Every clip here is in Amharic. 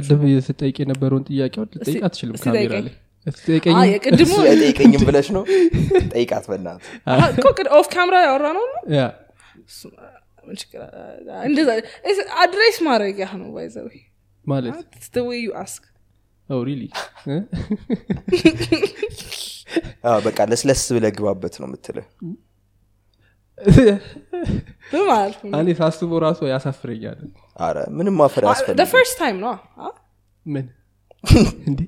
ቅድም ስጠይቅ የነበረውን ጥያቄውን ልጠይቅ እስቲ- አትችልም እስቲ ካሜራ ጠይቀኝ። ላይ ስትጠይቀኝ አይ፣ የቅድሙ እሱ አይጠይቀኝም ብለሽ ነው ጠይቃት በናት አሀ፣ እኮ ቅድ- ኦፍ ካሜራ ያወራ ነው ነው ያ እሱማ ምን ችግር አለ? እንደዛ እስ- አድሬስ ማድረጊያ ነው ባይዘዌ ማለት ዩ አስክ ኦ ሪሊ እ? በቃ ለስለስ ብለ ግባበት ነው የምትል ማለት ነው እኔ ሳስቦ ራሱ ያሳፍረኛል አረ ምንም ማፈር the ያስፈልግ first time ነው ምን እንዴ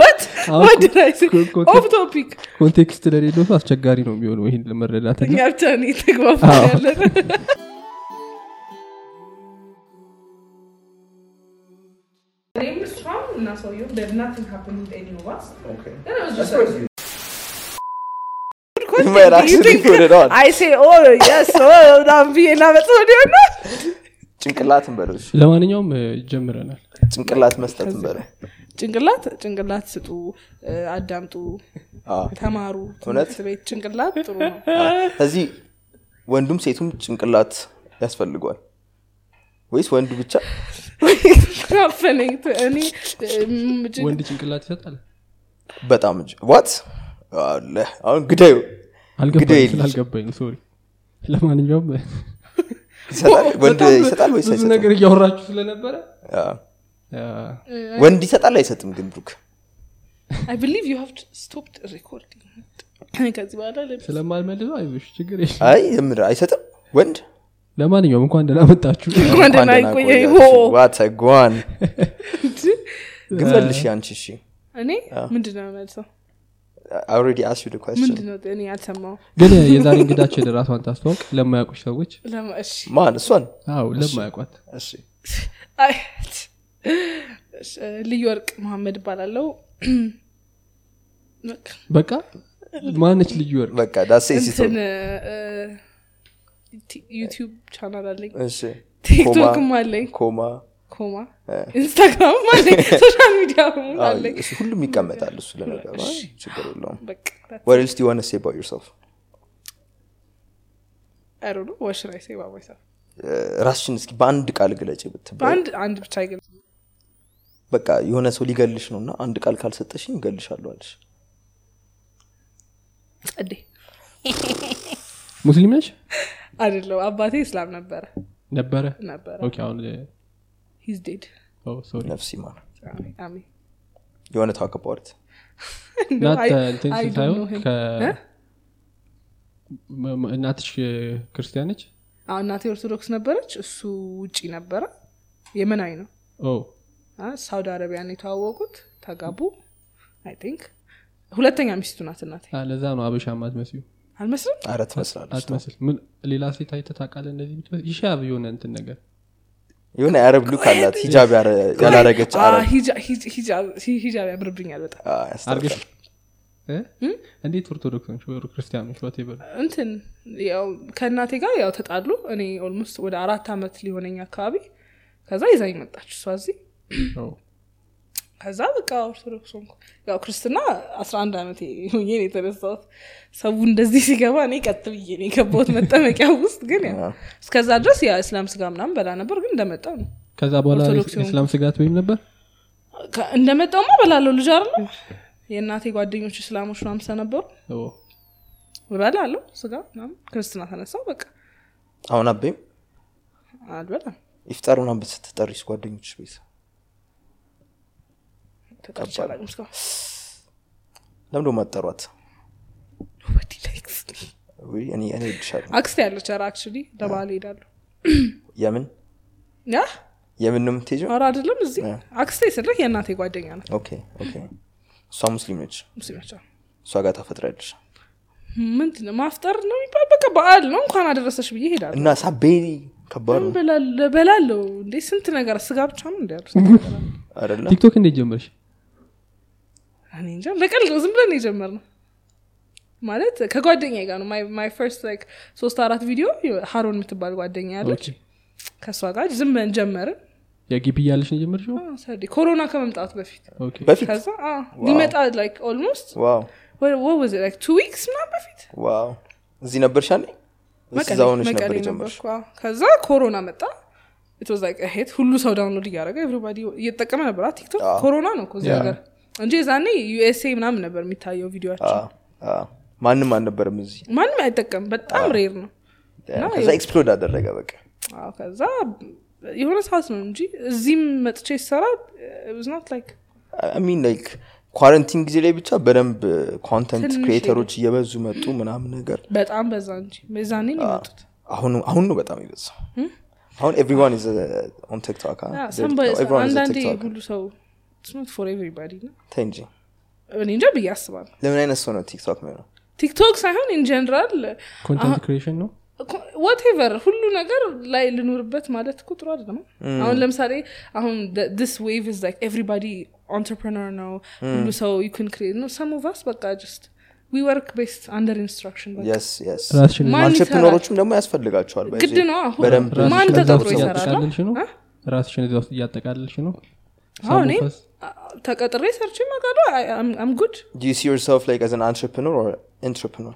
what አሁን what እኮ- did I say እኮ- እኮ- off topic ኮንቴክስት ለሌለው ሰው አስቸጋሪ ነው የሚሆነው ይህን ለመረዳት እና እኛ ብቻ ነው የተግባባ አዎ። ያለን እኔም እሷም እና ሰውየው did nothing happen with any of us. Then I was just like, "Good You might content, do you actually think put it on." I say, "Oh, yes, oh," ምናምን ብዬ ላመጣው ሊሆን ነው? ጭንቅላትን በለሽ ለማንኛውም እ, ጀምረናል ጭንቅላት መስጠትን በለው ጭንቅላት ጭንቅላት ስጡ እ፣ አዳምጡ አዎ። ተማሩ እውነት? ትምህርት ቤት ጭንቅላት ጥሩ ነው እዚህ ወንዱም ሴቱም ጭንቅላት ያስፈልገዋል ወይስ ወንዱ ብቻ ካፈነኝ እኔ እም፣ ጭንቅ- ወንድ ጭንቅላት ይሰጣል በጣም እንጂ ዋት አለ አሁን ግዳዩ ግዳዩ አልገባኝ ልጅ ስላልገባኝ ሶሪ ለማንኛውም እ, ይሰጣል ወንድ በጣም ይሰጣል ወይስ ብዙ አይሰጥም ነገር እያወራችሁ ስለነበረ አ፣ ያ፣ ወንድ ይሰጣል አይሰጥም ግን ብሩክ I believe you have stopped recording. ከዚህ በኋላ ለምን- ስለማልመልሰው አይሽ ችግር የለም አይ የምር አይሰጥም ወንድ ለማንኛውም እንኳን ደህና መጣችሁ እንኳን ደህና እንኳን ይቆየ ቆያችሁ። ይሆ What a ጓን ግን መልሽ አንቺ እሺ እኔ ምንድን ነው መልሰው አልሬዲ አስ ዩ ኳስችን ምንድን ነው እኔ ያልሰማው ግን የዛሬ እንግዳችን ራሷን ታስተዋውቅ ለማያውቁሽ ሰዎች ለማ- እሺ ማን እሷን አው ለማያውቋት እሺ አይ፣ እሺ፣ ልዩ ወርቅ መሐመድ እባላለሁ በቃ፣ በቃ ማነች ልዩ ወርቅ በቃ ዳሴ እንትን ሲቶን እ፣ ቲ- ዩቲዩብ ቻናል አለኝ እሺ ቲክቶክም አለኝ ኮማ ኮማ ኢንስታግራም አለኝ ሶሻል ሚዲያ በሙሉ አዎ፣ አለኝ እሱ ሁሉም ይቀመጣል እሱ ለነገሩ አይ፣ ችግር የለውም በቃ what else do you want to say about yourself አሮ ነው ወሽራይ ሴባ ማይሰ እ፣ ራስሽን እስኪ በአንድ ቃል ግለጭ ብትባይ በአንድ አንድ ብቻ ግን በቃ የሆነ ሰው ሊገልሽ ነው እና አንድ ቃል ካልሰጠሽኝ እገልሻለሁ አለሽ ጸዴ ሙስሊም ነች አይደለው አባቴ እስላም ነበረ ነበረ ነበረ ኦኬ አሁን ሂዝ ዴድ ሶሪ ነፍሲ ማን አሜን የሆነ ታከባዋለት እናት I- እንትን I ስል don't know ሳይሆን him. ከ- እ? መ- መ- እናትሽ እ፣ ክርስቲያን ነች አዎ፣ እናቴ ኦርቶዶክስ ነበረች እሱ ውጪ ነበረ የመናዊ ነው ኦ አ፣ ሳውዲ አረቢያ ነው የተዋወቁት ተጋቡ አይ ቲንክ ሁለተኛ ሚስቱ ናት እናቴ አ፣ ለዛ ነው አበሻ ማትመስዩ አልመስልም አረ ትመስላለች አትመስል ምን ሌላ ሴት አይተህ ታውቃለህ እንደዚህ ብትመስል ይሻብ የሆነ እንትን ነገር የሆነ የአረብ ሉክ አላት ሂጃብ ያረ- ያላረገች አ፣ አረብ ሂጃ- ሂጅ- ሂጃብ- ሂ- ሂጃብ ያምርብኛል በጣም አ፣ ያስታውቃል። አርገሽ እ? እንዴት ኦርቶዶክስ ነች ወይም ክርስቲያኖች ወቴበር እንትን ያው ከእናቴ ጋር ያው ተጣሉ እኔ ኦልሞስት ወደ አራት ዓመት ሊሆነኝ አካባቢ ከዛ ይዛኝ መጣች እሷ እዚህ ከዛ በቃ ኦርቶዶክስ ሆንኩ ያው ክርስትና 11 ዓመት ሆኜ ነው የተነሳሁት ሰው እንደዚህ ሲገባ እኔ ቀጥ ብዬ ነው የገባሁት መጠመቂያ ውስጥ ግን ያው እስከዛ ድረስ የእስላም ስጋ ምናምን በላ ነበር ግን እንደመጣው ነው ከዛ በኋላ ኦርቶዶክስ የሆንኩ። እስላም ስጋት ወይም ነበር ከ- እንደመጣውማ በላለው ልጅ አይደለም የእናቴ ጓደኞች እስላሞች ምናምን ስለነበሩ ኦ፣ በላለው ስጋ ምናምን ክርስትና ተነሳው በቃ አሁን አበይም አልበላም ኢፍጣር ምናምን ስትጠሪ ጓደኞች ቤት ተጠርቼ አላውቅም እስካሁን ለምዶ ማጠሯት Nobody likes me. ውይ፣ እኔ እኔ እወድሻለሁ አክስቴ ያለች ኧረ አክቹዋሊ ለበዓል እሄዳለሁ የምን ያ የምን ነው የምትሄጂው ኧረ አይደለም እዚህ አክስቴ ስልህ የእናቴ ጓደኛ ናት ኦኬ ኦኬ እሷ ሙስሊም ነች ሙስሊማቸው እሷ ጋር ታፈጥራለች ምንድን ነው ማፍጠር ነው የሚባል በቃ በዓል ነው እንኳን አደረሰሽ ብዬ ሄዳለሁ እና ሳቤ ከባድ ነው በላለ- በላለሁ እንዴ ስንት ነገር ስጋ ብቻ ነው እንዲያሉ አደለ ቲክቶክ እንዴት ጀመርሽ እኔ እንጃ ለቀልድ ነው ዝም ብለን የጀመር ነው ማለት ከጓደኛ ጋር ነው ማይ ፈርስት ላይክ ሶስት አራት ቪዲዮ ሀሮን የምትባል ጓደኛ ያለች ኦኬ። ከእሷ ጋር ዝም ብለን ጀመርን የግቢ እያለሽ ነው የጀመርሽው አዎ፣ ሰርዴ ኮሮና ከመምጣቱ በፊት ኦኬ። በፊት ከዛ አዎ፣ ሊመጣ ላይክ ኦልሞስት ዋው ወዝ ላይክ ቱ ዊክስ ምናምን በፊት ዋው እዚህ ነበርሽ አለ እዛ ሆነሽ ነበር መቀሌ የጀመርሽ ነበርኩ፣ አዎ። ከዛ ኮሮና መጣ ሄት ሁሉ ሰው ዳውንሎድ እያደረገ ኤቭሪባዲ እየተጠቀመ ነበር አ ቲክቶክ አዎ። ኮሮና ነው እኮ እዚህ ያ። ሀገር እንጂ የዛኔ ዩኤስኤ ምናምን ነበር የሚታየው ቪዲዮችን አዎ፣ አዎ። ማንም አልነበረም እዚህ ማንም አይጠቀምም በጣም ሬር ነው ከዛ ኤክስፕሎድ አደረገ በቃ አዎ ከዛ የሆነ ሰዓት ነው እንጂ እዚህም መጥቼ ሲሰራ ብዝናት ላይክ ሚን ላይክ ኳረንቲን ጊዜ ላይ ብቻ በደንብ ኮንተንት ትንሽ ክሬተሮች እየበዙ መጡ ምናምን ነገር በጣም በዛ እንጂ የዛኔ ነው የመጡት አሁን አሁን ነው በጣም የበዛው አሁን uh, ኤቭሪዋን ኢዝ ኦን ቲክቶክ አ? Yeah, ዘ- somebody- everyone is a አንዳንዴ TikTok. ሁሉ ሰው it's not for everybody ነው ተይ እንጂ እኔ እንጃ ብዬ አስባለሁ ለምን አይነት ሰው ነው ቲክቶክ የሚሆነው ቲክቶክ ሳይሆን ኢን ጀነራል ኮንተንት ክሬሽን ነው ዋቴቨር ሁሉ ነገር ላይ ልኖርበት ማለት እኮ ጥሩ አይደለም አሁን ለምሳሌ አሁን ዲስ ዌቭ ስ ላይክ ኤቭሪባዲ ኦንትርፕረነር ነው ሁሉ ሰው ዩን ክሬት ነው ሰም ኦፍ አስ በቃ ጀስት ዊ ወርክ ቤስት አንደር ኢንስትራክሽን የስ የስ ራስሽን ማን አንትርፕኖሮችም ደግሞ ያስፈልጋቸዋል by the ግድ way. ነው አሁን በደንብ ራስሽን ማን እዛ ውስጥ ተቀጥሮ ይሰራል እያጠቃለልሽ ነው አ? ራስሽን እዛ ውስጥ እያጠቃለልሽ ነው አዎ፣ እኔ- ሳሙፈስ ተቀጥሬ ሰርች መቃዶ አም ጉድ do you see yourself like as an entrepreneur or entrepreneur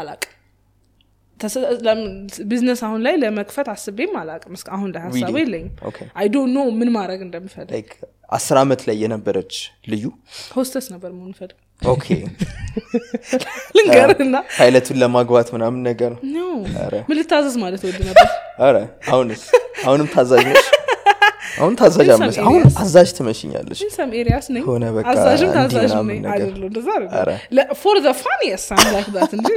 አላቅ ቢዝነስ አሁን ላይ ለመክፈት አስቤም አላቅም እስከ አሁን ላይ ሀሳቡ Really? የለኝም Okay. አይ ዶንት ኖ ምን ማድረግ እንደምፈልግ like አስር ዓመት ላይ የነበረች ልዩ ሆስተስ ነበር መሆን ፈልግ ኦኬ ልንገርና ፓይለቱን ለማግባት ምናምን ነገር ኧረ። ምን ልታዘዝ ማለት ወድ ነበር ኧረ አሁንስ አሁንም ታዛዥ ነሽ አሁን ታዛዥ It's አመስ some አሁን areas. አዛዥ ትመስኛለሽ ሰም ኤሪያስ ነኝ ሆነ በቃ አዛዥም እንዲህ ታዛዥም ምናምን ነኝ ነገር። አይደለሁ እንደዛ ኧረ። ፎር ዘ ፋን የሳም ላይክ ዳት እንጂ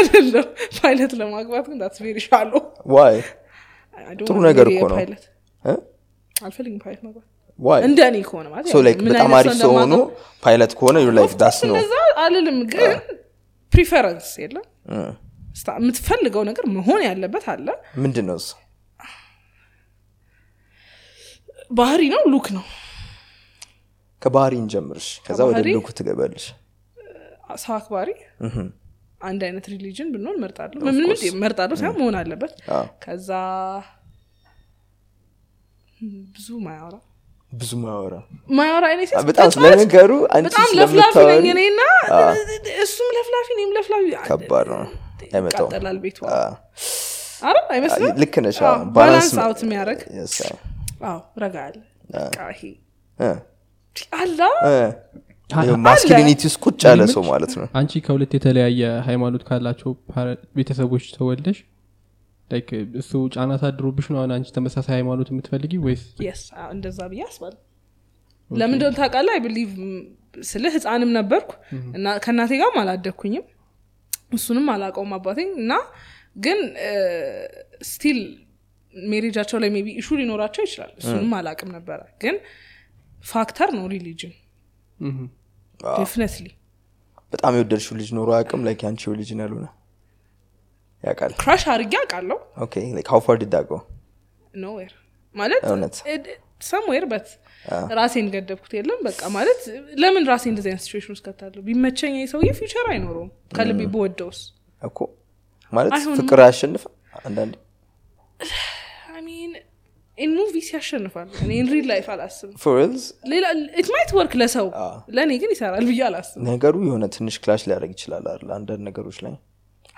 አይደለሁ ፓይለት ለማግባት ግን ዳትስ ቬሪ ሻሎ ዋይ ጥሩ ነገር እኮ ነው። እ? አልፈልግም ፓይለት መግባት ዋይ እንደ እኔ ከሆነ ማለት ሶ ላይክ ምን በጣም አይነት አሪፍ ሰው ሆኖ እንደማውቀው- ፓይለት ከሆነ ዩር ላይክ ዳስ ነው እንደዛ አልልም ግን ፕሪፈረንስ የለም ስታ- የምትፈልገው ነገር መሆን ያለበት አለ ምንድን ነው እሱ ባህሪ ነው ሉክ ነው ከባህሪን ጀምርሽ ከዛ ወደ ከባህሪ? ልኩ ትገበልሽ ሰው አክባሪ አንድ አይነት ሪሊጅን ብንሆን መርጣለሁ ምን ምን መርጣለሁ ሳይሆን Mm. መሆን አለበት አዎ። ከዛ ብዙ ማያወራ ብዙ ማወራ ማያወራ አይነት ሴት Ah, በጣም በጣም ስለነገሩ አንቺ በጣም ለፍላፊ ነኝ ስለምታወሪ እኔና እሱም ለፍላፊ እኔም ለፍላፊ Ah. ከባድ ነው አይመጣውም። ይቃጠላል ቤቱ አ፣ አረ አይመስልም ልክ ነሽ Ah, አዎ፣ ባላንስ balance out የሚያደርግ። Yes, አዎ። አዎ ረጋ አለ Ah. በቃ ይሄ እ፣ አላ እ። ይኸው ማስኩሊኒቲ ውስጥ ቁጭ ያለ ሰው ማለት ነው አንቺ ከሁለት የተለያየ ሃይማኖት ካላቸው ፓረ- ቤተሰቦች ተወልደሽ ላይክ እሱ ጫና አሳድሮብሽ ነው አሁን አንቺ ተመሳሳይ ሃይማኖት የምትፈልጊ ወይስ የስ እንደዛ ብዬ አስባለሁ ለምን እንደሆነ ታውቃለህ አይ ብሊቭ ስለ ህፃንም ነበርኩ እና ከእናቴ ጋርም አላደግኩኝም እሱንም አላውቀውም አባቴኝ እና ግን ስቲል ሜሬጃቸው ላይ ሜቢ ኢሹ ሊኖራቸው ይችላል እሱንም አላውቅም ነበረ ግን ፋክተር ነው ሪሊጅን ምሁም። ዴፍነትሊ በጣም የወደድሽው ልጅ ኖሮ አቅም ላይክ ያንቺው ልጅ ነው ያልሆነ ያውቃል ክራሽ አድርጌ አውቃለሁ ኦኬ ላይክ ሃው ፋር ዲድ አጎ ኖዌር ማለት እውነት። ሰምዌር በት ራሴን ገደብኩት የለም በቃ ማለት ለምን ራሴ እንደዚህ አይነት ሲዌሽን ውስጥ ከታለሁ ቢመቸኝ ይህ ሰውዬ ፊውቸር አይኖረውም ከልቤ በወደውስ እኮ ማለት አይሆንም። ፍቅር አያሸንፍ አንዳንዴ ሚን ኢን ሙቪስ ያሸንፋል እኔ ኢን ሪል ላይፍ አላስብም ፍርልዝ ሌላ ኢት ማይት ወርክ ለሰው ለእኔ ግን ይሰራል ብዬ አላስብም ነገሩ የሆነ ትንሽ ክላሽ ሊያደርግ ይችላል አይደል አንዳንድ ነገሮች ላይ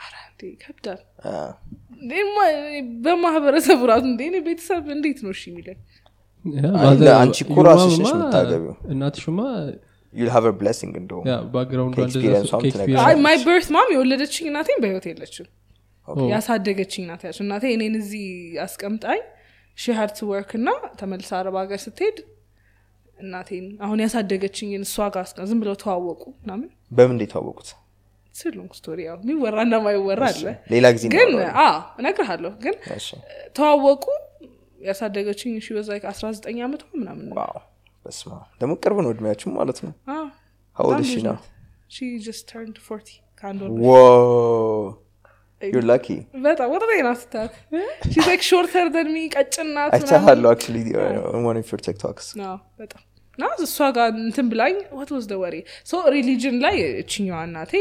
ኧረ እንዴ ይከብዳል አ፣ እንዴ ማ- በማህበረሰቡ ራሱ እንዴ እኔ ቤተሰብ እንዴት ነው እሺ የሚለኝ ያ፣ አይ፣ ባዘ- አንቺ እኮ ዩማማ ራስሽ ነሽ የምታገቢው። እናትሽማ you'll have a blessing እንደውም ባክግራውንዱ ከኤክስፒሪየንሷም ትነግሪያለሽ። አይ ማይ በርት ማም የወለደችኝ እናቴን በህይወት የለችም ኦኬ። ያሳደገችኝ እናቴ ያች እናቴ እኔን እዚህ አስቀምጣኝ ሺሃድ ቱ ወርክ እና ተመልሳ አረብ ሀገር ስትሄድ እናቴን አሁን ያሳደገችኝን እሷ ጋር አስቀ- ዝም ብለው ተዋወቁ ምናምን በምን እንደታወቁት ስሉም ስቶሪ ያው የሚወራ እና ማይወራ አለ ሌላ ጊዜ ግን እናወራዋለን። አ እነግርሃለሁ ግን እሺ። ተዋወቁ ያሳደገችኝ ሺ በዛ 19 ዓመቷ ምናምን ነው ዋው በስማ ደግሞ ቅርብ ነው እድሜያችን ማለት ነው አ፣ How old በጣም is she ልጅ now? ናት። She just turned 40 ከአንድ ወር Whoa. You're lucky. በጣም ወጥሬ ናት ስታት She's like shorter than me ቀጭን ናት I ምናምን። tell her actually uh, on one of your TikToks. አዎ፣ በጣም እና እሷ ጋር እንትን ብላኝ ወት ወዝ ደ ወሬ ሶ ሪሊጅን ላይ እችኛዋ እናቴ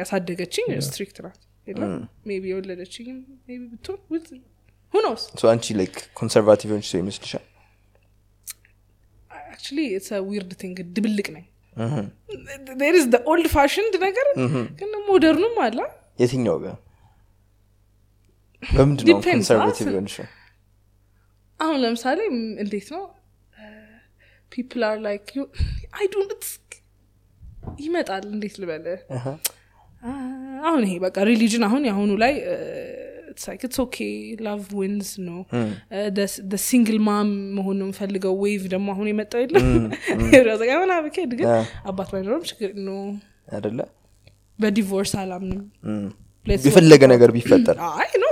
ያሳደገችኝ ስትሪክት ናት የለም Mm. ሜቢ የወለደችኝም ሜቢ ብትሆን ውዝ ሁኖስ So አንቺ ላይክ ኮንሰርቫቲቭ ሆንች ሰው ይመስልሻል አክቹሊ ኢትስ ዊርድ ቲንግ ድብልቅ ነኝ Mm-hmm. ዜር ኢዝ ደ ኦልድ ፋሽንድ ነገር ግን ሞደርኑም አለ የትኛው ጋር በምንድን ነው Depends, ኮንሰርቫቲቭ right? ሆንች አሁን ለምሳሌ ም- እንዴት ነው Uh, ፒፕል አር ላይክ አይ ዶንት ይመጣል እንዴት ልበል አሃ። አሁን ይሄ በቃ ሪሊጅን አሁን የአሁኑ ላይ uh, ኢትስ ኦኬ ላቭ ዊንስ ነው Uh, ሲንግል ማም መሆን ነው የምፈልገው ዌቭ ደግሞ አሁን የመጣው የለም ራዘጋመና ብኬድ ግን አዎ። አባት ባይኖረም ችግር ኖ አይደለ በዲቮርስ አላምንም እም። Let's የፈለገ ነገር ቢፈጠር አይ ኖ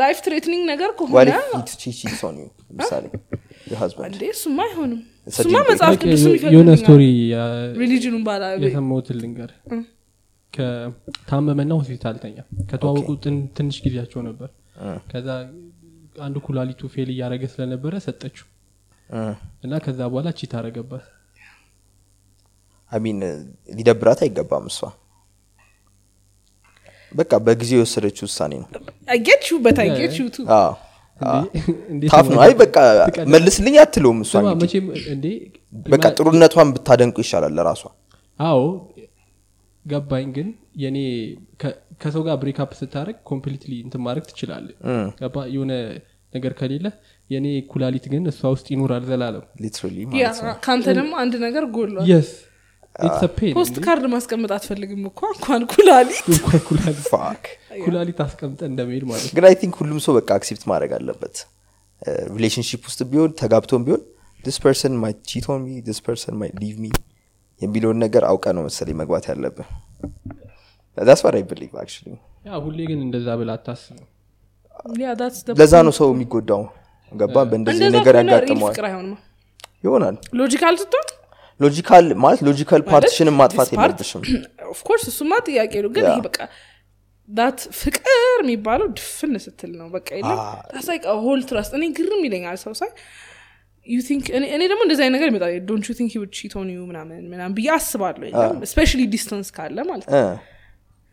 ላይፍ ትሬትኒንግ ነገር ዋት ከሆነ ኢፍ ቺቺ ሶን ዩ ለምሳሌ your husband እንዴ እሱማ አይሆንም Such እሱማ a big- መጽሐፍ ቅዱስ የሆነ ስቶሪ ሪሊጅኑን ባላ የሰማሁትን ልንገር ከታመመና ሆስፒታል ተኛ ከተዋወቁ ትን- ትንሽ ጊዜያቸው ነበር ከዛ አንድ ኩላሊቱ ፌል እያደረገ ስለነበረ ሰጠችው እም። እና ከዛ በኋላ ቺት አረገባት አሚን ሊደብራት አይገባም እሷ በቃ በጊዜ የወሰደችው ውሳኔ ነው ጌት ዩ በት ጌት ዩ ቱ አዎ። እንዴ? እንዴት ታፍ ነው አይ በቃ ትቀልድ- መልስልኝ አትለውም እሷ ስማ፣ እንግዲህ መቼም እንዴ በቃ ጥሩነቷን ብታደንቁ ይሻላል ለራሷ አዎ ገባኝ ግን የኔ ከ- ከሰው ጋር ብሬክፕ ስታደረግ ኮምፕሊትሊ እንትን ማድረግ ትችላለ ገባ የሆነ ነገር ከሌለ የኔ ኩላሊት ግን እሷ ውስጥ ይኖራል ዘላለም ሊትራሊ ማለት ነው ከአንተ ደግሞ አንድ ነገር ጎሏል የስ ኢትስ ፔን ፖስት ካርድ ማስቀመጥ አትፈልግም እኳ እንኳን ኩላሊት ኩላሊት ፋክ ኩላሊት አስቀምጠ እንደመሄድ ማለት ነው ግን አይ ቲንክ ሁሉም ሰው በቃ አክሴፕት ማድረግ አለበት ሪሌሽንሽፕ ውስጥ ቢሆን ተጋብቶም ቢሆን ዲስ ፐርሰን ማይ ቺት ኦን ሚ ዲስ ፐርሰን ማይ ሊቭ ሚ የሚለውን ነገር አውቀ ነው መሰለኝ መግባት ያለብን ዳስ ዋት አይ ቢሊቭ አክቹሊ ያ ሁሌ ግን እንደዛ ብላ አታስብ Yeah, that's the- ለዛ ነው ሰው የሚጎዳው ገባ በእንደዚህ እንደዛ ነገር ከሆነ real ያጋጥመዋል ፍቅር አይሆንማ ይሆናል ሎጂካል ስትሆን ሎጂካል ማለት ሎጂካል ፓርትሽንም ማጥፋት this part- የለብሽም ኦፍኮርስ እሱማ ጥያቄ ነው ግን Yeah. ይሄ በቃ ዳት ፍቅር የሚባለው ድፍን ስትል ነው በቃ የለም Ah. ታሳይ ሆል ትራስት እኔ ግርም ይለኛል ሰው ሳይ you think እኔ- እኔ ደግሞ እንደዚህ አይነት ነገር ይመጣል ዶንት ዩ ቲንክ ሂውድ ቺት ኦን ዩ ምናምን ምናምን ብዬ አስባለሁ የለም Ah. ስፔሻሊ ዲስተንስ ካለ ማለት ነው እ፣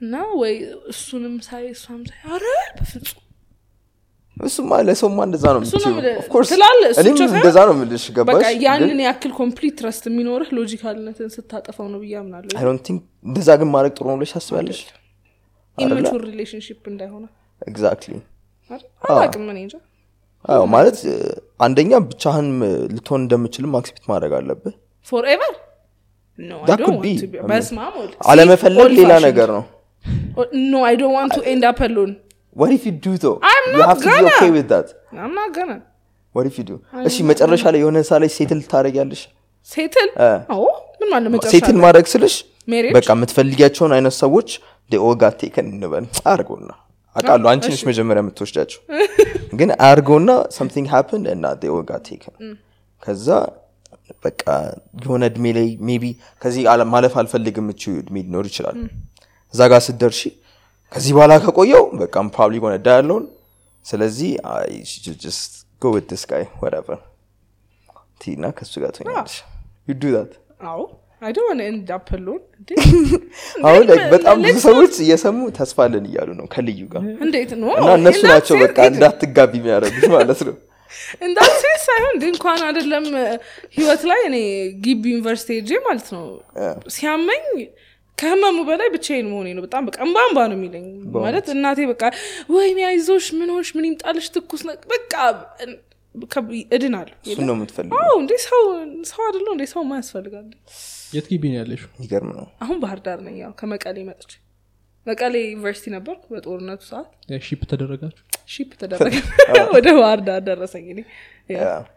እና ወይ እሱንም ሳይ እሷም ሳይ አረ በፍጹም እሱማ ለሰውማ እንደዛ ነው እሱ ነው የምትይው። የምልህ። Of course, ትላለህ፣ እሱ እኔም ብቻ ሳይሆን እንደዛ ነው የምልሽ በቃ ገባሽ ያንን ያክል ኮምፕሊት ትረስት የሚኖርህ ሎጂካልነትን ስታጠፋው ነው ብዬ አምናለሁ አይ ቲንክ እንደዛ ግን ማድረግ ጥሩ ነው ብለሽ ታስባለሽ ኢመቹር ሪሌሽንሽፕ እንዳይሆነ ኤግዛክትሊ አይደል? Ah. አላቅም እኔ እንጃ አዎ ማለት እ፣ አንደኛ ብቻህን እ፣ ልትሆን እንደምችልም አክሴፕት ማድረግ አለብህ ፎርኤቨር That could be. I mean, አለመፈለግ ሌላ ነገር ነው Oh, ኖ አይ ዶንት ዋንት ቱ ኤንድ አፕ አሎን what if you do though I'm you not have to be gonna. okay with that አምና ገና what if you do እሺ መጨረሻ ላይ የሆነ ሳ ላይ ሴትል ታደረጊያለሽ ሴትል አ። አዎ ምን ማለት ነው መጨረሻ ሴትል ማድረግ ስልሽ Marriage? በቃ የምትፈልጊያቸውን አይነት ሰዎች ኦጋ ቴከን እንበል አርጎና አቃሉ አንቺ ነሽ መጀመሪያ የምትወስዳቸው ግን አርጎና something happened እና ኦጋ ቴከን ከዛ በቃ የሆነ እድሜ ላይ ሜቢ ከዚህ አለ- ማለፍ አልፈልግም ምች እድሜ ሊኖር ይችላል እዛ ጋር ስትደርሺ ከዚህ በኋላ ከቆየው በቃ ፕሮባብሊ ሆነ ዳ ያለውን ስለዚህ I should just go with this guy, whatever ትይና ከሱ ጋር ትሆኛለሽ you do that አዎ አይ ዶንት ዋንት ኤንድ አፕ አሎን አሁን ላይ በጣም ብዙ ሰዎች እየሰሙ ተስፋ አለን እያሉ ነው ከልዩ ጋር እንዴት ነው እና እነሱ ናቸው በቃ እንዳትጋቢ የሚያደርጉት ማለት ነው እንዳት ሳይሆን እንደ እንኳን አይደለም ህይወት ላይ እኔ ግቢ ዩኒቨርሲቲ ሄጄ ማለት ነው ሲያመኝ ከህመሙ በላይ ብቻዬን መሆኔ ነው በጣም በቃ እንባ እንባ ነው የሚለኝ ማለት እናቴ በቃ ወይኔ አይዞሽ ምንሆሽ ምን ይምጣልሽ ትኩስ ነው በቃ እድናለሁ እሱን ነው የምትፈልጉ አዎ እንዴ ሰው ሰው አይደለሁ እንዴ ሰው ማ ያስፈልጋል የት ግቢ ነው ያለሽ ይገርም ነው አሁን ባህር ዳር ነኝ ያው ከመቀሌ መጥቼ መቀሌ ዩኒቨርሲቲ ነበርኩ በጦርነቱ ሰዓት ሺፕ ተደረጋችሁ ሺፕ ተደረገ ወደ ባህር ዳር ደረሰኝ እኔ ያው Yeah.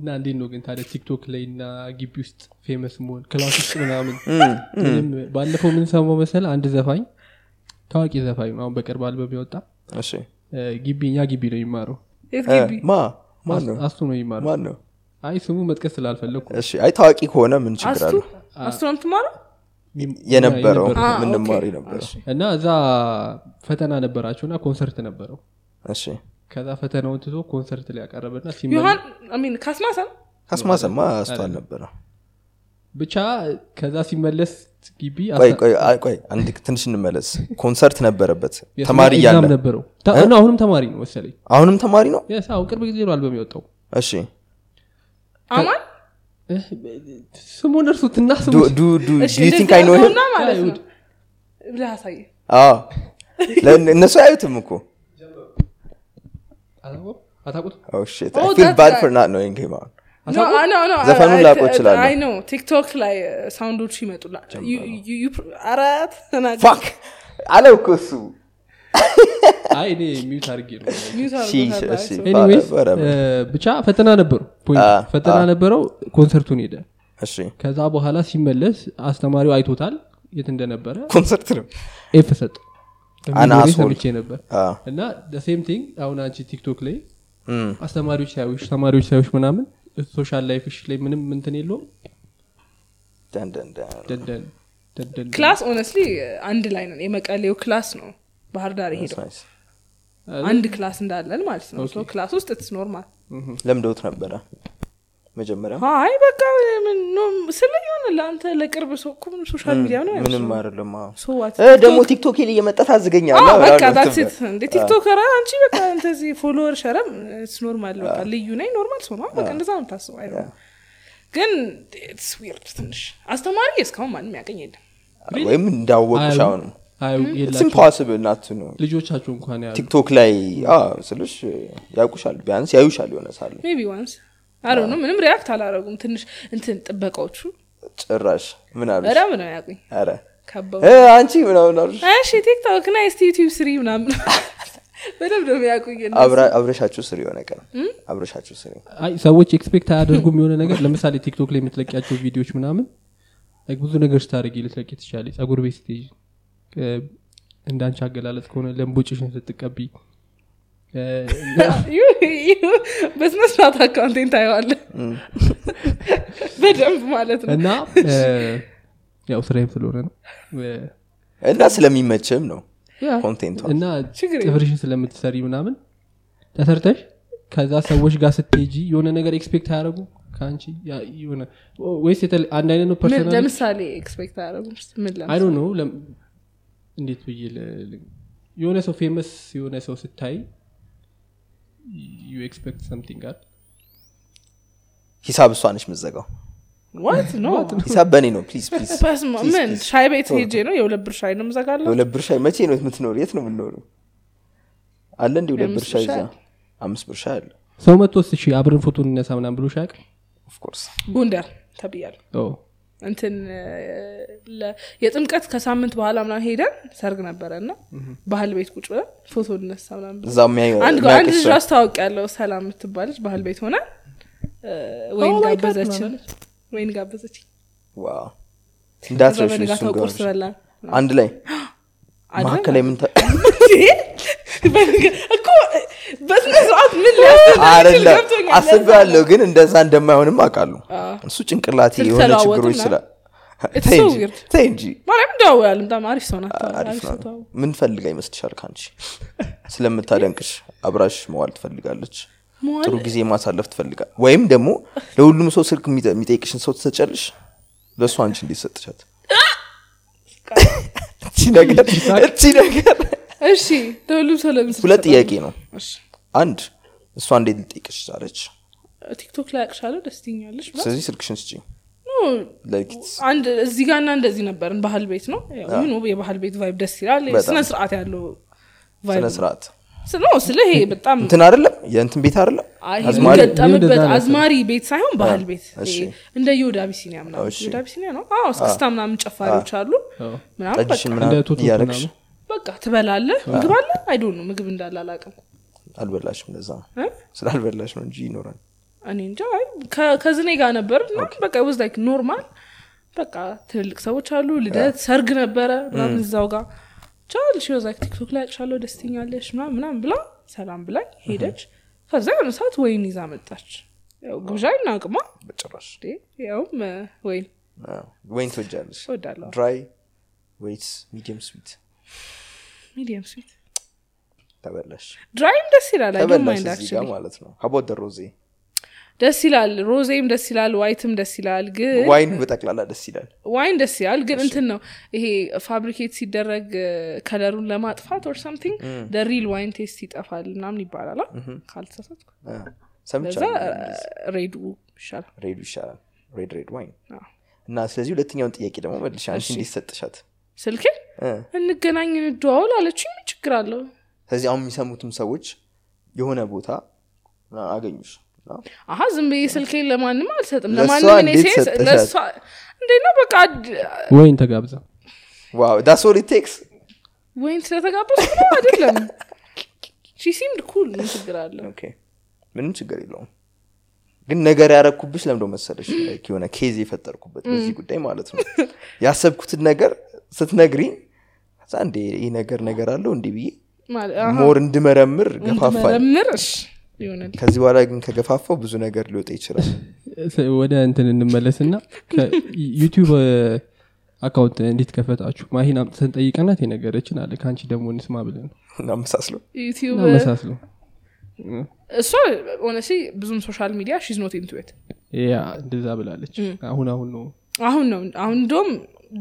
እና እንዴት ነው ግን ታዲያ ቲክቶክ ላይ እና ግቢ ውስጥ ፌመስ መሆን ክላስ ውስጥ ምናምን ምንም ባለፈው የምንሰማው መሰል አንድ ዘፋኝ ታዋቂ ዘፋኝ ነው አሁን በቅርብ አልበም ያወጣ እሺ እ፣ ግቢ እኛ ግቢ ነው የሚማረው የት እ፣ ግቢ ማ ማን ነው አስቱ ነው የሚማረው ማን ነው አይ ስሙ መጥቀስ ስላልፈለግኩ እሺ አይ ታዋቂ ከሆነ ምን ችግር አስቱ አለ አስቱ ነው የምትማረው የነበረው የነበረው። Ah, okay. ምንማሪ ነበረው እና እዛ ፈተና ነበራቸው እና ኮንሰርት ነበረው እሺ ከዛ ፈተናውን ትቶ ኮንሰርት ላይ ያቀረበና ሲመ ዮሐን አይ ሚን ካስማሳ ነው? ካስማሰማ አስቶ አልነበረም ብቻ ከዛ ሲመለስ ግቢ ቆይ ቆይ አይ፣ ቆይ አንድ ትንሽ እንመለስ ኮንሰርት ነበረበት የስሙ ተማሪ ኤግዛም እያለ ነበረው ታ- እና አሁንም ተማሪ ነው መሰለኝ አሁንም ተማሪ ነው የስ አዎ ቅርብ ጊዜ ነው አልበም የወጣው እሺ አማን እህ፣ ስሙን እርሱትና ስሙ ዱ ዱ እሺ ዩ ቲንክ እንደዚህ አይ ኖ አድርገውና ማለት ነው ብለህ አሳየ አዎ ለእነ- እነሱ አያዩትም እኮ አታውቁትም Oh shit! Oh, I feel that bad guy. for not knowing him out. No, I know, I know. ዘፈኑን I- I- ላውቀው እችላለሁ። I know. ቲክቶክ ላይ ሳውንዶቹ ይመጡላቸው You- you- you pr- ኧረ ተናገር። Fuck! አለው እኮ እሱ አይ እኔ ሚዩት አድርጌ ነው Mute አድርጎታል Sheesh, ባይ እሺ። ሰው። ኤኒዌይስ whatever. ብቻ ፈተና ነበሩ Ah, ፈተና ነበረው ኮንሰርቱን ሄደ እሺ ከዛ በኋላ ሲመለስ አስተማሪው አይቶታል የት እንደነበረ ኮንሰርት ነው ኤፍ ሰጠ An asshole. ሰምቼ ነበር አዎ። እና ሴም ቲንግ አሁን አንቺ ቲክቶክ ላይ አስተማሪዎች ሳያዩሽ ተማሪዎች ሳያዩሽ ምናምን ሶሻል ላይፍሽ ላይ ምንም ምንትን የለውም ደን ደን ደን። ደንደን ደንደን ክላስ ኦነስትሊ አንድ ላይ ነን የመቀሌው ክላስ ነው ባህር ዳር That's የሄደው nice. አንድ ክላስ እንዳለን ማለት ነው So ክላስ ውስጥ ትስ ኖርማል ለምደውት ነበረ መጀመሪያ አይ በቃ ምን ነው ስለ የሆነ ለአንተ ለቅርብ ሰው እኮ ምንም ሶሻል ሚዲያ ነው ምንም አይመስለውም። አይደለም አዎ። So what? እ፣ Eh, ደግሞ ቲክቶክ ላይ እየመጣ ታዝገኛለህ አዎ፣ ምናምን በቃ ነው that's የምትለው። it። እንደ ቲክቶከር አንቺ በቃ እንደዚህ ፎሎወር ሸረም it's normal በቃ ልዩ ነኝ ኖርማል ሰው ነው በቃ እንደዛ ነው የምታስበው አይ ነው ግን it's weird ትንሽ አስተማሪ እስካሁን ማንም ያገኝ የለም ወይም እንዳወቁሽ አሁን የላቸው ኢምፖስብል ናት ነው ልጆቻቸው እንኳን ያሉ ቲክቶክ ላይ Mm. አዎ፣ ስልሽ ያውቁሻል ቢያንስ ያዩሻል የሆነ ሳለ ሜቢ ዋንስ አሮ ነው ምንም ሪያክት አላረጉም ትንሽ እንትን ጥበቃዎቹ ጭራሽ ምን አሉሽ በደንብ ነው ያቁኝ ኧረ ከበው እ፣ አንቺ ምናምን አሉሽ እሺ ቲክቶክ ና እስቲ ዩቲዩብ ስሪ ምናምን በደንብ ነው ያቁኝ አብራ- አብረሻችሁ ስሪ የሆነ ቀን አብረሻችሁ ስሪ አይ ሰዎች ኤክስፔክት አያደርጉም የሆነ ነገር ለምሳሌ ቲክቶክ ላይ የምትለቂያቸው ቪዲዮዎች ምናምን like ብዙ ነገር ስታደርጊ ልትለቂ ትችላለች ጸጉር ቤት ስትሄጂ እ፣ እንዳንቺ አገላለጽ ከሆነ ለምቦጭሽን ስትቀቢ እ፣ በስነስርዓት አካውንቴን ታየዋለ በደንብ ማለት ነው እና እ፣ ያው ስራዬም ስለሆነ ነው እ፣ እና ስለሚመችም ነው ያ፣ ኮንቴንቷ እና ችግር የለም። ጥፍርሽን ስለምትሰሪ ምናምን ተሰርተሽ ከዛ ሰዎች ጋር ስትሄጂ የሆነ ነገር ኤክስፔክት አያደረጉ ከአንቺ ያ- የሆነ ወይስ የተለ- አንድ አይነት ነው ምን- ፐርሰናል ለምሳሌ ኤክስፔክት አያደረጉም ምን አይ ለምሳሌ ዶንት ኖ ለም- እንዴት ብዬ ል- ል- የሆነ ሰው ፌመስ የሆነ ሰው ስታይ ዩ ኤክስፔክት ሰምቲንግ አል ሂሳብ እሷ ነች ምዘጋው ዋት ኖ ሂሳብ በእኔ ነው ፕሊዝ ፕሊዝ በስመ- ምን ሻይ ቤት ሄጄ ነው የሁለት ብር ሻይ ነው ምዘጋለሁ የሁለት ብር ሻይ መቼ ነው የምትኖሩ የት ነው የምንኖሩ አለ እንዲ ሁለት ብር የአምስት ሻይ ብር እዛ ሻይ? አምስት ብር ሻይ አለ ሰው መቶ ስ አብረን ፎቶ እንነሳ ምናም ብሎ ሻቅ ኦፍኮርስ ጎንደር ተብያለሁ እንትን እ፣ ለ- የጥምቀት ከሳምንት በኋላ ምናምን ሄደን ሰርግ ነበረ እና ባህል ቤት ቁጭ ብለን ፎቶ እንነሳ ምናምን ብለን እዛ የሚያዩ- አንድ ጓ- አንድ የሚያውቅሽ ልጅ ሰው። አስታወቅ ያለው ሰላም የምትባለች ባህል ቤት ሆነ ወይን ጋበዘችን ወይን ጋበዘች ዋው እንዳትረሽ በንጋታው ቁርስ በላን አንድ ላይ አይደለም? መካከል ላይ ምን ታ- በንጋ- እኮ በስነ ስርዓት ምን ሊያስተናግድ አይደለም ገብቶኛል አስቤያለሁ ግን እንደዛ እንደማይሆንም አውቃለሁ እሱ ጭንቅላቴ ስልክ የሆነ ተለዋወጥን ችግሮች ስላ It's ተይ so እንጂ- weird. ተይ እንጂ ማርያም ደዋወል በጣም አሪፍ ሰው ናት አሪፍ አሪፍ ሰው ነው ተዋወቅ። ምን ፈልጋ ይመስልሻል ከአንቺ ስለምታደንቅሽ አብራሽ መዋል ትፈልጋለች መዋል- ጥሩ ጊዜ ማሳለፍ ትፈልጋል ወይም ደግሞ ለሁሉም ሰው ስልክ የሚጠ- የሚጠይቅሽን ሰው ትሰጫለሽ ለእሱ አንቺ እንዴት ሰጥሻት እቺ ነገር እቺ ነገር እሺ ለሁሉም ሰው ለምን ሁለት ስትሰጣ? ጥያቄ ነው እሺ። አንድ እሷ እንዴት ልጠይቅሽ ቻለች ቲክቶክ ላይ ያቅሻለሁ ደስ ትኛለሽ ብላ ስለዚህ ስልክሽን ስጪ ኖ፣ ለኪት አንድ እዚህ ጋር እና እንደዚህ ነበርን ባህል ቤት ነው ያው you know የባህል ቤት ቫይብ ደስ ይላል በጣም። ስነ ስርዓት ያለው vibe ስነ ነው። ስርዓት ስ- ነው ስለ ይሄ በጣም እንትን አይደለም የእንትን ቤት አይደለም አይ፣ አዝማሪ ይሄ እንደዛ የሚገጠምበት ነው። አዝማሪ ቤት ሳይሆን ባህል ቤት እሺ። ይሄ እንደ ዮድ አቢሲኒያ ምናምን እሺ። ዮድ አቢሲኒያ ነው አዎ እስክስታ ምናምን ጨፋሪዎች አሉ ምናምን ጠጅሽን በቃ- እንደ ምናምን ቶቶስ እያደረግሽ ምናምን። በቃ ትበላለህ ምግብ አለ አይዶ ነው ምግብ እንዳለ አላውቅም አልበላሽም ለዛ ነው እ? ስላልበላሽ ነው እንጂ ይኖራል እኔ እንጃ አይ፣ ከ- ከዝኔ ጋር ነበር እና በቃ ወዝ ላይክ ኖርማል በቃ ትልልቅ ሰዎች አሉ ልደት ሰርግ ነበረ ምናምን እዛው ጋር ቻል ሺ ላይክ ቲክቶክ ላይ ያቅሻለሁ ደስተኛለሽ ምናምን ምናምን ብላ ሰላም ብላኝ ሄደች ከዛ የሆነ ሰዓት ወይን ይዛ መጣች ያው ጉዣ ይናቅማ በጭራሽ ያውም እ፣ ወይን አዎ። ወይን ትወጃለሽ እወዳለሁ ድራይ ወይስ ሚዲየም ስዊት ሚዲየም ስዊት ተበላሽ ድራይም ደስ ይላል አይ ዶንት ተበላሽ ማይንድ እዚህ ጋር አክቹሊ ማለት ነው ሀቦት ሮዜ ደስ ይላል ሮዜም ደስ ይላል ዋይትም ደስ ይላል ግን ዋይን በጠቅላላ ደስ ይላል ዋይን ደስ ይላል ግን እንትን ነው ይሄ ፋብሪኬት ሲደረግ ከለሩን ለማጥፋት ኦር ሰምቲንግ ሪል ዋይን ቴስት ይጠፋል ምናምን ይባላል አ? ካልተሳሳትኩ አ፣ ከዛ ሰምቻለሁ ሬዱ ይሻላል ሬዱ ይሻላል ሬድ ሬድ ዋይን አዎ። እና ስለዚህ ሁለተኛውን ጥያቄ ደግሞ መልሽ አንቺ እንዴት ሰጥሻት ስልኬ እ። እንገናኝ እንደዋውል አለች ምን ችግር አለው ስለዚህ አሁን የሚሰሙትም ሰዎች የሆነ ቦታ አገኙሽ አሀ ዝም ብዬ ስልኬን ለማንም አልሰጥም ለእሷ ለማንም እኔ እንዴት ሴት ሰጠሻት? ለእሷ እንዴት ነው በቃ አድ- ወይን ተጋብዛ ዋው ዳስ ኦል ቴክስ ወይን ስለተጋበዝኩ ነው አይደለም ሺ ሲምድ ኩል ምን ችግር አለ ኦኬ ምንም ችግር የለውም ግን ነገር ያረኩብሽ ለምደ መሰለሽ like የሆነ ኬዝ የፈጠርኩበት በዚህ ጉዳይ ማለት ነው ያሰብኩትን ነገር ስትነግሪኝ ከዛ እንዴ ይህ ነገር ነገር አለው እንዲህ ብዬ ማለት አሀ፣ ሞር እንድመረምር ገፋፋኝ እንድመረምር፣ እሺ ይሆናል ከዚህ በኋላ ግን ከገፋፋው ብዙ ነገር ሊወጣ ይችላል ስ- ወደ እንትን እንመለስና ከዩቲዩብ አካውንት እንዴት ከፈታችሁ ማሂን አምጥተን ጠይቀናት የነገረችን አለ ከአንቺ ደግሞ እንስማ ብለን እናመሳስለው ዩቲዩብ አመሳስሎ እሷ ሆነሲ ብዙም ሶሻል ሚዲያ ሺዝ ኖት ኢንቱዌት ያ እንደዛ ብላለች አሁን አሁን ነው አሁን ነው አሁን እንደውም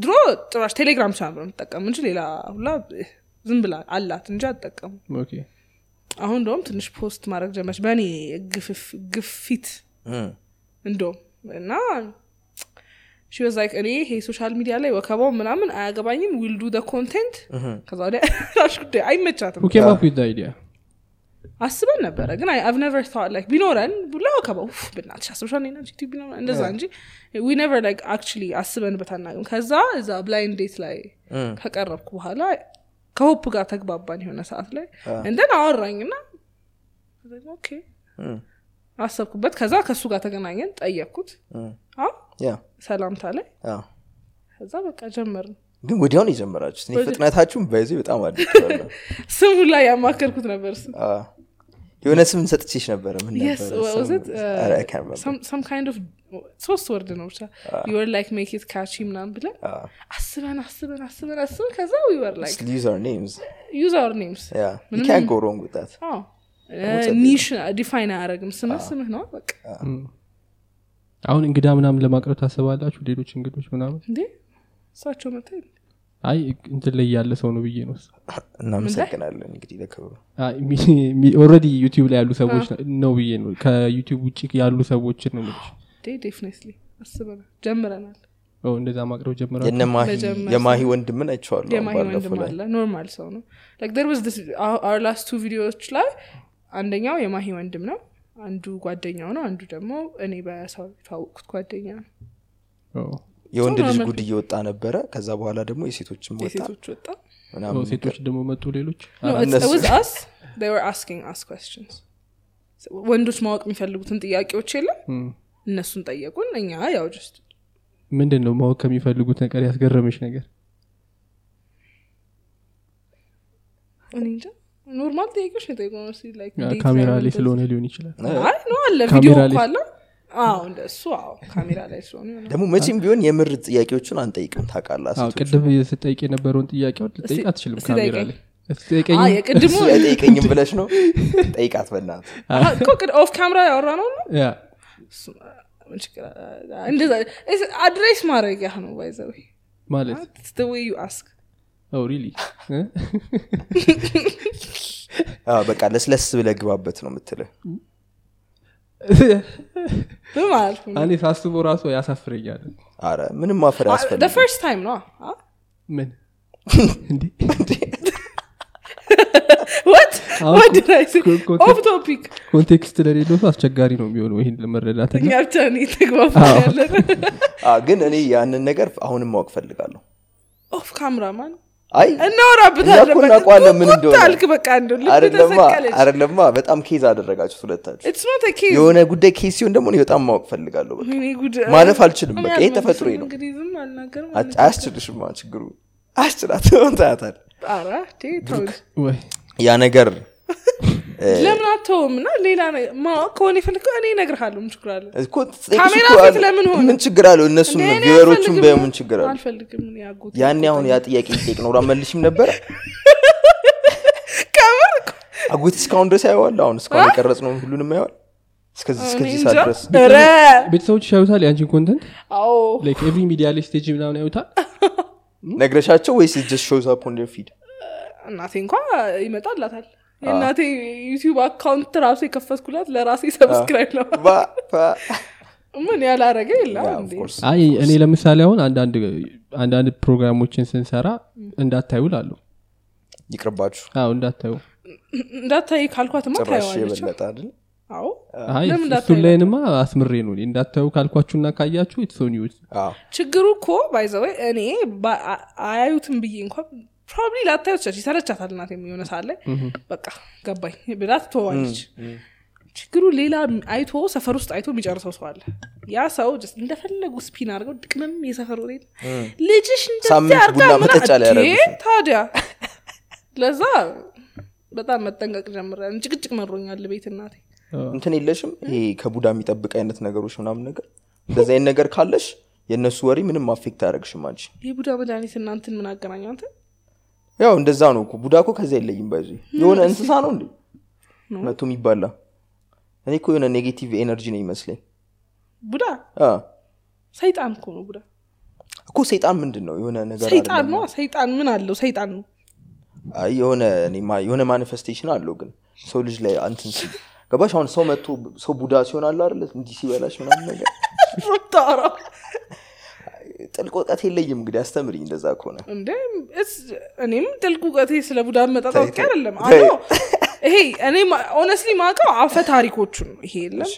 ድሮ ጭራሽ ቴሌግራም ብቻ ነበር የምትጠቀም እንጂ ሌላ ሁላ እህ፣ ዝም ብላ አላት እንጂ አትጠቀሙ ኦኬ አሁን እንደውም ትንሽ ፖስት ማድረግ ጀመረች በእኔ ግፍፍ- ግፊት እንደውም እና ሺ ወዝ ላይክ እኔ ይሄ ሶሻል ሚዲያ ላይ ወከባው ምናምን አያገባኝም ዊልዱ ደ ኮንቴንት ከዛ ወዲያ ራሽ ጉዳይ አይመቻትም ኬም አፕ ዊዝ አይዲያ አስበን ነበረ ግን አብ ነቨር ታዋት ላይክ ቢኖረን ቡላ ወከባ ፍ ብናትሽ አስበሻ ና ዩቲብ ቢኖረን እንደዛ እንጂ ዊ ነቨር ላይክ አክቹሊ አስበንበት አናውቅም ከዛ እዛ ብላይንድ ዴት ላይ ከቀረብኩ በኋላ ከሆፕ ጋር ተግባባን የሆነ ሰዓት ላይ እንደን አወራኝ ና ኦኬ አሰብኩበት ከዛ ከእሱ ጋር ተገናኘን ጠየቅኩት አዎ ያ ሰላምታ ላይ አዎ። ከዛ በቃ ጀመርን ግን ወዲያውን የጀመራችሁት እኔ ፍጥነታችሁን በዚህ በጣም አድርገዋለሁ ስሙ ላይ ያማከርኩት ነበር እሱ አዎ። የሆነ ስም ሰጥቼሽ ነበረ ምን Yes, ነበረ what was ስም? it? Uh, ኧረ, I can't remember. some some kind of ሶስት ወርድ ነው ብቻ ዩወር ላይክ ሜክ ኢት ካቺ ምናምን ብለን አዎ። አስበን አስበን አስበን አስበን ከዛ ዩወር ላይክ Just use our names. ዩዝ አወር ኔምስ Yeah. You can't go wrong with that. ኒሽ ዲፋይን አያደረግም ስምህ ስምህ ነው በቃ አሁን እንግዳ ምናምን ለማቅረብ ታስባላችሁ ሌሎች እንግዶች ምናምን እንዴ እሳቸው መታ አይ እንትን ላይ ያለ ሰው ነው ብዬ ነው እናመሰግናለን እንግዲህ ለክብሩ ኦረዲ ዩቲዩብ ላይ ያሉ ሰዎች ነው ብዬ ነው ከዩቲዩብ ውጭ ያሉ ሰዎችን ነው የምልሽ። ዴ ዴፍኔትሊ አስበን ጀምረናል ኦ፣ እንደዛ ማቅረብ ጀምራል የነ ማሂ- መጀመር የማሂ ወንድምን አይቼዋለሁ የማይ ባለፈው ወንድም ላይ አለ ኖርማል ሰው ነው ላይክ ደር ዋዝ ዲስ አወር ላስት ቱ ቪዲዮዎች ላይ አንደኛው የማሂ ወንድም ነው አንዱ ጓደኛው ነው አንዱ ደግሞ እኔ በሰው የተዋወቅኩት ጓደኛ ነው ኦ፣ የወንድ ሰው ልጅ ነው ጉድ እየወጣ ነበረ ከዛ በኋላ ደግሞ የሴቶችም ወጣ የሴቶች ወጣ ኦ፣ ምናምን ሴቶች ደግሞ መጡ ሌሎች እነሱ- was us they were asking us questions ወንዶች ማወቅ የሚፈልጉትን ጥያቄዎች የለም እም። እነሱን ጠየቁን እኛ ያው ጀስት ምንድን ነው ማወቅ ከሚፈልጉት ነገር ያስገረመች ነገር እኔ እንጃ ኖርማል ጥያቄዎች ነው የጠየቁን honestly, like እንዴት ካሜራ ነው ላይ እንደዚህ- ስለሆነ ሊሆን ይችላል አይ ኖ አለ ካሜራ ቪዲዮ ላይ- እኮ አለ አዎ እንደሱ አዎ ካሜራ ላይ ስለሆነ ይሆናል። ደግሞ መቼም ቢሆን የምር ጥያቄዎቹን አንጠይቅም ታውቃላ አዎ፣ ቅድም ስጠይቅ የነበረውን ጥያቄውን ልጠይቅ እስቲ- አትችልም እስቲ ካሜራ ጠይቀኝ። ላይ እስቲ ጠይቀኝ አዎ፣ የቅድሙ አይጠይቀኝም ብለሽ ነው ጠይቃት በእናት አሀ፣ እኮ ቅድ- ኦፍ ካሜራ ያወራ ነው ነው ያ፣ እሱም፣ አ- ምን ችግር አለ? እንደዛ እስ- አድሬስ ማድረግ ያህ ነው ባይዘዊ ማለት ወይ ዩ አስክ ኦ ሪሊ እ? በቃ ለስለስ ብለ ግባበት ነው የምትልህ በማለት እኔ ሳስበው ራሱ ያሳፍረኛል አረ ምንም Uh, ማፈር ያስፈልግ ፈርስት ታይም ነው ምን እንዴ ወት አዎ፣ ወት ኮ- ኮ- ኦፍ ቶፒክ ኮንቴክስት ለሌለው ሰው አስቸጋሪ ነው የሚሆነው ይህን ለመረዳት እና እኛ ብቻ ነው የተግባባ አዎ። ያለን ግን እኔ ያንን ነገር አሁንም ማወቅ ፈልጋለሁ ኦፍ ካሜራ ማን አይ እኛ እናወራበታለን እኮ በቃ። እናውቀዋለን ምን ቁጥ እንደሆነ። አልክ በቃ እንደው ልብ አይደለማ ተሰቀለች አይደለማ በጣም ኬዝ አደረጋችሁት ሁለታችሁ ኢትስ ኖት ኬዝ የሆነ ጉዳይ ኬዝ ሲሆን ደግሞ እኔ በጣም ማወቅ ፈልጋለሁ በቃ ማለፍ አልችልም በቃ ይህ ተፈጥሮ ነው uh, እንግዲህ ዝም አልናገርም አጭ- አያስችልሽማ ችግሩ አያስችላት ታያታል ኧረ ተይ ተው ወይ ያ ነገር ለምን አተውም እና ሌላ ነገር ማወቅ ከሆነ የፈለግከው እኔ እነግርሃለሁ ምን ችግር አለ እኮ ጥቂት ካሜራ እኮ ፊት አለ። ለምን ሆነ? ምን ችግር አለው እነሱም እኔ ቪወሮቹም አልፈልግም። በምን ችግር አለ አልፈልግም እኔ አጎቴ ያኔ አሁን ያ ጥያቄ ይጠይቅ ነው መልሽም ነበር ከምር እኮ አጎት እስካሁን ድረስ ያየዋል አሁን እስካሁን የቀረጽ ነው ሁሉንም ያየዋል እስከዚህ እኔ እስከዚህ እንጃ። ሰዓት ድረስ ኧረ ቤተሰቦች ያዩታል የአንቺን ኮንተንት አዎ ላይክ ኤቭሪ ሚዲያ ላይ ስቴጅ ምናምን ያዩታል ነግረሻቸው ወይስ ጀስ ሾዝ አፕ ኦን ፊድ እናቴ እንኳ ይመጣላታል የእናቴ ዩቲዩብ አካውንት ራሱ የከፈትኩላት ለራሴ ሰብስክራይብ ነው ምን ያላረገ የለም እንዴ አይ እኔ ለምሳሌ አሁን አንዳንድ አንዳንድ ፕሮግራሞችን ስንሰራ እንዳታዩ ላለሁ ይቅርባችሁ እንዳታዩ እንዳታይ ካልኳትማ ጭራሽ ታየዋለች የበለጠ አይደል አዎ አይ ለምን እሱን እንዳታዩ? ላይንማ አስምሬ ነው እኔ እንዳታዩ ካልኳችሁና ካያችሁ የተሰኒዎች አዎ ችግሩ እኮ ባይዘወይ እኔ ባ- አ- አያዩትም ብዬ እንኳን ፕሮባብሊ ላታዩ ትችላለች ይሰለቻታል እናት የሚሆነ ሳለ በቃ ገባኝ ብላ ትተዋለች ችግሩ ሌላ አይቶ ሰፈር ውስጥ አይቶ የሚጨርሰው ሰው አለ ያ ሰው just እንደፈለጉ ስፒን አድርገው ድቅምም የሰፈር ወሬ ልጅሽ እንደዚህ ሳምንት አድርጋ ቡና ምና- መጠጫ ላይ እንዴ! ያደረጉት። ታዲያ ለዛ በጣም መጠንቀቅ ጀምረ ጭቅጭቅ መሮኛል ቤት እናቴ እንትን የለሽም ይሄ ከቡዳ የሚጠብቅ አይነት ነገሮች ምናምን ነገር እንደዚህ አይነት ነገር ካለሽ የእነሱ ወሬ ምንም አፌክት አያደረግሽም አንቺ የቡዳ መድኃኒት እናንትን ምን አገናኘ አንተ ያው እንደዛ ነው እኮ ቡዳ እኮ ከዚያ የለይም ባይዙ የሆነ እንስሳ ነው እንዴ መቶ የሚባላ እኔ እኮ የሆነ ኔጌቲቭ ኤነርጂ ነው ይመስለኝ ቡዳ አ፣ ሰይጣን እኮ ነው ቡዳ እኮ ሰይጣን ምንድን ነው የሆነ ነገር ሰይጣን አይደለም። ነው ሰይጣን ምን አለው ሰይጣን ነው አይ፣ የሆነ እኔማ የሆነ ማኒፌስቴሽን አለው ግን ሰው ልጅ ላይ አንትን ሲል ገባሽ አሁን ሰው መቶ ሰው ቡዳ ሲሆን አለ አይደለ እንዲህ ሲበላሽ ምናምን ነገር ሮታራ ጥልቅ እውቀት የለይም እንግዲህ አስተምሪኝ እንደዛ ከሆነ እንደ እኔም ጥልቅ እውቀቴ ስለ ቡዳ መጣጣ ተይ፣ ውቅ ተይ፣ አይደለም ተይ። አዎ ይሄ እኔ ኦነስሊ ማውቀው አፈ ታሪኮቹን ነው። ይሄ የለም እሺ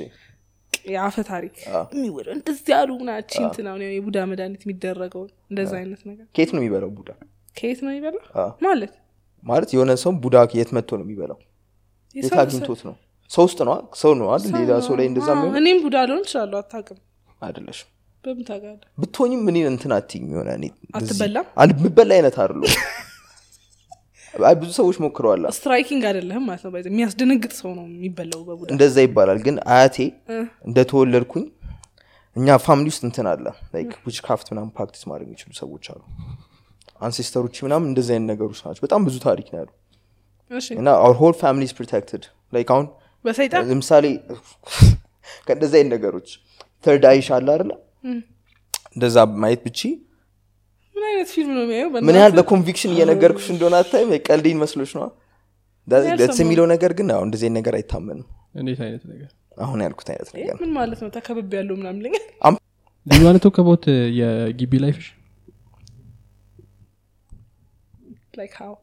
የአፈ ታሪክ አዎ። የሚወደው እንደዚህ ያሉ ናችን እንትና አሁን የቡዳ መድኃኒት የሚደረገው እንደዛ አይነት ነገር ከየት ነው የሚበላው ቡዳ ከየት ነው ይበላ አዎ። ማለት ማለት የሆነ ሰው ቡዳ የት መጥቶ ነው የሚበላው የት የሰው- አግኝቶት ነው ሰው ውስጥ ነው ሰው ነው አይደል ሌላ ሰው ላይ እንደዛ አዎ፣ የሚሆን እኔም ቡዳ ልሆን እችላለሁ አታውቅም አይደለሽም በምን ታውቃለህ ብትሆኝም እኔ እንትን አትይም የሆነ እኔ እንደዚህ- አትበላም? አልምበላ አይነት አይደለ አይ ብዙ ሰዎች ሞክረዋል ስትራይኪንግ አይደለህም ማለት ነው ባይዘ- የሚያስደነግጥ ሰው ነው የሚበላው በቡዳ እንደዛ ይባላል ግን አያቴ እንደተወለድኩኝ እኛ ፋሚሊ ውስጥ እንትን አለ ዊች ክራፍት ምናምን ፕራክቲስ ማድረግ የሚችሉ ሰዎች አሉ አንሴስተሮች ምናምን እንደዚህ አይነት ነገሮች ናቸው በጣም ብዙ ታሪክ ነው ያሉ እሺ እና አር ሆል ፋሚሊ ኢዝ ፕሮቴክትድ ላይክ አሁን በሰይጣን ለምሳሌ ከእንደዚህ አይነት ነገሮች ተርድ አይሽ አለ አይደለ እንደዛ ማየት ብቺ ምን አይነት ፊልም ነው የሚያየው ምን ያህል በእናትህ? በኮንቪክሽን እየነገርኩሽ እንደሆነ አታይም ቀልዴን መስሎች ነዋ ደስ የሚለው ነገር ግን አሁ እንደዚህ አይነት ነገር አይታመንም እንዴት አይነት ነገር አሁን ያልኩት አይነት ነገር ምን ማለት ነው ተከብብ ያለው ምናምን ልኝ Do you want to talk about uh, your Gibi life? ላይክ ሃው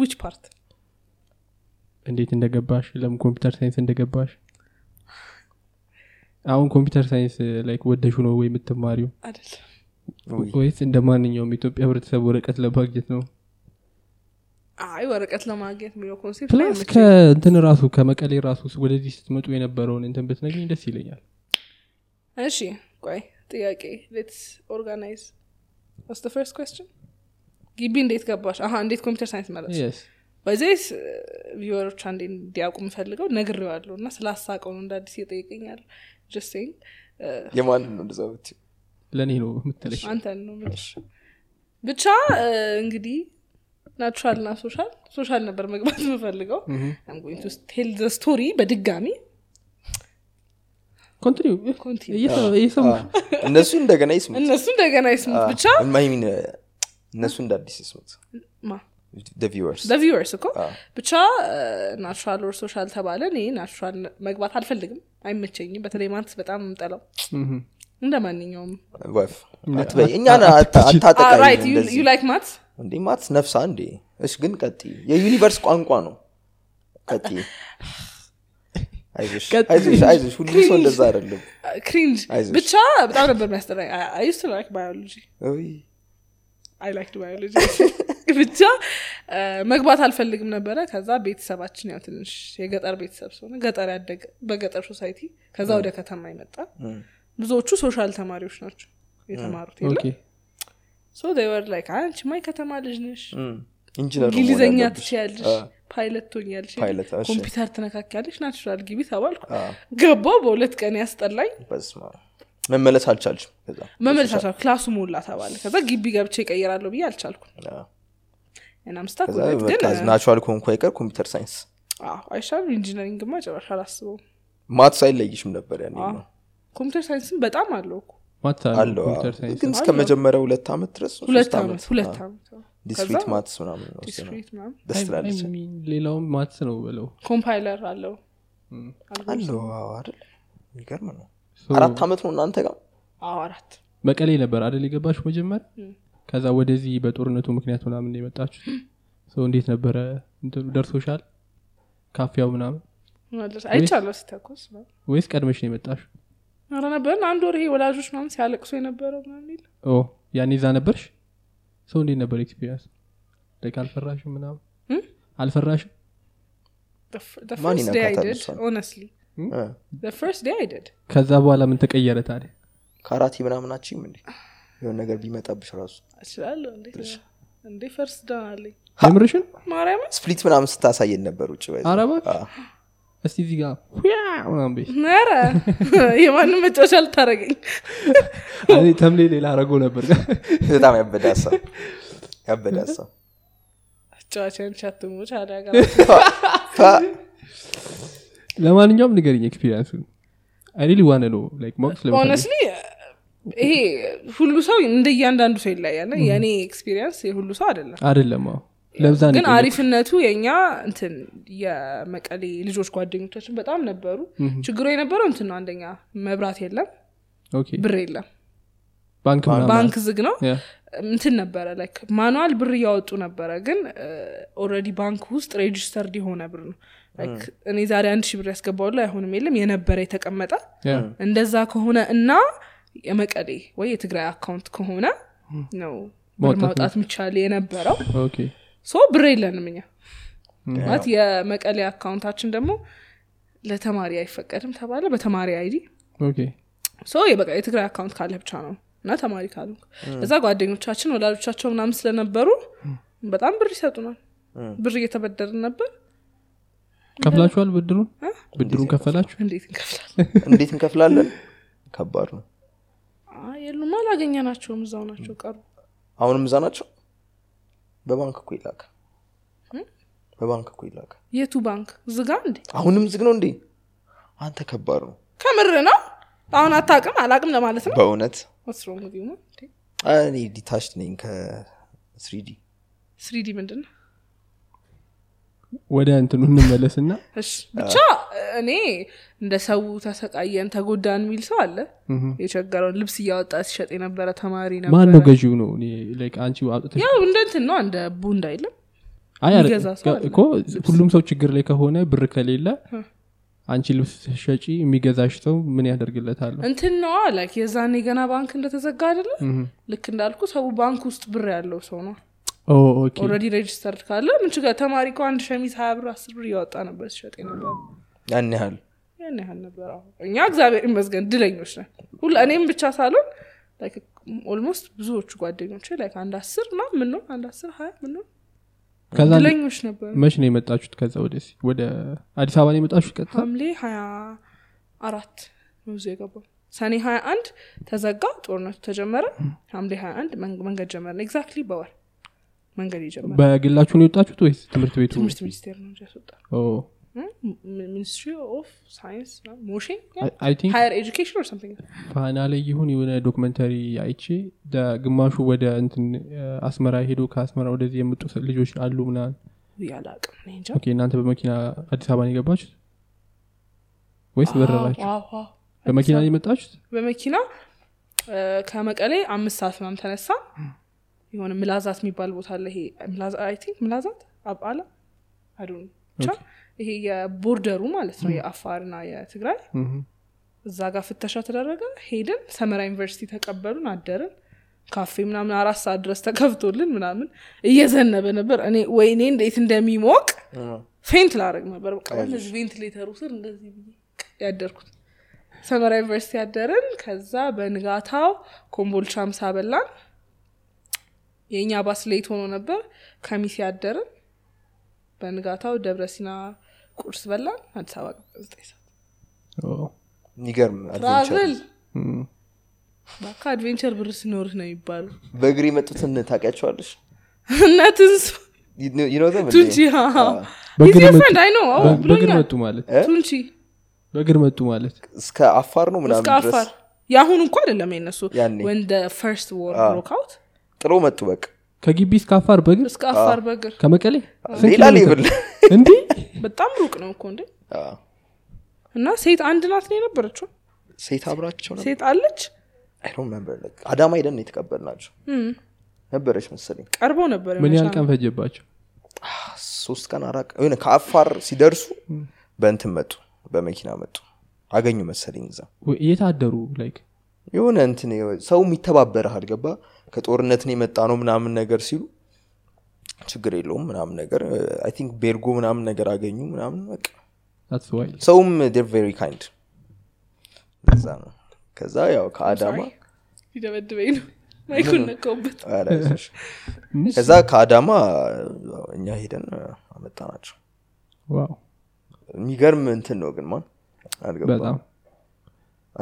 ዊች ፓርት እንዴት እንደገባሽ ለምን ኮምፒውተር ሳይንስ እንደገባሽ አሁን ኮምፒውተር ሳይንስ ላይክ ወደሹ ነው ወይ የምትማሪው አይደለም ውይ። ወይስ እንደ ማንኛውም የኢትዮጵያ ህብረተሰብ ወረቀት ለማግኘት ነው አይ ወረቀት ለማግኘት የሚለው ኮንሴፕት ላይ ፕላስ መቼ- ከእንትን ራሱ ከመቀሌ ራሱ ስ- ወደዚህ ስትመጡ የነበረውን እንትን ብትነግኝ ደስ ይለኛል እሺ ቆይ ጥያቄ ሌትስ ኦርጋናይዝ ዋስ ደ ፈርስት ኮስችን ግቢ እንዴት ገባሽ አሀ እንዴት ኮምፒውተር ሳይንስ መረጥ Yes. በዚስ ቪወሮች አንዴ እንዲያውቁ የምፈልገው ነግሬዋለሁ እና ስላሳቀው ነው እንደ አዲስ የጠየቀኛል ጀስቲንግ የማንን ነው እንደዛ ብትይው? ለእኔ ነው የምትለሽ አንተን ነው የምልሽ ብቻ እ፣ እንግዲህ ናቹራል እና ሶሻል ሶሻል ነበር መግባት የምፈልገው I'm going to tell the story በድጋሚ ኮንቲኒው Continue. እየሰሙ እነሱ እንደገና ይስሙት እነሱ እንደገና ይስሙት ብቻ I mean, uh, እነሱ እንደ አዲስ ይስሙት ማ the viewers the viewers እኮ አ። ብቻ ናቹራል ኦር ሶሻል ተባለ እኔ ናቹራል መግባት አልፈልግም አይመቸኝም በተለይ ማንስ በጣም የምጠላው እንደ ማንኛውም ወፍ አትበይ እኛን አታ- አታጠቃይ ራይት እንደዚህ። ዩ ላይክ ማት እንዴ ማትስ ነፍሳ እንዴ እሽ ግን ቀጥ የዩኒቨርስ ቋንቋ ነው ቀጥ አይዞሽ ቀጥይ። አይዞሽ አይዞሽ ሁሉም ሰው እንደዛ አይደለም ክሪንጅ አይዞሽ። ብቻ በጣም ነበር የሚያስጠላኝ አይስ ላይክ ባዮሎጂ ውይ፣ አይ ላይክ ባዮሎጂ ብቻ እ፣ መግባት አልፈልግም ነበረ ከዛ ቤተሰባችን ያው ትንሽ የገጠር ቤተሰብ ስለሆነ ገጠር ያደገ በገጠር ሶሳይቲ ከዛ ወደ ከተማ ይመጣ ብዙዎቹ ሶሻል ተማሪዎች ናቸው የተማሩት የለም? ሶ they were like አንቺ ማይ ከተማ ልጅ ነሽ እም፣ ኢንጂነር መሆን እንግሊዘኛ ያለብሽ። ትችያለሽ አ፣ ፓይለት ትሆኛለሽ ፓይለት፣ እሺ። ኮምፒውተር ትነካኪያለሽ ናቹራል ግቢ ተባልኩ አ፣ ገባው በሁለት ቀን ያስጠላኝ በስመ አብ። መመለስ አልቻልሽም ከዛ? መመለስ አልቻልኩም ክላሱ ሞላ ተባለ ከዛ ግቢ ገብቼ እቀይራለሁ ብዬ አልቻልኩም አ፣ እናምስታ ከዛ በቃ ግን ናቹራል ከሆንኩ አይቀር ኮምፒውተር ሳይንስ አዎ፣ አይሻልም ኢንጂነሪንግማ ጭራሽ አላስበውም ማትስ አይለይሽም ነበር ያኔ አዎ። ነው። ኮምፒውተር ሳይንስን በጣም አለው እኮ ማታ አለው አ፣ ኮምፒውተር ሳይንስ ግን እስከ መጀመሪያ ሁለት ዓመት ድረስ ነው፣ ሁለት ሶስት ዓመት ሁለት አ፣ ዓመት አዎ። ዲስክሪት ከዛ ማትስ ምናምን ነው እሱ ነው። ዲስክሪት ምናምን ደስ ትላለች I mean ሌላውም ማትስ ነው ብለው ኮምፓይለር አለው አለው አዎ አይደል የሚገርም ነው So- አራት ዓመት ነው እናንተ ጋር አዎ አራት መቀሌ ነበር አደል የገባችሁ መጀመር ከዛ ወደዚህ በጦርነቱ ምክንያት ምናምን የመጣችሁ ሰው እንዴት ነበረ እንትኑ ደርሶሻል ካፊያው ምናምን አይቻለሁ ሲተኮስ ወይስ ቀድመሽ ነው የመጣሽ ኧረ ነበርን አንድ ወር ይሄ ወላጆች ምናምን ሲያለቅሱ የነበረው ምናምን ይል ኦ ያኔ እዛ ነበርሽ ሰው እንዴት ነበር ኤክስፒሪንስ ደቅ አልፈራሽም ምናምን እም? አልፈራሽም ማን ፈርስት ዴይ ይነካታል አይደድ እሷን? ኦነስትሊ እ። ፈርስት ዴይ አይደድ ከዛ በኋላ ምን ተቀየረ ታዲያ ካራቲ ምናምናችም እንዴ የሆነ ነገር ቢመጣብሽ ራሱ እችላለሁ እንዴ? እንዴ ፈርስት ዳን አለኝ የምርሽን ማርያም ስፕሊት ምናምን ስታሳየን ነበር ውጭ በዚህ። ኧረ እባክሽ። አዎ። እስቲ እዚህ ጋር ሁያ ምናምን ቤት ኧረ የማንም መጫወቻ ልታረገኝ ተምሌ ሌላ አረጎ ነበር በጣም ያበዳሳ ያበዳሳ አጫዋቻን ቻትሞች አዳጋ ለማንኛውም ንገርኝ ኤክስፒሪንስ አይሪሊ ዋነ ነው ላይክ ማወቅ ስለመፈለግ ኦነስትሊ ይሄ ሁሉ ሰው እንደ እያንዳንዱ ሰው ይለያያል የእኔ ኤክስፒሪየንስ የሁሉ ሰው አይደለም አይደለም አዎ ለብዛ ነው ግን የጠየኩት። አሪፍነቱ የእኛ እንትን የመቀሌ ልጆች ጓደኞቻችን በጣም ነበሩ ችግሩ የነበረው እንትን ነው አንደኛ መብራት የለም ኦኬ ብር የለም ባንክ ምናምን ባንክ ዝግ ነው ያ። እንትን ነበረ ላይክ ማኑዋል ብር እያወጡ ነበረ ግን ኦረዲ ባንክ ውስጥ ሬጂስተርድ የሆነ ብር ነው ላይክ እኔ ዛሬ አንድ ሺህ ብር ያስገባውላ አይሆንም የለም የነበረ የተቀመጠ ያ። እንደዛ ከሆነ እና የመቀሌ ወይ የትግራይ አካውንት ከሆነ ነው ብር ማውጣት ማውጣት የሚቻል የነበረው ኦኬ ሶ ብር የለንም እኛ ማለት የመቀሌ አካውንታችን ደግሞ ለተማሪ አይፈቀድም ተባለ በተማሪ አይዲ ኦኬ ሶ የበቀ- የትግራይ አካውንት ካለ ብቻ ነው እና ተማሪ ካሉ እዛ ጓደኞቻችን ወላጆቻቸው ምናምን ስለነበሩ በጣም ብር ይሰጡናል ብር እየተበደርን ነበር ከፍላችኋል ብድሩን እ? ብድሩን ከፈላችሁ እንዴት እንከፍላል እንዴት እንከፍላለን ከባድ ነው የሉም አላገኘ ናቸውም እዛው ናቸው ቀሩ አሁንም እዛ ናቸው በባንክ እኮ ይላካል በባንክ እኮ ይላካል የቱ ባንክ ዝጋ እንዴ አሁንም ዝግ ነው እንዴ አንተ ከባድ ነው ከምር ነው አሁን አታቅም አላቅም ለማለት ነው በእውነት ወስሮ ሙዚሙ እኔ ዲታችድ ነኝ ከስሪዲ ስሪዲ ምንድን ነው ወደ እንትኑ እንመለስና እሺ ብቻ እኔ እንደ ሰው ተሰቃየን ተጎዳን የሚል ሰው አለ የቸገረውን ልብስ እያወጣ ሲሸጥ የነበረ ተማሪ ማን ነበረ ነው ገዢው ነው እኔ like አንቺ አውጥተሽ ያው እንደ እንትን ነው እንደ ቡንድ አይለም አይ አይደል፣ የሚገዛ ሰው አለ። እኮ ሁሉም ሰው ችግር ላይ ከሆነ ብር ከሌለ አንቺ ልብስ ሸጪ የሚገዛሽ ሰው ምን ያደርግለታል እንትን ነዋ ላይክ የዛኔ ገና ባንክ እንደተዘጋ አይደለም ልክ እንዳልኩ ሰው ባንክ ውስጥ ብር ያለው ሰው ነው ኦ፣ ኦኬ ኦልሬዲ ሬጅስተርድ ካለ ምን ችግር ተማሪ እኮ አንድ ሸሚዝ ሀያ ብር አስር ብር እያወጣ ነበር ሲሸጥ የነበረ ያን ያህል ያን ያህል ነበር አሁን እኛ እግዚአብሔር ይመስገን ድለኞች ነን ሁሉ እኔም ብቻ ሳልሆን ኦልሞስት ብዙዎቹ ጓደኞች ላይክ አንድ አስር ና ምን ነው አንድ አስር ሀያ ምን ነው ከዛ ድለኞች ነበር መች ነው የመጣችሁት ከዛ ወደ ወደ አዲስ አበባ ነው የመጣችሁት ቀጥታ ሐምሌ ሀያ አራት ነው እዚሁ የገባው ሰኔ ሀያ አንድ ተዘጋ ጦርነቱ ተጀመረ ሐምሌ ሀያ አንድ መንግ- መንገድ ጀመረ ኤግዛክትሊ በወር መንገድ የጀመረ በግላችሁ ነው የወጣችሁት ወይስ ትምህርት ቤቱ ትምህርት ሚኒስቴር ነው እንጂ ያስወጣ ኦ፣ ሚኒስትሪ ኦፍ ሳይንስ ሞሽን አይ- አይ ቲንክ ሀየር ኤጁኬሽን ኦር ሰምቲንግ ፋና ላይ ይሁን የሆነ ዶክመንተሪ አይቼ ደ- ግማሹ ወደ እንትን እ፣ አስመራ ሄዶ ከአስመራ ወደዚህ የመጡ ሰ- ልጆች አሉ ምናምን ያላቅም እኔ እንጃ ኦኬ እናንተ በመኪና አዲስ አበባ ነው የገባችሁት ወይስ በረራችሁ አዎ፣ አዎ። በመኪና ነው የመጣችሁት በመኪና እ፣ ከመቀሌ አምስት ሰዓት ምናምን ተነሳ የሆነ ምላዛት የሚባል ቦታ አለ ይሄ ምላዛ- I think ምላዛት አብአላ አዶን ብቻ ይሄ የቦርደሩ ማለት ነው የአፋርና የትግራይ ምሁም። እዛ ጋር ፍተሻ ተደረገ ሄድን ሰመራ ዩኒቨርሲቲ ተቀበሉን አደርን ካፌ ምናምን አራት ሰዓት ድረስ ተከፍቶልን ምናምን እየዘነበ ነበር እኔ ወይኔ እንዴት እንደሚሞቅ ፌንት ላረግ ነበር በቃ በእነዚህ ቬንትሌተሩ ስር እንደዚህ ብዬ ያደርኩት ሰመራ ዩኒቨርሲቲ ያደርን ከዛ በንጋታው ኮምቦልቻ ምሳ በላን የእኛ ባስ ሌት ሆኖ ነበር ከሚሴ ያደርን በንጋታው ደብረ ሲና ቁርስ በላን አዲስ አበባ ገባን ዘጠኝ ሰዓት ኦ፣ የሚገርም adventure ትራቭል ነው። እም። በቃ አድቬንቸር ብር ሲኖርህ ነው የሚባሉ በእግር የመጡትን ታውቂያቸዋለሽ እና ትንሱ ይኖዘም ቱንቺ በእግር መጡ- ፍሬንድ አይ ነው በ- በእግር ብሎኛል መጡ ማለት ቱንቺ በእግር መጡ ማለት እስከ አፋር ነው እስከ ምናምን ድረስ አፋር የአሁኑ እንኳ አይደለም የነሱ ያኔ። ወንደ ፈርስት ወር ብሮካውት ጥሎ መጡ በቃ ከግቢ እስከ አፋር በእግር እስከ አፋር በእግር ከመቀሌ ስንት ሌላ ኪሎ ሜትር? ሌብል እንዲህ በጣም ሩቅ ነው እኮ እንዴ አዎ። እና ሴት አንድ ናት ነው የነበረችው ሴት አብራቸው ነበር ሴት አለች አይ ዶንት ሪሜምበር ላይክ አዳማ ሄደን ነው የተቀበልናቸው ነበረች መሰለኝ ቀርበው ነበር ምን የሆነች ያህል ቀን ፈጀባቸው ሶስት ቀን አራት ቀን የሆነ ከአፋር ሲደርሱ በእንትን መጡ በመኪና መጡ አገኙ መሰለኝ እዛ እየታደሩ ላይክ የሆነ እንትን ሰውም ይተባበረሃል ገባ ከጦርነትን የመጣ ነው ምናምን ነገር ሲሉ ችግር የለውም ምናምን ነገር አይ ቲንክ ቤርጎ ምናምን ነገር አገኙ ምናምን በቃ that's wild ሰውም ዴር ቬሪ ካይንድ እዛ ነው ከዛ ያው ከአዳማ Sorry. ሊደበድበኝ ነው ማይኩን ነቀውበት ኧረ አይዞሽ። ከዛ ከአዳማ ያው እኛ ሄደን አመጣ ናቸው ዋው የሚገርም እንትን ነው ግን ማን በጣም አልገባም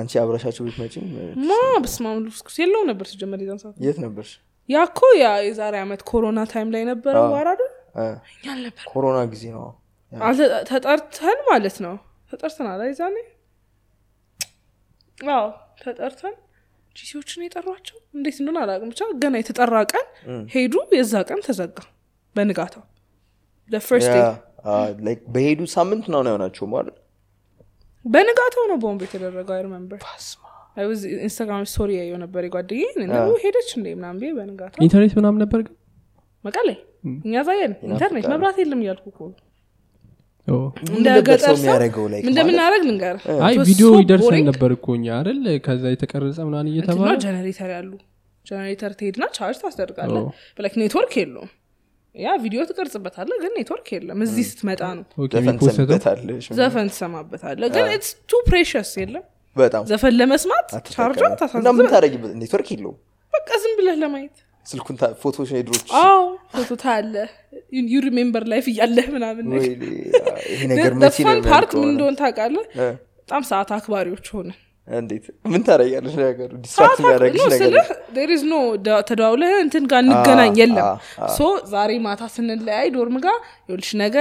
አንቺ አብረሻቸው ቤት መጪ ማ በስማም ልብስኩስ የለው ነበር ሲጀመር የዛን ሰዓት የት ነበርሽ ያኮ ያ የዛሬ ዓመት ኮሮና ታይም ላይ ነበረ አዎ። ዋራዱ አ፣ እኛ ነበር ኮሮና ጊዜ ነው ተጠርተን ማለት ነው ተጠርተናል አይዛኔ አዎ ተጠርተን ጂሲዎችን የጠሯቸው እንዴት እንደሆነ አላቅም ብቻ ገና የተጠራ ቀን ሄዱ የዛ ቀን ተዘጋ በንጋታው ለፈርስት ያ፣ አ፣ like በሄዱ ሳምንት ነው ነው የሆናቸው ማለት በንጋታው ነው ቦምብ የተደረገው አይርመንበር ኢንስታግራም ስቶሪ ያየው ነበር የጓደኛዬን እና ሄደች እንዴ ምናምን ብዬ በንጋታው ኢንተርኔት ምናምን ነበር ግን መቀሌ እኛ ዛየን ኢንተርኔት መብራት የለም እያልኩ እኮ ነው። ኦ። እንደ ነበር ሰው ገጠር ሰው የሚያደርገው like እንደምናደረግ ልንገር አይ ቪዲዮ ይደርሰን ነበር እኮ እኛ አይደል ከዛ የተቀረጸ ምናምን እንትኗ እየተባለ ጀነሬተር ያሉ ጀነሬተር ትሄድና ቻርጅ ታስደርጋለ ኦ። በላክ ኔትወርክ የለውም ያ ቪዲዮ ትቀርጽበታለ ግን ኔትወርክ የለም እዚህ ስትመጣ ነው ኦኬ፣ ዘፈን የሚፖስተው። ሰንበታለሽ ዘፈን ትሰማበታለ ግን ኢትስ ቱ ፕሬሽስ የለም በጣም ዘፈን ለመስማት ቻርጇን አትጠቀምም። እና ምን ታሳዝበ ታደረጊበት ኔትወርክ የለውም በቃ ዝም ብለህ ለማየት ስልኩን ፎቶዎች ድሮች አዎ ፎቶ ታያለ ዩ ሪሜምበር ላይፍ እያለህ ምናምን ወይ ነገር ይሄ ነገር ግን መቼ ነው ዘፈን ፓርት ምን የሚያልቀው? እንደሆን ታውቃለ እ፣ በጣም ሰዓት አክባሪዎች ሆነ እንዴት ምን ታደረጊያለሽ ነገሩ ዲስትራክት የሚያደረግሽ ነገር ስልህ ዴር ኢዝ ኖ ተደዋውለህ እንትን ጋር እንገናኝ የለም አ፣ ሶ ዛሬ ማታ ስንለያይ ዶርም ጋር ይኸውልሽ ነገ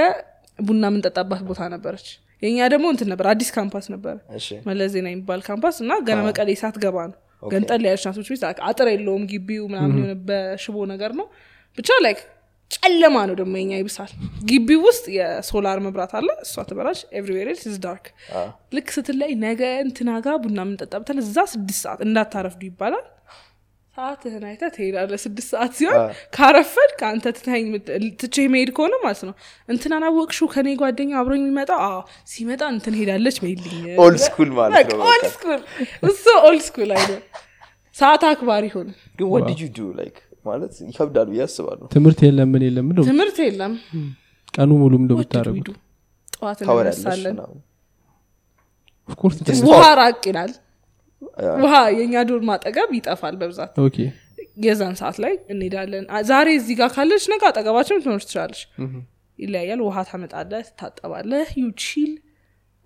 ቡና የምንጠጣባት ቦታ ነበረች የኛ ደግሞ እንትን ነበር አዲስ ካምፓስ ነበር እሺ መለስ ዜና የሚባል ካምፓስ እና ገና መቀሌ ሳት ገባ ነው ኦኬ። ገንጠል ያለች ናቶች ቤት አጥር የለውም ግቢው ምናምን የሆነ በሽቦ ነገር ነው ብቻ ላይክ ጨለማ ነው ደግሞ የኛ ይብሳል ግቢው ውስጥ የሶላር መብራት አለ እሷ ትበራች ኤቭሪዌር ኢዝ ዳርክ አ፣ ልክ ስትለይ ነገ እንትና ጋ ቡና የምንጠጣበታል እዛ ስድስት ሰዓት እንዳታረፍዱ ይባላል ሰዓትህን አይተህ ትሄዳለህ ስድስት ሰዓት ሲሆን አ። ካረፈድ ከአንተ ትተኸኝ ምት- ትቼ መሄድ ከሆነ ማለት ነው እንትናን አወቅሽው ከኔ ጓደኛ አብሮ የሚመጣው አዎ ሲመጣ እንትን ሄዳለች በይልኝ ኦልድ ስኩል ማለት ነው ኦልድ በቃ። ስኩል እሱ ኦልድ ስኩል አይደ ሰዓት አክባሪ ሆን ግን ዋት ዲድ ዩ ዱ ላይክ ማለት ይከብዳል ብዬ አስባለሁ ትምህርት የለም ምን የለም እንደው ትምህርት የለም ቀኑ ሙሉ እንደው ወደዱ ብታደረጉ ሂዱ ጠዋት ታወሪያለሽ እንነሳለን ምናምን። ኦፍኮርስ ውሃ ራቅ ይላል ውሃ የእኛ ዶር ማጠገብ ይጠፋል በብዛት ኦኬ የዛን ሰዓት ላይ እንሄዳለን አ- ዛሬ እዚህ ጋር ካለች ነገ አጠገባችን ትኖር ትችላለች ይለያያል ውሃ ታመጣለህ ትታጠባለህ ዩቺል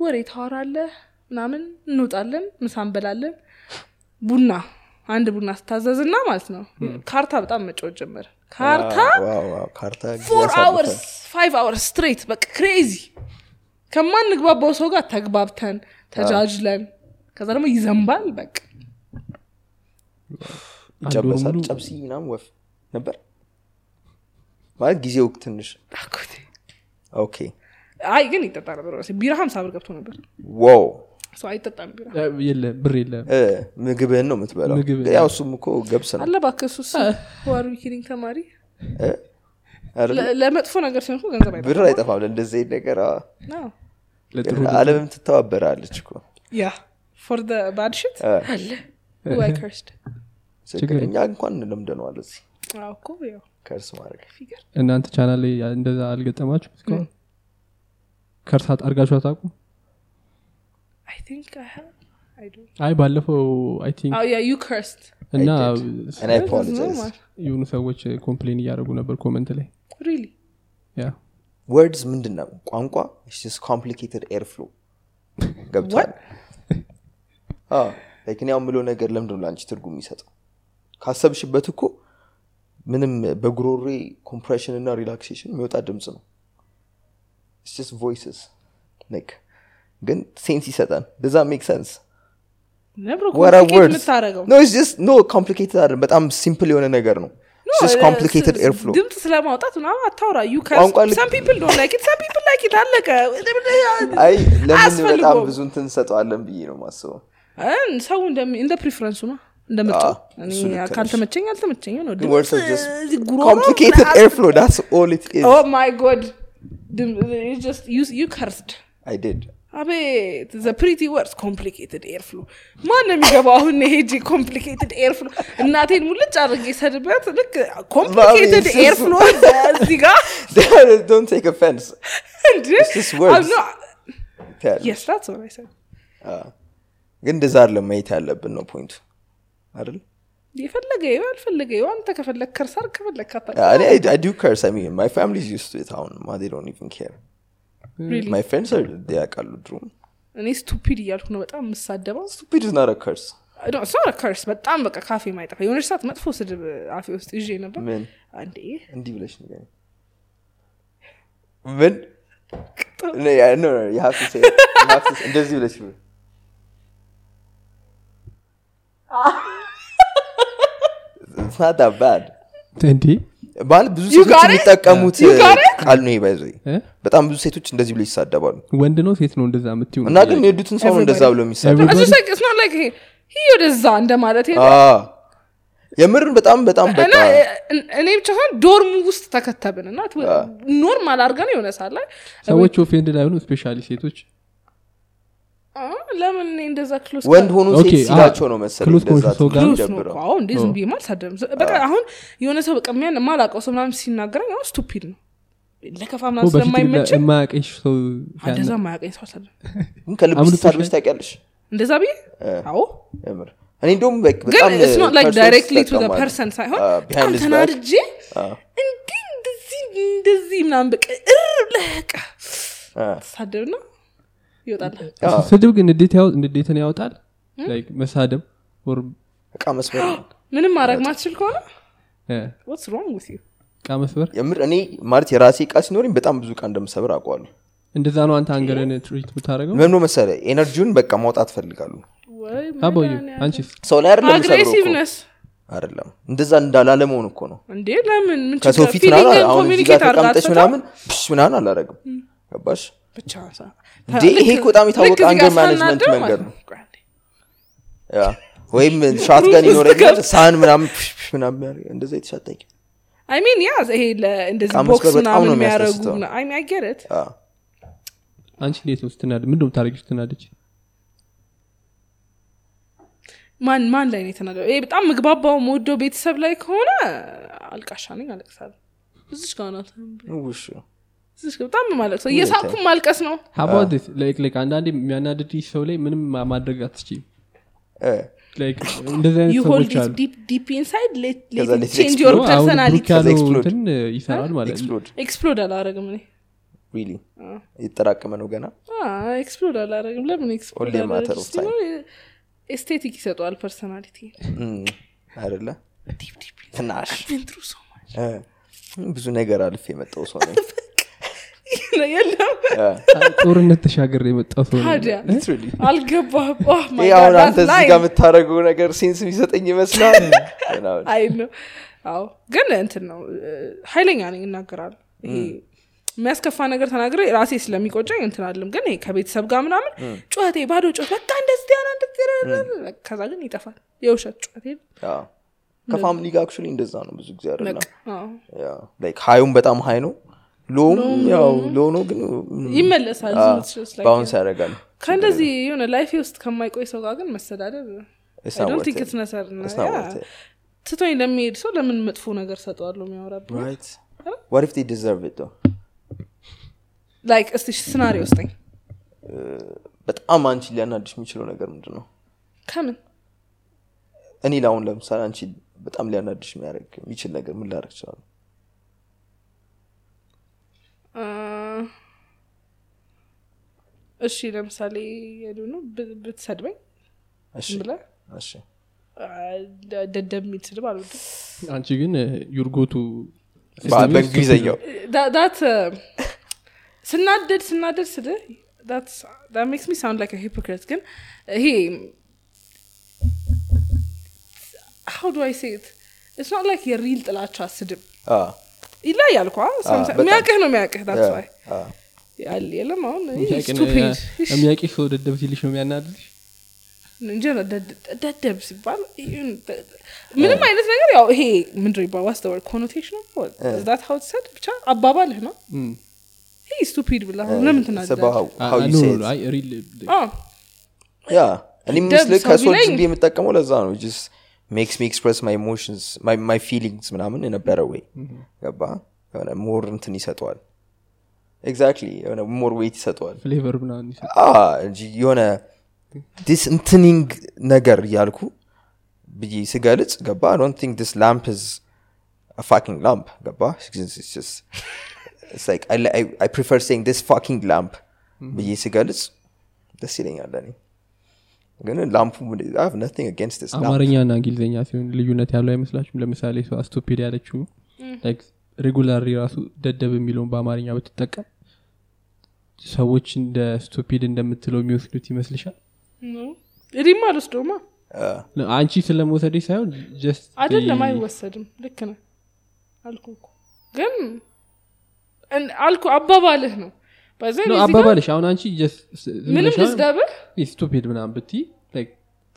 ወሬ ታወራለህ ምናምን እንውጣለን ምሳ እንበላለን ቡና አንድ ቡና ስታዘዝና ማለት ነው ካርታ በጣም መጫወት ጀመረ ካርታ ዋው፣ ዋው፣ ካርታ ጊዜ ፎር ያሳልፋል። አወርስ ፋይቭ አወርስ ስትሬት በቃ ክሬዚ ከማንግባባው ሰው ጋር ተግባብተን ተጃጅለን ከዛ ደግሞ ይዘንባል በቃ ይጨበሳል ሙሉ- ጨብሲ ምናምን ወፍ ነበር ማለት ጊዜው ትንሽ አጎቴ። ኦኬ አይ ግን ይጠጣ ነበር እራሴ። ቢራ ሀምሳ ብር ገብቶ ነበር ዋው ሰው አይጠጣም ቢራ የለ ብር የለም እ፣ ምግብህን ነው የምትበላው ምግብ። ያው እሱም እኮ ገብስ ነው አለ እባክህ እሱ ዋር ኪሪንግ ተማሪ እ፣ አይደለ? ለ- ለመጥፎ ነገር ሲሆን እኮ ገንዘብ ብር አይጠፋም። አይጠፋም ለእንደዚህ አይነት ነገር አዎ። አዎ። ለጥሩ አለምም ትተባበራለች እኮ ያ ፎር ደ ባድ ሽት አ። አለ Who I cursed? ችግር እኛ እንኳን ለምደነዋል እዚህ አዎ እኮ ያው ከእርስ ማድረግ ፊገር እናንተ ቻናል ላይ እንደዛ አልገጠማችሁ እስካሁን ከእርሳት አርጋችሁ አታውቁ አይ ቲንክ አይ ሃቭ አይ ዶንት አይ ባለፈው አይ ቲንክ አዎ ያ ዩ ከርስድ እና And I apologize. የሆኑ ሰዎች ኮምፕሌን እያደረጉ ነበር ኮመንት ላይ ሪሊ ያ ወርድስ ምንድን ነው ቋንቋ ኮምፕሊኬትድ ኤርፍሎ ገብቷል ላይክን ያው ምለው ነገር ለምንድን ነው ለአንቺ ትርጉም የሚሰጠው ካሰብሽበት እኮ ምንም በጉሮሬ ኮምፕሬሽን እና ሪላክሴሽን የሚወጣ ድምፅ ነው ስ ቮይስስ ላይክ ግን ሴንስ ይሰጠን ደዛ ሜክ ሰንስ ነብሮ ወራ ኮምፕሊኬት ወርድስ የምታረገው ኖ ኖ ኮምፕሊኬትድ አይደለም በጣም ሲምፕል የሆነ ነገር ነው Oh, uh, ኮምፕሊኬትድ ኤርፍሎ ድምፅ ስለማውጣት ምናምን አታውራ ዩ ቋንቋ ልክ- ሰም ፒፕል ዶን ላይክ ሰም ፒፕል ላይክ አለቀ አይ ለምን በጣም አያስፈልገውም። ብዙ እንትን ሰጠዋለን ብዬ ነው ማስበው እን ሰው እንደሚ- እንደ ፕሪፈረንሱ ነው እንደመጡ አዎ፣ እሱ ልክ ነሽ። ካልተመቸኝ አልተመቸኝ ነው The words are just እዚህ ጉሮሮ complicated ምናምን airflow. That's all it is. ኦ ማይ ጎድ ዩ ከርስድ አይ ዲድ አቤት ዘ ፕሪቲ ወርስ ኮምፕሊኬትድ ኤርፍሎ ማን ነው የሚገባው አሁን ሄጂ ኮምፕሊኬትድ ኤርፍሎ እናቴን ሙልጭ አድርጌ ሰድበት ልክ ኮምፕሊኬትድ Mommy, ኤርፍሎ እዚህ ጋር ዶንት ቴክ ኦፌንስ እንዴ just words. የስ ዳትስ ዋት አይ ሰድ ግን እንደዛ አይደለም ማየት ያለብን ነው ፖይንቱ አይደል የፈለገ ይኸው ያልፈለገ ይኸው አንተ ከፈለግ ከርሳር ከፈለግ ካታ Uh, I, I, I do curse. I mean, my family's used to it. አሁን ማ they don't even care. Really? My friends are they ያውቃሉ ድሮ እኔ ስቱፒድ እያልኩ ነው በጣም የምሳደበው stupid is not a curse. ሶ ከርስ በጣም በቃ ካፌ ማይጠፋ የሆነች ሰዓት መጥፎ ስድብ አፌ ውስጥ ይዤ ነበር ምን አንዴ እንዲህ ብለሽ ንገሪኝ። ምን No, yeah, no, no, you have to say it. You have to say- እንደዚህ ብለሽ ነው። It's not that bad. እንዲ ማለት ብዙ You ሴቶች got it? የሚጠቀሙት You got it? ቃል ነው ይባይዘ እ? በጣም ብዙ ሴቶች እንደዚህ ብሎ ይሳደባሉ ወንድ ነው ሴት ነው እንደዛ የምትዩ እና ግን የወዱትን ሰው ነው እንደዛ Everybody. ብሎ የሚሳደብ It's just like- it's not like he- he ወደዛ እንደማለት ነው። አዎ። የምርን በጣም በጣም በቃ እና እኔ- እኔ ብቻ ሳይሆን ዶርም ውስጥ ተከተብን እና ትወ- ኖርማል አድርገን የሆነ ሰዓት ላይ ሰዎች ኦፌንድ ላይሆኑ ስፔሻሊ ሴቶች አ፣ ለምን እኔ እንደዛ ክሎስ ወንድ ሆኖ ሴት ኦኬ፣ ሲላቸው ነው መሰለኝ ክሎዝ እንደዛ ኮንሽስ ሰው ጋር ክሎስ ነው የሚደብረው። እኮ። አዎ እንዴ ዝም ብዬ አልሳደብም። ዝ- በቃ አሁን የሆነ ሰው በቃ የሚያን የማላውቀው ሰው ምናምን ሲናገረኝ አሁን ስቱፒድ ነው ለከፋ ምናምን በፊት ስለማይመቸኝ የማያቀሽ ሰው እንደዛ ማያቀኝ ሰው አልሳደብም ግን ከልብሽ አምልጦሽ ስታድበሽ ታውቂያለሽ እንደዛ ብዬ አዎ የምር እኔ እንደውም በቃ ግን በጣም it's not like ፐርሰን directly to the ስጠቀማለሁ። person ሳይሆን አዎ፣ በጣም behind his back። ተናድጄ እንዲህ እንደዚህ እንደዚህ ምናምን በቃ እር ለቃ አዎ። ሳደብና ይወጣል አዎ፣ ስድብ ግን ንዴት ያው- ንዴትን ያወጣል Like መሳደብ or ዕቃ መስበር ምንም ማድረግ ማትችል ከሆነ እ፣ what's wrong with you ዕቃ መስበር የምር እኔ ማለት የራሴ ዕቃ ሲኖረኝ በጣም ብዙ ዕቃ እንደምሰብር አውቀዋለሁ እንደዛ ነው አንተ አንገርን ትሪት የምታደረገው ምን ነው መሰለ ኤነርጂውን በቃ ማውጣት ፈልጋሉ ወይ አበዩ መድኃኒዓለም። አንቺስ ሰው ላይ አይደለም የምሰብረው እኮ። አግሬሲቭነስ አይደለም እንደዛ እንዳላለመሆን እኮ ነው እንዴ ለምን ምን ከሰው ፊት ምናምን አሁን እዚህ ጋር ተቀምጠሽ ምናምን ፕሽ ምናምን አላረግም ገባሽ ብቻ እንዴ ይሄ እኮ በጣም የታወቀ አnger management መንገድ ነው። ያ ወይም ሻትጋን ይኖረኛል ሳህን ምናምን ፕሽ ፕሽ ምናምን ያደርግ- እንደዛ የተሻጠኝ አይሚን ያ ይሄ ለ- እንደዚህ ዕቃ መስበር ቦክስ በጣም ምናምን ነው የሚያደረጉ የሚያስደስተው። አይገረት አንቺ እንዴት ነው ስትናድ ምንድ ታደረግ ስትናደች ማን ማን ላይ ነው የተናደው ይሄ በጣም ምግባባው መወደው ቤተሰብ ላይ ከሆነ አልቃሻ ነኝ አለቅሳለሁ እዚች ጋር ናት ውሽ እዚች ጋር በጣም ማለት ሰው እየሳቅኩም ማልቀስ ነው ሀባት ላይክ አንዳንዴ የሚያናድድ ሰው ላይ ምንም ማ- ማድረግ አትችም እንደዚህ you አይነት ሰዎች hold it አሉ deep deep inside let let ከዛ it let it change explode. your ነው፣ አሁን ብሩክ personality ያለው explode. እንትን ይሰራል ማለት ነው ኤክስፕሎድ ኤክስፕሎድ አላረግም እኔ ሪሊ የተጠራቀመ ነው ገና ኤክስፕሎድ አላረግም ለምን ኤክስፕሎድ Only a matter of time. ኤስቴቲክ ይሰጠዋል ፐርሶናሊቲ እም፣ አይደለ ትናሽ ንትሩ ሰው እ፣ ብዙ ነገር አልፍ የመጣው ሰው ነኝ የለም እ፣ ጦርነት ተሻገር የመጣ ሰው ነው። ታዲያ literally። አልገባህም Oh my ይሄ God, አሁን that አንተ እዚህ line. ጋር የምታደረገው ነገር ሴንስ የሚሰጠኝ ይመስላል ምናምን። አይ ነው አዎ ግን እንትን ነው እ፣ ሀይለኛ ነኝ እናገራለሁ ይሄ የሚያስከፋ ነገር ተናግሬ ራሴ ስለሚቆጨኝ እንትን አለም ግን ይሄ ከቤተሰብ ጋር ምናምን ጩኸቴ ባዶ ጩኸት በቃ እንደዚህ ያና እንደዚህ ያና፣ ከዛ ግን ይጠፋል የውሸት ጩኸቴ አዎ። ከፋሚሊ ጋር አክቹዋሊ እንደዛ ነው ብዙ ጊዜ አይደለ በቃ፣ አዎ። ላይክ ሀዩም በጣም ሀይ ነው ሎም ያው ሎኖ ግን እም፣ ይመለሳል አዎ፣ ዝም ብትልስ ላይ። ባውንስ ያደርጋል ከእንደዚህ የሆነ ላይፌ ውስጥ ከማይቆይ ሰው ጋር ግን መሰዳደብ It's not I don't worth think it. it's necessary እና It's not ያ worth it. ትቶኝ ለሚሄድ ሰው ለምን መጥፎ ነገር ሰጠዋለሁ የሚያወራብ Right? What if they deserve it though? ላይክ እስቲ ስናሪ ውስጠኝ በጣም አንቺ ሊያናድሽ የሚችለው ነገር ምንድን ነው ከምን እኔ ለአሁን ለምሳሌ አንቺ በጣም ሊያናድሽ የሚያደርግ የሚችል ነገር ምን ላደርግ ይችላሉ አ፣ Uh, እሺ ለምሳሌ ነው ብትሰድበኝ እሺ ዝም ብለህ እሺ አ፣ Uh, ደ- ደደብ የሚል ስድብ አልወድም አንቺ ግን ዩርጎቱ በ- በእንግሊዘኛው That- that, uh, ስናደድ ስናደድ ስል ሜክስ ሚ ሳውንድ ላይክ ሂፖክሪት ግን ይሄ ሀው ዱ አይ ሴት ኢትስ ኖት ላይክ የሪል ጥላቻ ስድብ አዎ፣ ይለያል እኮ አ፣ some- በጣም። የሚያውቅህ ነው የሚያውቅህ that's why አዎ። ያል የለም አሁን ስቱፒድ የሚያቂ ሰው ደደብ ሲልሽ ነው የሚያናድልሽ እንጂ ደደብ ሲባል ምንም አይነት ነገር ያው ይሄ ምንድር ይባል ዋስ ኮኖቴሽን ብቻ አባባልህ ነው እም። ይሄ ስቱፒድ ብላ ለምን ሰባው Ah, how you say it. ትናደዳል Yeah. እኔ ደብ ምስል ሰው ከሶል ቢለኝ- እንዲ የምጠቀመው ለዛ ነው It just makes me express my emotions my, my feelings ምናምን in a better way ገባ የሆነ ሞር እንትን ይሰጠዋል ኤግዛክትሊ የሆነ ሞር ዌይት ይሰጠዋል ፍሌቨር ምናምን ይሰጥ አዎ እንጂ የሆነ ዲስ እንትኒንግ ነገር እያልኩ ብዬ ስገልጽ ገባ አይ ዶንት ቲንክ ዲስ ላምፕ ኢዝ a fucking lamp ገባ it's just it's like I, I, I prefer saying this fucking lamp ብዬ ስገልጽ ደስ ይለኛል ለኔ ግን ላምፑ I have nothing against this lamp አማርኛና እንግሊዝኛ ሲሆን ልዩነት ያለው አይመስላችሁም ለምሳሌ ሰው ስቱፒድ ያለችው ሬጉላር ራሱ ደደብ የሚለውን በአማርኛ ብትጠቀም ሰዎች እንደ ስቱፒድ እንደምትለው የሚወስዱት ይመስልሻል እዲማ አልወስደውማ Uh, ለ- አንቺ ስለመውሰዴ ሳይሆን just አይደለም the- አይወሰድም ልክ ነህ አልኩ እኮ ግን እን- አልኩ አባባልህ ነው በዚህ No, አባባልሽ አሁን አንቺ just ስ- ዝም ምንም ብለሽ አሁን ልስደብህ ስቱፒድ ምናም ብቲ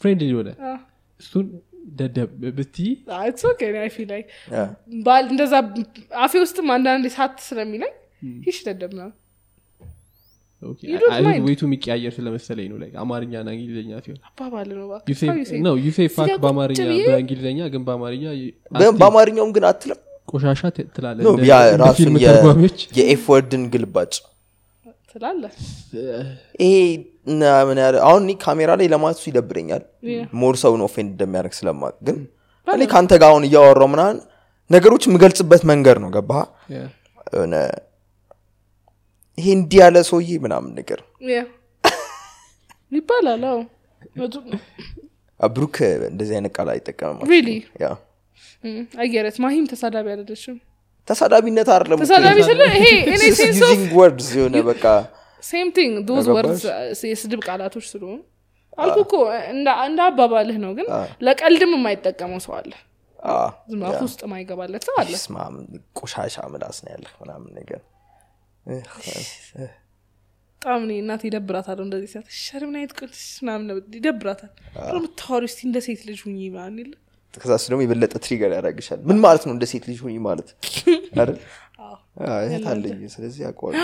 ፍሬንድሊ ሆነ እሱን ደደብ ብቲ ላይክ yeah. ባል እንደዛ አፌ ውስጥም አንዳንዴ ሳት ስለሚለኝ ይሽ ደደብ ነው You don't mind. ወይቱ የሚቀያየር ስለመሰለኝ ነው like አማርኛና እንግሊዝኛ ሲሆን አባባል ነው እባክህ. You say- How you say? no, you say fuck እዚህ ጋር በአማርኛ ቁጭ ብዬ- በእንግሊዝኛ ግን በአማርኛ you- በ- አትል- በአማርኛውም ግን አትለም ቆሻሻ ት- ትላለህ No, እንደ- ያ እንደ ራሱን ፊልም ተርጓሚዎች የኤፍ ወርድን ግልባጭ ትላለህ ይሄ ምናምን ያለ አሁን እኔ ካሜራ ላይ ለማሱ ይደብረኛል ሞር ሰውን ኦፌንድ እንደሚያደርግ ስለማቅ ግን እኔ ከአንተ ጋር አሁን እያወራው ምናምን ነገሮች የምገልጽበት መንገድ ነው ገባ Yeah. ሆነ ይሄ እንዲህ ያለ ሰውዬ ምናምን ነገር ያ። ይባላል አዎ አዎ፣ ብሩክ እንደዚህ አይነት ቃል አይጠቀምም ሪሊ ያው Mm, አየረት ማሂም ተሳዳቢ አይደለችም ተሳዳቢነት አይደለም ተሳዳቢ ስለ ይሄ እኔ ሴንስ ኦፍ ዩዚንግ ወርድስ የሆነ በቃ ሴም ቲንግ ዶዝ ገባሽ? ወርድ uh, የስድብ ቃላቶች ስለሆኑ አልኩ እኮ እንደ- እንደ አባባልህ ነው ግን ለቀልድም የማይጠቀመው ሰው አለ አዎ፣ ዝም አፉ ውስጥ የማይገባለት ሰው አለ ይስማ፣ ቆሻሻ ምላስ ነው ያለህ ምናምን ነገር በጣም እኔ እናት ይደብራታል እንደዚህ ሲያት ሸር ምን አይነት ቅዱስ ምናምን ነው ብትል ይደብራታል ብሎ ምታወሪው እስቲ እንደ ሴት ልጅ ሁኚ ምናምን ይል ከዛ እሱ ደግሞ የበለጠ ትሪገር ያደረግሻል ምን ማለት ነው እንደ ሴት ልጅ ሆኝ ማለት አይደል? አዎ፣ እህት አለኝ ስለዚህ ያውቀዋል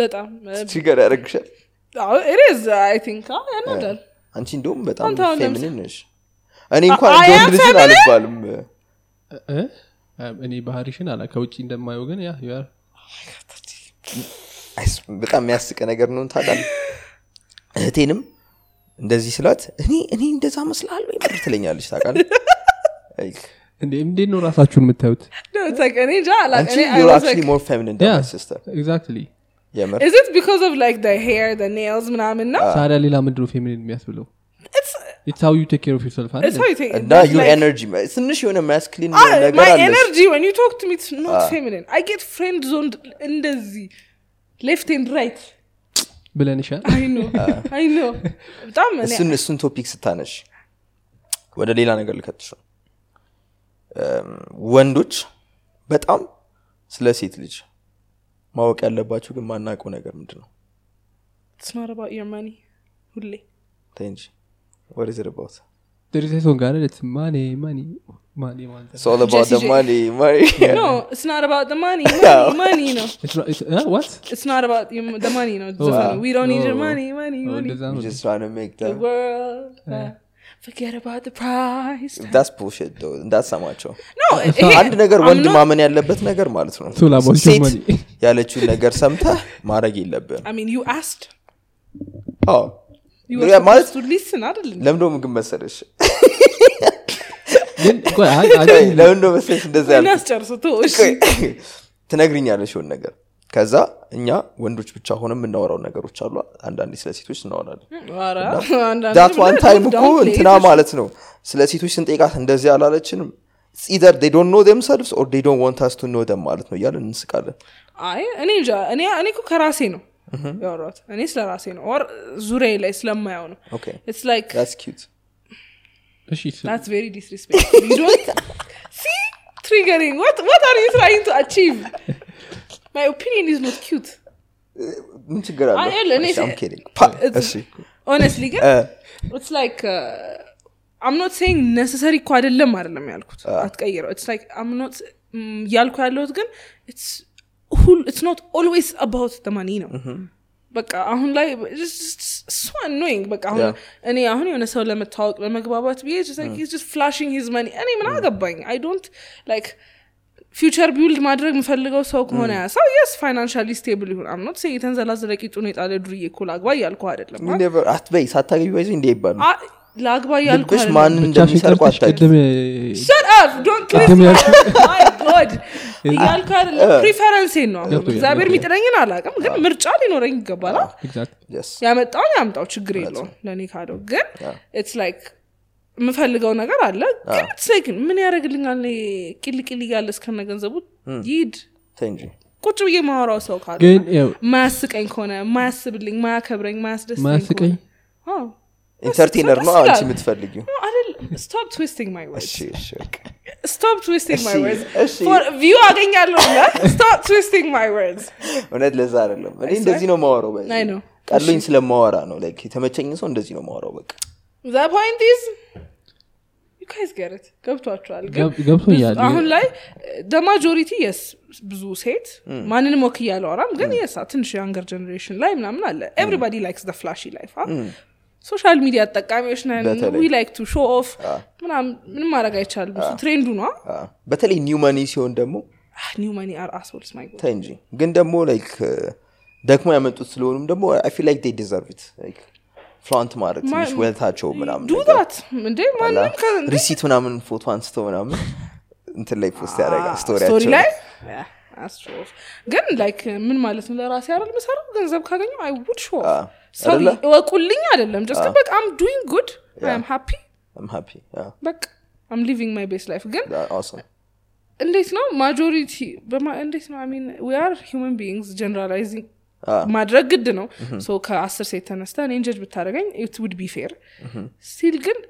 በጣም ትሪገር ያደረግሻል ኢሬዝ አይ ቲንክ ያናዳል አንቺ እንደውም በጣም አንተ አሁን ለምሳ- ፌሚኒን ነሽ እኔ እንኳን አ- እንደ ወንድ አያት ልጅን አይደለ? አልባልም እ? Um, እኔ ባህሪሽን አላ ከውጭ እንደማየው ግን ያ you are- አይስ- በጣም የሚያስቀ ነገር ነው ታዳል እህቴንም እንደዚህ ስላት እኔ እኔ እንደዛ መስላል ወይ ምር ትለኛለች ታቃል እንዴ እንዴት ነው ራሳችሁን የምታዩት No, it's like, እኔ እንጃ አንቺ አላውቅም። እኔ- I ዩር was አክቹሊ like, ሞር ፌሚኒን Yeah. ዳን ሲስተር ኤግዛክትሊ የምር is it because of like the hair, the nails ምናምን ነው? Uh, ታዲያ ሌላ ምንድነው ፌሚኒን የሚያስብለው It's- ኢትስ ዩ ቴክ ኬር ኦፍ ዩርሰልፍ it's how you take it. እና That's ዩር like- ኤነርጂ ትንሽ የሆነ ማስክሊን Ah, ነገር my አለሽ energy when you talk to me, it's not feminine. I get friend zoned እንደዚህ left and right. ብለንሻል I know. I know. በጣም እኔ- እሱን እሱን ቶፒክ ስታነሽ ወደ ሌላ ነገር ልከትሽ ነው እም፣ ወንዶች በጣም ስለ ሴት ልጅ ማወቅ ያለባቸው ግን ማናውቀው ነገር ምንድን ነው it's not about your money. ሁሌ ተይ እንጂ what is it about ድርሴሶን ጋር ለት ማኔ ማኔ ማኔ ማንተ it's all about the Jessie J. money money no it's not about the money money, money ነው ዋት it's not about your, the money ነው ዘፈኑ we don't need your Oh. money money money እንደዛ You ነው just trying to make the them world uh, forget about the price that's bullshit though እንዳትሰማቸው no ይሄ- አንድ ነገር I'm ወንድ not- ማመን ያለበት ነገር ማለት ነው It's all about your ሴት money. ያለችውን ነገር ሰምተህ ማድረግ የለብን I mean, you asked. You were ያ ማለት supposed to listen, አይደለም? ለምዶ ምግብ መሰለሽ ግን ቆይ አይ አንቺ ለምዶ መሰለሽ እንደዛ ወይ ያልኩት? እናስጨርሰው፣ ተው፣ እሺ። ቆይ፣ ትነግሪኛለሽ የሆን ነገር ከዛ እኛ ወንዶች ብቻ ሆነ የምናወራው ነገሮች አሉ አንዳንዴ ስለ ሴቶች እናወራለን ኧረ፣ አንዳንዴ ዳት ዋን ብለህ ታይም እኮ don't play እንትና it. ማለት ነው ስለ ሴቶች ስንጠይቃት እንደዚህ አላለችንም ኢደር ዴ ዶንት ኖ ደምሰልቭስ ኦር ዴ ዶንት ዋንት አስ ቱ ኖ ደም ማለት ነው እያለን እንስቃለን አይ እኔ እንጃ እኔ እኔ እኮ ከራሴ ነው ያወራሁት እኔ ስለ ራሴ ነው ኦር ዙሪያ ላይ ስለማየው ነው ኦኬ ኢትስ ላይክ ዳትስ ኪዩት እሺ ስ- ዳትስ ቬሪ ዲስሪስፔክት ዩ ዶንት ሲ ትሪገሪንግ ዋት ዋት አር ዩ ትራይንግ ቱ አቺቭ ማይ ኦፒኒየን ኢዝ ኖት ኪዩት ምን ችግር አለው? አይ፣ የለ፣ እኔ እሺ፣ ሴ- I'm kidding. ፓ- እዝ- እሺ፣ ኦነስትሊ ግን እ፣ ኢትስ ላይክ uh, አም ኖት ሴይንግ ነሰሰሪ እኮ mm, አይደለም አይደለም ያልኩት አትቀይረው ኢትስ ላይክ አም ኖት እያልኩ ያለሁት ግን ኢትስ ሁል ኢትስ ኖት ኦልዌይስ አባውት ተማኒ ነው በቃ አሁን ላይ እሱ አኖይንግ በቃ አሁን Yeah. እኔ አሁን የሆነ ሰው ለመታወቅ ለመግባባት ብዬ ፍላሽንግ ሂዝ መኒ እኔ ምን አገባኝ አይ ዶንት ላይክ ፊውቸር ቢውልድ ማድረግ የምፈልገው ሰው ከሆነ ያ ሰው የስ ፋይናንሻሊ ስቴብል ይሁን አምኖት ሴ የተንዘላዘለ ቂጡን የጣለ ዱርዬ እኮ ላግባ እያልኩ አይደለም You never- አትበይ ሳታገቢ ባይዘ እንዲ ይባሉ አ- ላግባ እያልኩ ልብሽ አይደለም። ማን እንደሚሰርቁ ሻሽቅርትሽ አታቂ ቅድም eh, Shut up! Don't ቅድም listen. ያልኩ- My God. እያልኩ አይደለም ፕሪፈረንሴን ነው አሁን ገብቶኛል፣ እግዚአብሔር የሚጥለኝን አላውቅም ግን ምርጫ ሊኖረኝ ይገባል ኤግዛክት Yes. ያመጣውን ያምጣው ችግር የለውም ለእኔ ካለው ግን ኢትስ ላይክ የምፈልገው ነገር አለ ግን ኢትስ like ምን ያደረግልኛል እኔ ቂልቂል እያለ እስከነ ገንዘቡ ይሂድ ተይ እንጂ ቁጭ ብዬ ማወራው ሰው ካለ ግን ያው ማያስቀኝ ከሆነ ማያስብልኝ ማያከብረኝ ማያስደስኝ ማያስቀኝ? ኢንተርቴነር ነው ደስ አንቺ ይላል። የምትፈልጊው አይደል ስቶፕ ትዊስቲንግ ማይ እሺ ወርድስ እሺ በቃ። ስቶፕ ትዊስቲንግ ማይ እሺ፣ ወርድስ እሺ። ፎር ቪው አገኛለሁ ስቶፕ ትዊስቲንግ ማይ ወርድስ እውነት ለዛ አይደለም እኔ እንደዚህ ነው ማወራው በዚህ አይ ነው። ቀሎኝ ስለማወራ ነው ላይክ የተመቸኝ ሰው እንደዚህ ነው ማወራው በቃ ዘ ፖይንት ኢዝ ዩ ጋይስ ጌት ኢት ገብቷችኋል ግን ገብ- ገብቶኛል ብዙ- አሁን ላይ ደማጆሪቲ የስ ብዙ ሴት Hmm. ማንንም ወክ እያለ አወራም ግን የስ ትንሽ የአንገር ጀኔሬሽን ላይ ምናምን አለ Hmm. ኤቭሪባዲ ላይክስ ደ ፍላሽ ላይፍ ሶሻል ሚዲያ ተጠቃሚዎች ነን በተለይ። ዊ ላይክ ቱ ሾ ኦፍ ምናምን ምንም ማድረግ አይቻልም እሱ ትሬንዱ ነ አ፣ በተለይ ኒው መኒ ሲሆን ደግሞ ኒው መኒ አር አሶልስ ማይ ጎድ ተይ እንጂ ግን ደግሞ ላይክ ደክሞ ያመጡት ስለሆኑም ደግሞ አይ ፊል ላይክ ዴ ዲዘርቭ ኢት ላይክ ፍላንት ማድረግ ማ- ትንሽ ወልታቸው ምናምን ዱ ነገር ት እንዴ ማንም ከ- ሪሲት ምናምን ፎቶ አንስቶ ምናምን እንትን ላይ ፖስት ያደርጋል ስቶሪ ስቶሪያቸው ላይ አስሾፍ ግን ላይክ ምን ማለት ነው ለራሴ አይደል የምሰራው ገንዘብ ካገኘው አይ ውድ ሾፍ አዎ። ሰው አይደለ? እወቁልኝ አይደለም ጀስት በቃ አም ዱይንግ ጉድ አም ሃፒ I'm happy. Yeah. በቃ አም ሊቪንግ ማይ ቤስ ላይፍ ግን That- awesome. እንዴት ነው ማጆሪቲ እንዴት ነው ሚን ዊአር ሂማን ቢንግስ ጀነራላይዚንግ አዎ። ማድረግ ግድ ነው ሶ ከአስር ሴት ተነስተ እኔን ጀጅ ብታደረገኝ ኢት ውድ ቢ ፌር ሲል ግን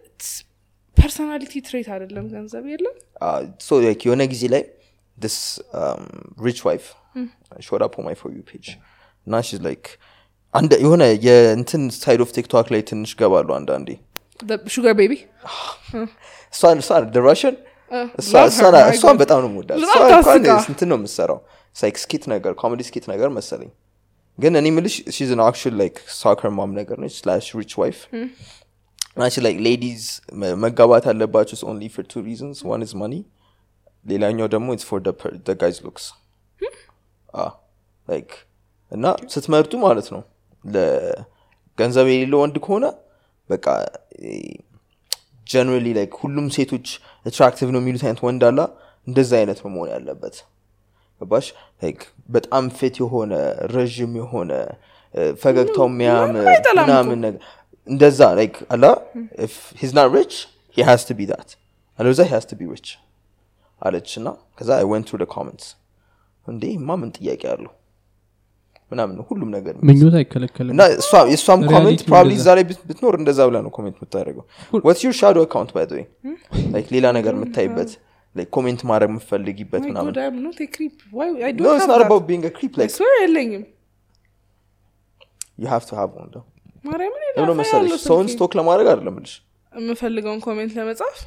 ፐርሶናሊቲ ትሬት አይደለም ገንዘብ የለም Uh, so like የሆነ ጊዜ ላይ this um, rich wife showed up on my for you page እና she's like አንድ የሆነ የእንትን ሳይድ ኦፍ ቲክቶክ ላይ ትንሽ ገባሉ አንዳንዴ ሹጋር ቤቢ እሷን እሷን the Russian እሷ- love her, እሷን my እሷን God. በጣም ነው የምወዳት። በጣም እሷ እንኳን ታስቃ። እንትን ነው የምትሰራው ሳይክ ስኪት ነገር ኮሜዲ ስኪት ነገር መሰለኝ ግን እኔ ምልሽ she's an actual like soccer mom ነገር ነች slash rich wife እና she like ladies መ- መጋባት አለባቸው it's only for two reasons one is money ሌላኛው ደግሞ it's for the, per- the guys looks አዎ like እና ስትመርጡ ማለት ነው ለገንዘብ የሌለው ወንድ ከሆነ በቃ ጀነራሊ ላይክ ሁሉም ሴቶች አትራክቲቭ ነው የሚሉት አይነት ወንድ አላ እንደዛ አይነት ነው መሆን ያለበት ገባሽ ላይክ በጣም ፊት የሆነ ረዥም የሆነ እ፣ ፈገግታው የሚያምር አይጠላም እኮ። ምናምን ነገር እንደዛ ላይክ አላ ሂዝ ናት ሪች ሂ ሃዝ ቱ ቢ ዳት አለዛ ሂ ሃዝ ቱ ቢ ሪች አለች እና ከዛ አይ ወንት ቱ ኮመንትስ እንዴ ማ ምን ጥያቄ አለው ምናምን ነው ሁሉም ነገር ምኞት አይከለከልም እና እሷ- የእሷም Reality ኮሜንት ፕሮባብሊ እንደዛ። እዛ ላይ ብት- ብትኖር እንደዛ ብላ ነው ኮሜንት የምታደርገው ወት ዩር ሻዶ አካውንት ባይ ወይ Hmm? ላይክ ሌላ ነገር የምታይበት ላይክ ኮሜንት ማድረግ የምትፈልጊበት My ምናምን God, I'm not a creep. Why? I don't ኖ have ኢትስ ናት that. አባውት ቢንግ ክሪፕ I ላይክ swear የለኝም ዩ ሃቭ ቱ ሃቭ ኦን ደ ማርያምን ለምን ነው መሰለሽ ሰውን ስቶክ ለማድረግ አይደለም ልሽ Hmm? የምፈልገውን ኮሜንት ለመጻፍ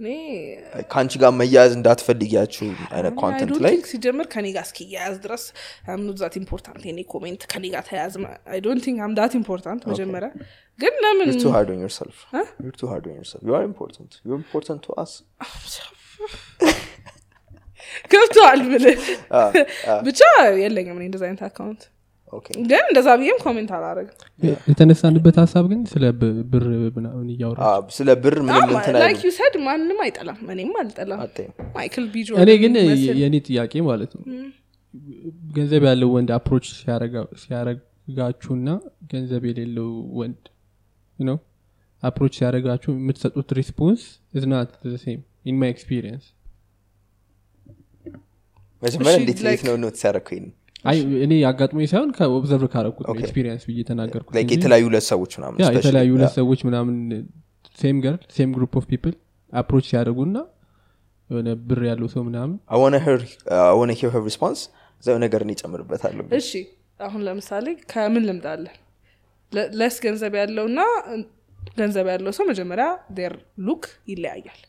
እኔ ከአንቺ ጋር መያያዝ እንዳትፈልጊያችሁ አይነት I ኮንተንት don't ላይ think ሲጀምር ከኔ ጋር እስኪያያዝ ድረስ ምዛት ኢምፖርታንት የኔ ኮሜንት ከኔ ጋር ተያያዝ አይ ዶንት ቲንክ አም ዳት ኢምፖርታንት መጀመሪያ ግን ለምን ዩር ቱ ሃርድ ኦን ዮርሰልፍ ዩር ቱ ሃርድ ኦን ዮርሰልፍ ዩ አር ኢምፖርታንት ዩ አር ኢምፖርታንት ቱ አስ ገብተዋል ብል ብቻ የለኝም እኔ እንደዚ አይነት አካውንት ኦኬ ግን እንደዛ ብዬም ኮሜንት አላረግም የተነሳንበት ሀሳብ ግን ስለ ብ- ብር ምናምን እያወራ Ah, ስለ ብር ምንም እንትን ላይክ አይሉ ዩ ሰድ ማንም አይጠላም እኔም አልጠላም አታይም ማይክል ቢጆ እኔ ግን የእኔ ጥያቄ ማለት ነው ገንዘብ ያለው ወንድ አፕሮች ሲያረጋችሁና ገንዘብ የሌለው ወንድ ነው አፕሮች ሲያረጋችሁ የምትሰጡት ሪስፖንስ ዝናት ሴም ኢን ማይ ኤክስፒሪየንስ መጀመሪያ እሺ፣ እንዴት እንዴት like- ነው ኖት ሲያረኩኝ አይ እኔ ያጋጥሞኝ ሳይሆን ከኦብዘርቭ ካረኩት Okay. ኤክስፒሪየንስ ብዬ ተናገርኩት ላይክ Mm-hmm. እንጂ- የተለያዩ ሁለት ሰዎች ምናምን ያ especially. የተለያዩ Yeah. ሁለት ሰዎች ምናምን ሴም ገርል ሴም ግሩፕ ኦፍ ፒፕል አፕሮች ሲያደርጉና የሆነ ብር ያለው ሰው ምናምን I wanna hear- uh, I wanna hear her response. እዛው ነገር እኔ እጨምርበታለሁ። እሺ አሁን ለምሳሌ ከምን ልምድ አለ ለ- ለስ ገንዘብ ያለውና ገንዘብ ያለው ሰው መጀመሪያ ር ሉክ ይለያያል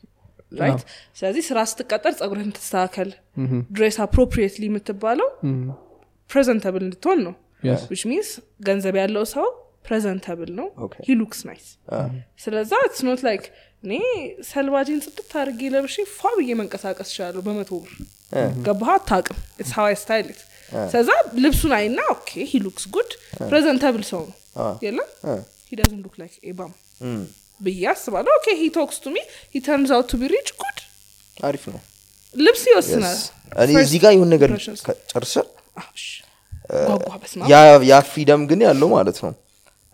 ራይት ስለዚህ ስራ ስትቀጠር ጸጉርህን ትስተካከል ድሬስ አፕሮፕሪየትሊ የምትባለው ፕሬዘንተብል እንድትሆን ነው Yes. ዊች ሚንስ ገንዘብ ያለው ሰው ፕሬዘንተብል ነው Okay. ሂ ሉክስ ናይስ ስለዛ ኢትስ ኖት ላይክ እኔ ሰልባጅን ጽድት አድርጌ ለብሼ ፏ ብዬ መንቀሳቀስ ይችላሉ በመቶ ብር ገባህ አታቅም ኢትስ ሀዋይ ስታይልት ስለዛ ልብሱን አይና ኦኬ ሂ ሉክስ ጉድ ፕሬዘንተብል ሰው ነው የለም ሂ ደዝን ሉክ ላይክ ኤባም ብዬ አስባለሁ ኦኬ ሂ ቶክስ ቱ ሚ ሂ ተርንስ አውት ቱ ቢ ሪች ጉድ አሪፍ ነው ልብስ ይወስናል እኔ First እዚህ ጋር የሆን ነገር impressions. ከ- ጨርሰ አዎ፣ እሺ። ጓጓ በስመ አብ። ያ- ያ ፍሪደም ግን ያለው ማለት ነው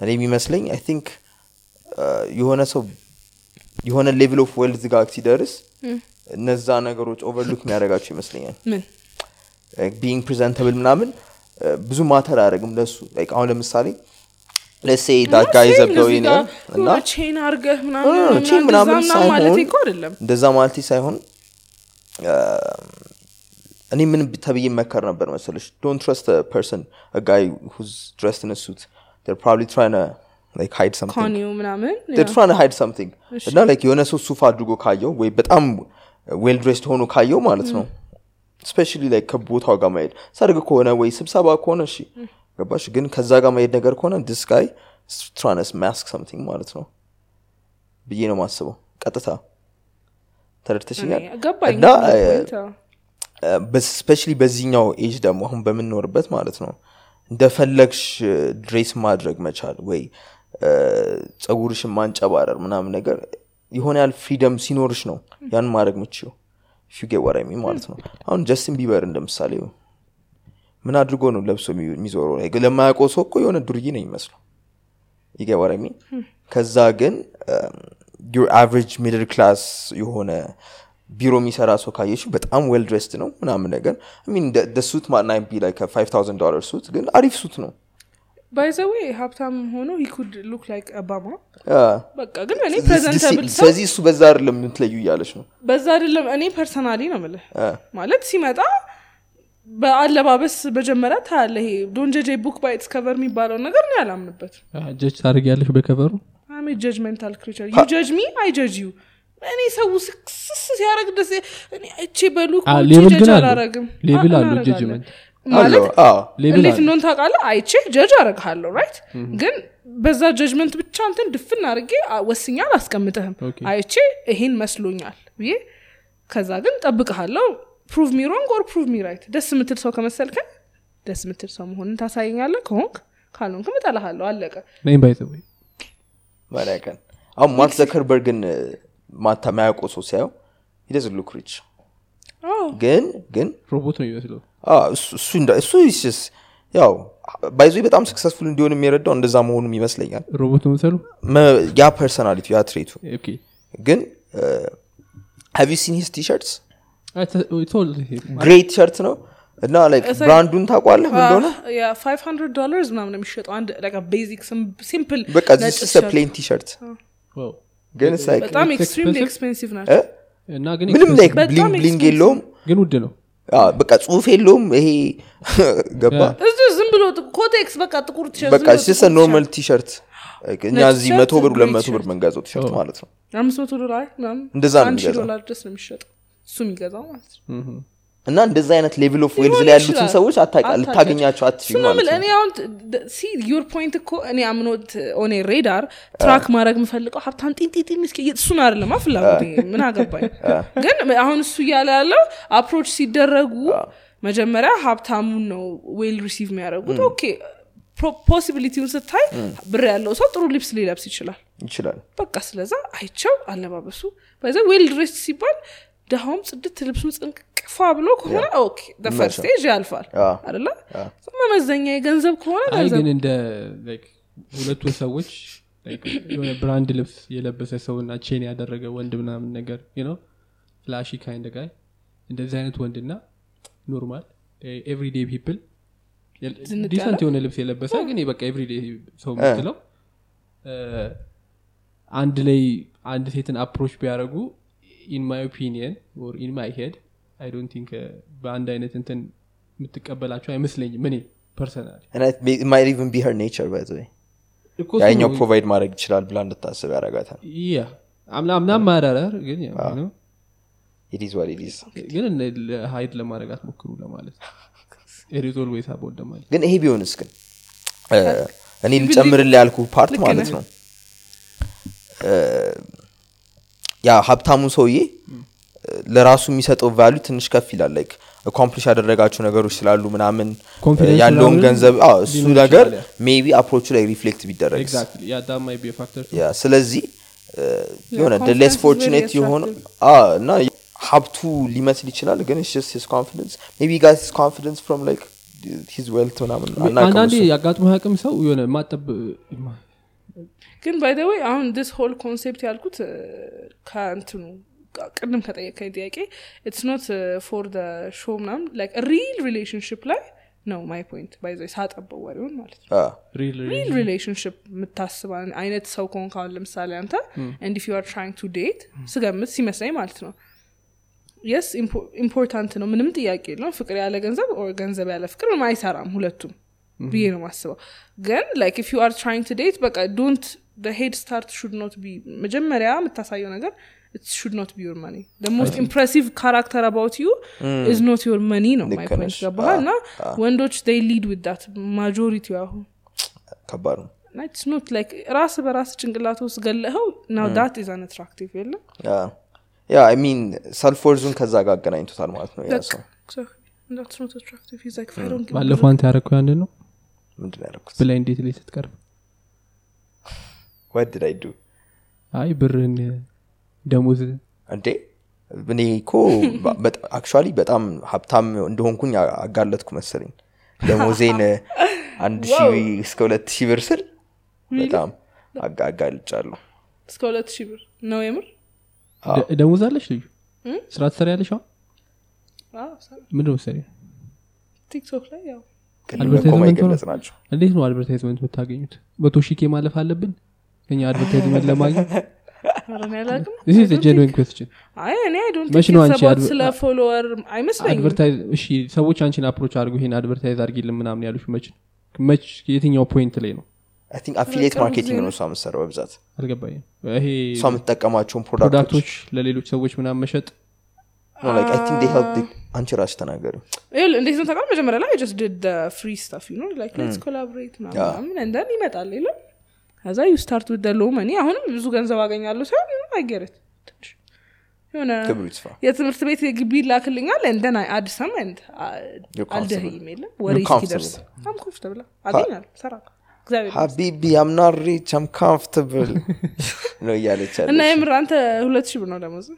እኔ የሚመስለኝ አይ ቲንክ የሆነ ሰው የሆነ ሌቭል ኦፍ ዌልዝ ጋር ሲደርስ Mm. እነዛ ነገሮች ኦቨርሉክ የሚያደርጋቸው ይመስለኛል ምን ቢንግ ፕሬዘንተብል eh, ምናምን እ፣ ብዙ ማተር አያደርግም ለሱ Like አሁን ለምሳሌ ለሴ ዳት Not ጋይ saying ዘበዊ እዚህ ነው ጋር እና የሆነ chain አድርገህ እ፣ ምናምን ቺም ምናምን ምናምን እንደዛ ምናምን ማለቴ እኮ ሳይሆን አይደለም። እንደዛ ማለት ሳይሆን እ፣ እኔ ምን ተብዬ መከር ነበር መሰለሽ ዶንት ትረስት ፐርሰን ጋይ ሁዝ ድረስድ ኢን ሱት ፕሮባብሊ ትራይን ላይክ ሃይድ ሰምቲንግ ኮኒው ምናምን they're trying to hide something እና like የሆነ ሰው ሱፍ አድርጎ ካየው ወይ በጣም ዌል ድሬስድ ሆኖ ካየው ማለት ነው Mm. ስፔሻሊ ላይክ ከቦታው ጋር ማሄድ ሰርግ ከሆነ ወይ ስብሰባ ከሆነ እሺ Mm. ገባሽ ግን ከዛ ጋር ማሄድ ነገር ከሆነ ዲስ ጋይ ትራነስ ማስክ ሰምቲንግ ማለት ነው ብዬ ነው ማስበው ቀጥታ ተረድተሽኛል ገባኝ እና ስፔሻሊ በዚህኛው ኤጅ ደግሞ አሁን በምንኖርበት ማለት ነው እንደፈለግሽ ድሬስ ማድረግ መቻል ወይ ፀጉርሽን ማንጨባረር ምናምን ነገር የሆነ ያህል ፍሪደም ሲኖርሽ ነው ያን ማድረግ ምችው ፊጌ ወራሚ ማለት ነው አሁን ጀስትን ቢበር እንደምሳሌ ምን አድርጎ ነው ለብሶ የሚ- የሚዞረው Like ለማያውቀው ሰው እኮ የሆነ ዱርዬ ነው የሚመስለው ይገባል ሚ ከዛ ግን um, ዩር አቨሬጅ ሚድል ክላስ የሆነ ቢሮ የሚሰራ ሰው ካየሽ በጣም ዌል ድሬስድ ነው ምናምን ነገር ሚን ሱት ማና ቢ ላይ ከ5000 ዶላር ሱት ግን አሪፍ ሱት ነው ባይዘዌ ሀብታም ሆኖ ሂ ኩድ ሉክ ላይክ ኦባማ አ፣ በቃ ግን እኔ Uh, ስለዚህ- ፕሬዘንተብል ሰው ስለዚህ እሱ በዛ አይደለም የምትለዩ እያለች ነው Uh, በዛ አይደለም እኔ ፐርሰናሊ ነው ምልህ አ፣ ማለት ሲመጣ በአለባበስ መጀመሪያ ታያለ ይሄ ዶንጀጄ ቡክ ባይትስ ከቨር የሚባለውን ነገር እኔ አላምንበት ጀጅ ታደርግ ያለሽ በከቨሩ አሜ ጀጅመንታል ክሪቸር ዩ ጀጅ ሚ አይ ጀጅ ዩ እኔ ሰው ስክስስ ሲያደርግ ደስ እኔ እቼ በሉክ አ፣ ወጪ ሌብል ጀጅ ግን አለው። አላረግም ሌብል አ- አለው እናረጋለን። ጀጅመንት። ማለት አለው አዎ ሌብል እንዴት አለ። እንደሆን ታውቃለህ አይቼ ጀጅ አረግሃለሁ ራይት ግን በዛ ጀጅመንት ብቻ እንትን ድፍን አድርጌ አ- ወስኜ አላስቀምጥህም ኦኬ። አይቼ ይሄን መስሎኛል ብዬ ከዛ ግን ጠብቅሃለሁ ፕሩቭ ሚ ሮንግ ኦር ፕሩቭ ሚ ራይት ደስ የምትል ሰው ከመሰልከን ደስ የምትል ሰው መሆንን ታሳየኛለህ ከሆንክ ካልሆንክም እጠላሃለሁ አለቀ ነይም ባይዘወይ ማለቀን አሁን ማርክ ዘከርበርግን እ፣ ማታ ማያውቀው ሰው ሲያየው ሂደዝ ሉክ ሪች አዎ ግን ግን ሮቦት ነው ይመስለው አዎ፣ እሱ- እሱ እንዳ- እሱ ይስስ ያው ባይዞ በጣም ስክሰስፉል እንዲሆን የሚረዳው እንደዛ መሆኑም ይመስለኛል ሮቦት ነው መሰሉ መ- ያ ፐርሰናሊቲ ያ ትሬቱ ኦኬ ግን ሀቪ ሲን ሂስ ቲሸርትስ Ah, it's- it's all here. ግሬ ቲሸርት ነው እና ላይክ እሰይ። ብራንዱን ታቋለህ እንደሆነ የ500 ዶላርስ ምናምን ነው የሚሸጠው አንድ ቤዚክ ሲምፕል በቃ ዚስ ፕሌን ቲሸርት Wow. ግን it's like በጣም It's ኤክስትሪምሊ expensive? Eh? ኤክስፔንሲቭ እ? ናቸው እና ግን ምንም expensive ላይክ ነው። በጣም ብሊንግ ብሊንግ expensive። የለውም ግን ውድ ነው አዎ፣ በቃ ጽሁፍ የለውም ይሄ ገባ Yeah. እዚ ዝም ብሎ ጥ- ኮቴክስ በቃ ጥቁር ቲሸርት በቃ ስሰ ኖርማል ቲሸርት እኛ ነጭ እዚህ ቲሸርት፣ መቶ ብር ግሬ ሁለት መቶ ብር ቲሸርት። መንገዘው ቲሸርት ማለት ነው አምስት መቶ ዶላር ምናምን እንደዛ ነው አንድ ሺህ የሚገዛው። ዶላር ድረስ ነው የሚሸጠው እሱ የሚገዛው ማለት ነው እና እንደዛ አይነት ሌቭል ኦፍ ዌልዝ ሊሆን ላይ ያሉትን ይችላል። ሰዎች አታውቃ- አታውቃቸው። ልታገኛቸው አትችል እሱን ነው ማለት የምልህ። ነው እኔ አሁን ሲ ዩር ፖይንት እኮ እኔ አምኖት ኦኔ ሬዳር ትራክ ማድረግ የምፈልገው ሀብታም ጢንጢጢ ምስኪ እሱን አይደለም ፍላጎት ምን አገባኝ ግን አሁን እሱ እያለ ያለው አፕሮች ሲደረጉ መጀመሪያ ሀብታሙን ነው ዌል ሪሲቭ የሚያደርጉት ኦኬ ፖሲቢሊቲውን ስታይ ብር ያለው ሰው ጥሩ ልብስ ሊለብስ ይችላል ይችላል በቃ ስለዛ አይቸው አለባበሱ በዛ ዌል ድሬስ ሲባል ደሃውም ጽድት ልብሱን ጽንቅፋ ብሎ ከሆነ ኦኬ ፈርስት ስቴጅ ያልፋል አዎ። አደለ መመዘኛ የገንዘብ ከሆነ አይ ገንዘብ ግን እንደ like ሁለቱ ሰዎች like የሆነ ብራንድ ልብስ የለበሰ ሰው እና ቼን ያደረገ ወንድ ምናምን ነገር ነው ፍላሺ ካይንድ ጋይ እንደዚህ አይነት ወንድና ኖርማል ኤቭሪዴ ፒፕል ዝንጥ ዲሰንት የሆነ ልብስ የለበሰ ግን በቃ ኤቭሪዴ ሰው ምትለው አንድ ላይ አንድ ሴትን አፕሮች ቢያደረጉ ኢን ማይ ኦፒኒየን ኦር ኢን ማይ ሄድ አይ ዶንት ቲንክ በአንድ አይነት እንትን የምትቀበላቸው አይመስለኝም እኔ ፐርሰናል ማይት ኢቨን ቢ ሄር ኔቸር ባይ ዘ ወይ ያኛው ፕሮቫይድ ማድረግ ይችላል ብላ እንድታስብ ያደርጋታል ያ አምና አምና ማረረር ግን ያው ነው ኢዲዝ ዋት ኢዲዝ ግን ሀይድ ለማድረግ አትሞክሩ ለማለት ኢሪዝ ኦልዌይስ አቦት ለማለት ግን ይሄ ቢሆንስ ግን እኔ ልጨምርልህ ያልኩ ፓርት ማለት ነው ያ ሀብታሙ ሰውዬ ለራሱ የሚሰጠው ቫሉ ትንሽ ከፍ ይላል ላይክ አኮምፕሊሽ ያደረጋቸው ነገሮች ስላሉ ምናምን Confidence ያለውን ምናምን ገንዘብ አዎ፣ እሱ ሊኖር ነገር ይችላል፣ ሜቢ አፕሮቹ ላይ ሪፍሌክት ቢደረግ ኤግዛክትሊ ያ ዳ ማይ ቢ ፋክተር ያ ስለዚህ እ፣ የሆነ Yeah, ለስ confidence ፎርቹኔት is very የሆነ አዎ፣ እና Ah, ሀብቱ ሊመስል ይችላል ግን ስ ኮንፊደንስ ሜቢ ጋዝ ኮንፊደንስ ፍሮም ላይክ ሂዝ ዌልት ምናምን አናውቅም አንዳንዴ እሱን። ያጋጥሞ አቅም ሰው የሆነ ማጠብ ግን ባይደወይ አሁን ዲስ ሆል ኮንሴፕት ያልኩት እ፣ ከእንትኑ ጋ- ቅድም ከጠየቀኝ ጥያቄ uh, ኢትስ ኖት ፎር ሾ ምናምን ላይክ ሪል ሪሌሽንሽፕ ላይ ነው ማይ ፖይንት ባይዘ ሳጠበው ወሬውን ማለት ነው አዎ፣ ሪል ሪል ሪሌሽንሽፕ የምታስብ አይነት ሰው ከሆንክ አሁን ለምሳሌ አንተ ኤንድ ኢፍ ዩ አር ትራይንግ ቱ ዴት ስገምት ሲመስለኝ ማለት ነው የስ ኢምፖርታንት ነው ምንም ጥያቄ የለውም ፍቅር ያለ ገንዘብ ኦር ገንዘብ ያለ ፍቅር አይሰራም ሁለቱም ብዬ ነው ማስበው ግን ላይክ ኢፍ ዩ አር ትራይንግ ቱ ዴት በቃ ዶንት ሄድ ስታርት ሹድ ኖት ቢ መጀመሪያ የምታሳየው ነገር ሹድ ኖት ቢ ዮር መኒ ሞስት ኢምፕሬሲቭ ካራክተር አባውት ዩ ኢዝ ኖት ዮር መኒ ነው ማይ ልክ ነሽ። ፖይንት ገባሃል እና ወንዶች ዴይ ሊድ ዊት ዳት ማጆሪቲ አሁን ከባድ ነው ኢትስ ኖት ላይክ ራስ በራስ ጭንቅላት ውስጥ ገለኸው ናው ዳት ኢዝ አንአትራክቲቭ የለም Ah, ያ አይ ሚን ሰልፎርዙን ከዛ ጋር አገናኝቶታል ማለት ነው ያ ሰው ዳትስ ኖት አትራክቲቭ ኢዝ ላይክ አይ ዶንት ባለፈው አንተ ያረግከው ያንድ ነው ምንድን ነው ያደረኩት ብላይ እንዴት ላይ ስትቀርብ what did i do አይ ብርህን ደሞዝ እንዴ እኔ እኮ አክቹዋሊ በጣም ሀብታም እንደሆንኩኝ አ- አጋለጥኩ መሰለኝ ደሞዜን አንድ ሺ እስከ ሁለት ሺህ ብር ስል በጣም አጋ- አጋልጫለሁ እስከ ሁለት ሺህ ብር ነው የምር ደ- ደሞዝ አለሽ ልዩ ስራ ትሰሪ ያለሽ አሁን አዎ፣ ሰ- ምንድን ነው ሰሪ ቲክቶክ ላይ ያው ቅድም ኮማ የገለጽ ናቸው እንዴት ነው አድቨርታይዝመንት የምታገኙት መቶ ሺህ ኬ ማለፍ አለብን እኛ አድቨርታይዝመንት ለማግኘት ረን ያላቅም ዚህ ዘ ጀንዊን ኩስችን አይ እኔ አይ ዶንት መች ቲንክ ነው ኢትስ አንቺ አባውት አድቨ- ስለ ፎሎወር አይመስለኝም እሺ ሰዎች አንቺን አፕሮች አድርጉ ይሄን አድቨርታይዝ አድርጊልን ምናምን ያሉሽ መች መች የትኛው ፖይንት ላይ ነው አይ ቲንክ አፊሊየት ማርኬቲንግ ነው እሷ የምትሰራው በብዛት አልገባኝም ይሄ እሷ የምትጠቀማቸውን ፕሮዳክቶች ፕሮዳክቶች ለሌሎች ሰዎች ምናምን መሸጥ ነው like, I think they help the- አንቺ ራስሽ ተናገሪ ይኸውልህ እንዴት ነው ታውቃለህ መጀመሪያ ላይ ጀስት ድ ፍሪ ስታፍ ዩ ኖ ላይክ ሌትስ ኮላቦሬት ምናምን እንደን ይመጣል የለም ከዛ ዩ ስታርት ዊት ሎ መኒ አሁንም ብዙ ገንዘብ አገኛለሁ ሳይሆን አይገርት ትንሽ የሆነ ክብሩ ይስፋ የትምህርት ቤት የግቢ ይላክልኛል እንደን አድ ሰም ንድ You're comfortable. uh, አልደህይም የለም ወሬ You're እስኪደርስ comfortable. በጣም ኮፍተብላ አገኛለሁ ሰራ እግዚአብሔር ሀቢቢ አምና ሪች አም ካምፍትብል ነው እያለች እና ያለች የምር አንተ ሁለት ሺህ ብር ነው ደሞዝ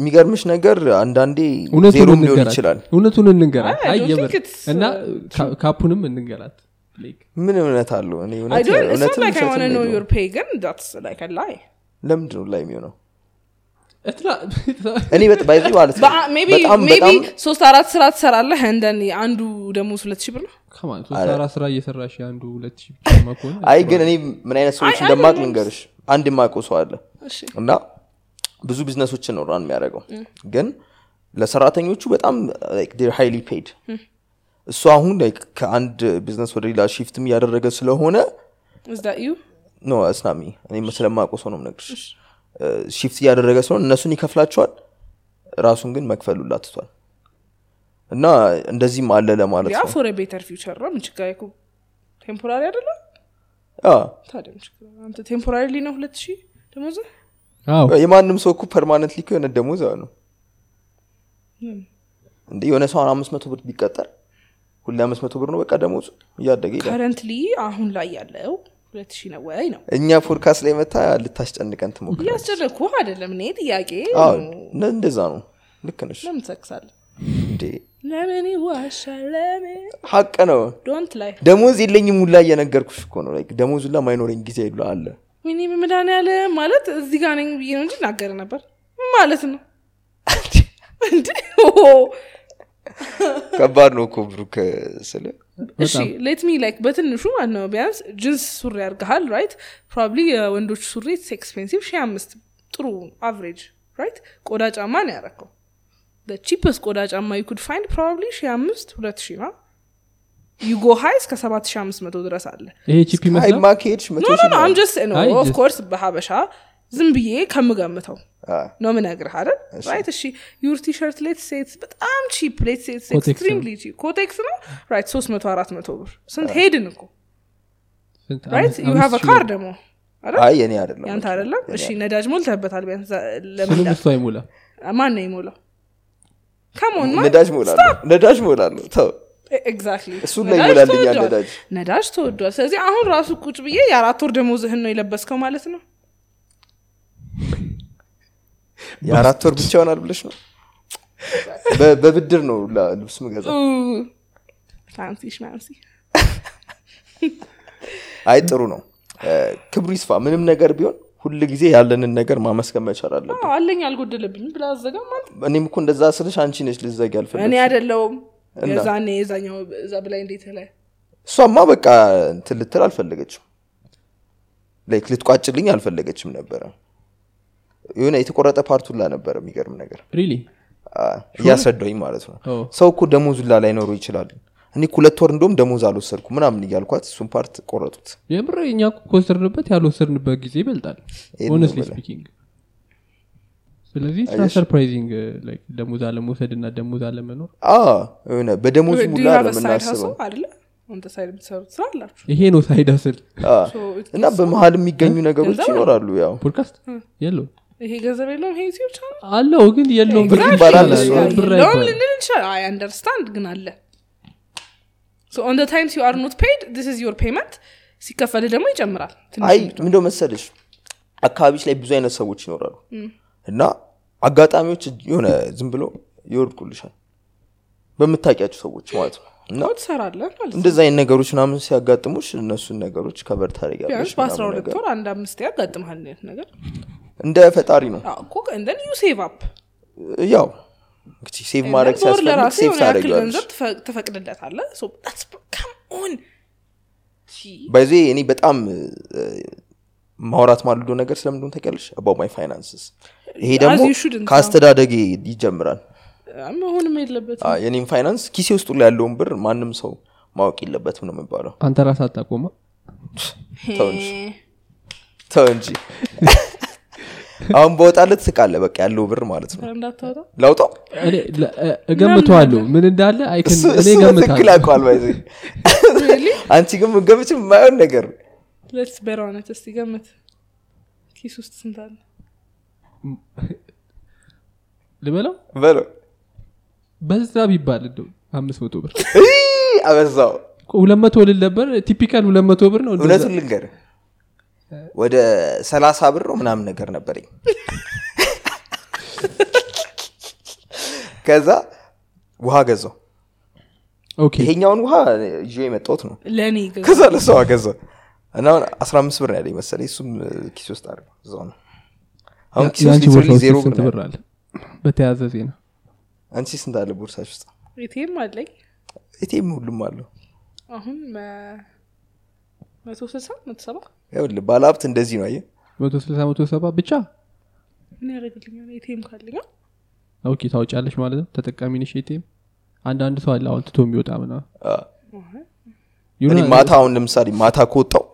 የሚገርምሽ ነገር አንዳንዴ እውነቱን ዜሮም ሊሆን እንንገራት ይችላል እውነቱን እንንገራት አይ, I አይ don't የምር think it's, እና uh, ካ- ካፑንም እንንገራት Like, ምን እውነት አለው እኔ I እውነት- don't- it's not እውነትም like I ውሸትም wanna know የለውም። your pay, ግን that's like a lie. ለምንድን ነው ላይ የሚሆነው እትላ- እኔ በጣም ባይዚ ማለት ነው በአ- uh, maybe- በጣም maybe በጣም ሶስት አራት ስራ ትሰራለህ እንደን አንዱ ደሞዝ ሁለት ሺህ ብር ነው Come on, ሶስት አራት ስራ እየሰራሽ የአንዱ ሁለት ሺህ ብቻ መኮን አይ ግን እኔ ምን አይነት ሰዎች አይ፣ አይ፣ እንደማቅ አይ፣ ልንገርሽ አንድ የማውቀው ሰው አለ እሺ። እና ብዙ ቢዝነሶችን ነው ራን የሚያደርገው Mm. ግን ለሰራተኞቹ በጣም ሃይሊ ፔድ Mm. እሱ አሁን like ከአንድ ቢዝነስ ወደ ሌላ ሺፍትም እያደረገ ስለሆነ Is that you? ኖ እስናሚ እኔ ስለማውቀው ሰው ነው የምነግርሽ ሺፍት እያደረገ ስለሆነ እነሱን ይከፍላቸዋል ራሱን ግን መክፈሉ ላትቷል እና እንደዚህም አለ ለማለት ያ ነው ፎር ቤተር ፊውቸር ነው ምን ችግር አይኩ ቴምፖራሪ አይደለ አዎ። ታዲያ ምን ችግር አለ? አንተ ቴምፖራሪ ነው ሁለት ሺህ ደሞዝ አዎ የማንም ሰው እኮ ፐርማነንት ሊኮ የሆነ ደሞዝ ያው ነው እንደ የሆነ ሰውን አምስት መቶ ብር ቢቀጠር ሁሌ አምስት መቶ ብር ነው በቃ ደሞዙ እያደገ ይላል ከረንትሊ አሁን ላይ ያለው ሁለት ሺህ ነው ወይ ነው እኛ ፖድካስት ላይ መታ ልታስጨንቀን ትሞክር እያስጨነኩ አይደለም እኔ ጥያቄ አዎ፣ ነው። እነ- እንደዛ ነው ልክ ነሽ ለምን ትሰክሳለህ እንዴ ለምን ይዋሻል ለምን ሀቅ ነው ዶንት ላይ ደሞዝ የለኝም ሁላ እየነገርኩሽ እኮ ነው like ደሞዝ ሁላ ማይኖረኝ ጊዜ ይሉ አለ ሚኒ ምዳን ያለ ማለት እዚህ ጋር ነኝ ብዬ ነው እንጂ እናገር ነበር ማለት ነው እንዴ ኦ! ከባድ ነው እኮ ብሩክ ስለ እሺ ሌት ሚ ላይክ በትንሹ ማለት ነው ቢያንስ ጅንስ ሱሪ ያርግሃል ራይት ፕሮባብሊ የወንዶች ሱሪ ኢትስ ኤክስፔንሲቭ ሺ አምስት ጥሩ አቨሬጅ ራይት ቆዳ ጫማ ነው ያረከው ቺፐስ ቆዳ ጫማ ዩ ኩድ ፋይንድ ፕሮባብሊ ሺ አምስት ሁለት ሺ ነው ዩጎ ሀይ እስከ ሰባት ሺ አምስት መቶ ድረስ አለ ይሄ ቺፕ ይመስላል ሃይማ ከሄድሽ መቶ ኖ ኖ ሺህ ኖ ነው አም ጀስት ኖ አይ, ኦፍ just- ኮርስ በሀበሻ ዝም ብዬ ከምገምተው አ፣ ነው ምነግርህ አይደል እሺ። ራይት እሺ ዩር ቲሸርት ሌት ሴት በጣም ቺፕ ሌት ሴት ኮቴክስ ነው። ኤክስትሪምሊ ቺፕ ኮቴክስ ነው ራይት ሶስት መቶ አራት መቶ ብር ስንት ሄድን እኮ ስንት? ራይት አምስት- ዩ ሃቭ አምስት ሺህ ካር ብር። ደግሞ አይደል? አይ የኔ አይደለም ያንተ አይደለም እሺ ነዳጅ ሞልተህበታል ቢያንስ ዛ- እሱንም ለመንዳት እሱ አይሞላም ማን ነው የሞላው ከሞን ነዳጅ ሞላለሁ ነዳጅ ሞላለሁ ተው Eh, ኤግዛክትሊ እሱን ላይ ይሞላልኛል ነዳጅ ነዳጅ ተወዷል ስለዚህ አሁን ራሱ ቁጭ ብዬ የአራት ወር ደሞዝህን ነው የለበስከው ማለት ነው የአራት ወር ብቻ ይሆናል ብለሽ ነው በ- በብድር ነው ላ- ልብስ ምገዛ ፋንሲ ሽናንሲ አይ ጥሩ ነው እ፣ ክብሩ ይስፋ ምንም ነገር ቢሆን ሁል ጊዜ ያለንን ነገር ማመስገን መቻል አለብን አዎ፣ አለኝ አልጎደለብኝም ብላ አዘጋ ማለት ነው። እኔም እኮ እንደዛ ስልሽ አንቺ ነች ልዘጊ አልፈልግ እኔ አይደለውም እና? የዛኔ የዛኛው እዛ ብላይ እንዴት ላይ እሷማ በቃ እንትን ልትል አልፈለገችም ላይክ ልትቋጭልኝ አልፈለገችም ነበረ የሆነ የተቆረጠ ፓርት ሁላ ነበረ የሚገርም ነገር ሪሊ አ፣ እያስረዳኝ ማለት ነው ኦ፣ ሰው እኮ ደሞዝ ሁላ ላይኖረው ይችላል እኔ እኮ ሁለት ወር እንደውም ደሞዝ አልወሰድኩ ምናምን እያልኳት እሱን ፓርት ቆረጡት የምር እኛ እኮ ከወሰድንበት ያልወሰድንበት ጊዜ ይበልጣል ይሄን ነው ሆነስትሊ የምልህ። ስፒኪንግ ስለዚህ ስራ ሰርፕራይዚንግ ደሞዝ አለመውሰድ እና ደሞዝ አለመኖር አ፣ የሆነ በደሞዝ ሙላ ነው የምናስበው አደለ ወንተ ሳይድ የምትሰሩት ስራ አላችሁ ይሄ ነው ሳይድ ስል አ፣ So it እና በመሀል የሚገኙ ነገሮች ገንዘብ ይኖራሉ ያው ፖድካስት የለው ይሄ ገንዘብ የለውም ይሄ ዩቲዩብ ቻናል አለው ግን የለውም ብር Exactly. ይባላል ይባላል እሱ። ብር የለውም አይባልም ልንል እንችላለን። አይ አንደርስታንድ ግን አለ So on the times you are not paid this is your payment ሲከፈልህ ደግሞ ይጨምራል ትንሽ አይ ምንደ መሰልሽ አካባቢች ላይ ብዙ አይነት ሰዎች ይኖራሉ እና አጋጣሚዎች እጅ- የሆነ ዝም ብሎ ይወድቁልሻል በምታውቂያቸው ሰዎች ማለት ነው እና ትሰራለህ ማለት ነው እንደዚ አይነት ነገሮች ምናምን ሲያጋጥሙሽ እነሱን ነገሮች ከበር ታደርጊያለሽ ቢያንስ በአስራ ምናምን ሁለት ነገር። ወር አንድ አምስት ያጋጥምሃል አይነት ነገር እንደ ፈጣሪ ነው አዎ እኮ እንደን ዩ ሴቭ አፕ ያው እንግዲህ ሴቭ ማድረግ ወር ሲያስፈልግ ለራሱ ሴቭ የሆነ ያክል ታደርጊዋለሽ ገንዘብ ተፈቅድለታለ ኦን ባይዜ እኔ በጣም እ፣ ማውራት ማልዶ ነገር ስለምንድን ታውቂያለሽ አባው ማይ ፋይናንስስ ይሄ ደግሞ you shouldn't know. ከአስተዳደጌ ይጀምራል መሆንም የለበትም አዎ፣ የኔም ፋይናንስ ኪሴ ውስጥ ሁላ ያለውን ብር ማንም ሰው ማወቅ የለበትም ነው የሚባለው አንተ ራስ አታቆማ ተው እንጂ ተው እንጂ አሁን በወጣለት ስቃለ በቃ ያለው ብር ማለት ነው ኧረ እንዳታወጣ ለውጣው እገምተዋለሁ ምን እንዳለ አይክን እኔ ትክክል ገምታለሁ ያውቀዋል ባይዘ አንቺ ግን ምገምች የማየውን ነገር ለትስ በራነት እስቲ ገምት ኪስ ውስጥ ስንታለ ልበለው በለው በዛ ቢባል እንደው አምስት መቶ ብር እይ፣ አበዛው እኮ ሁለት መቶ ልል ነበር ቲፒካል ሁለት መቶ ብር ነው እንደዛ። እውነቱን ልንገር ወደ ሰላሳ ብር ነው ምናምን ነገር ነበረኝ ከዛ ውሃ ገዛው ኦኬ ይሄኛውን ውሃ ይዤ የመጣሁት ነው ለእኔ ገዛ ከዛ ለሰው አገዛ እና አሁን አስራ አምስት ብር ነው ያለኝ መሰለኝ እሱም እ፣ ኪስ ውስጥ አድርገው እዛው ነው አሁን ኪስ ውስጥ የአንቺ ቦርሳ literally ውስጥ ዜሮ ብር ስንት ነው ብር ያለው። አለ በተያዘ ዜና አንቺ ስንት አለ ቦርሳሽ ውስጥ ኤቲኤም አለኝ ኤቲኤም ሁሉም አለው አሁን መ- መቶ ስልሳ መቶ ሰባ ይኸውልህ ባለሀብት እንደዚህ ነው አየህ መቶ ስልሳ መቶ ሰባ ብቻ ምን ያደርግልኛል ኤቲኤም ካለኛ ኦኬ ታውጫለሽ ማለት ነው ተጠቃሚ ነሽ ኤቲኤም አንዳንድ ሰው አለ አውጥቶ የሚወጣ ምናምን አ፣ እኔ ይሁን- ማታ አሁን ለምሳሌ ማታ ከወጣው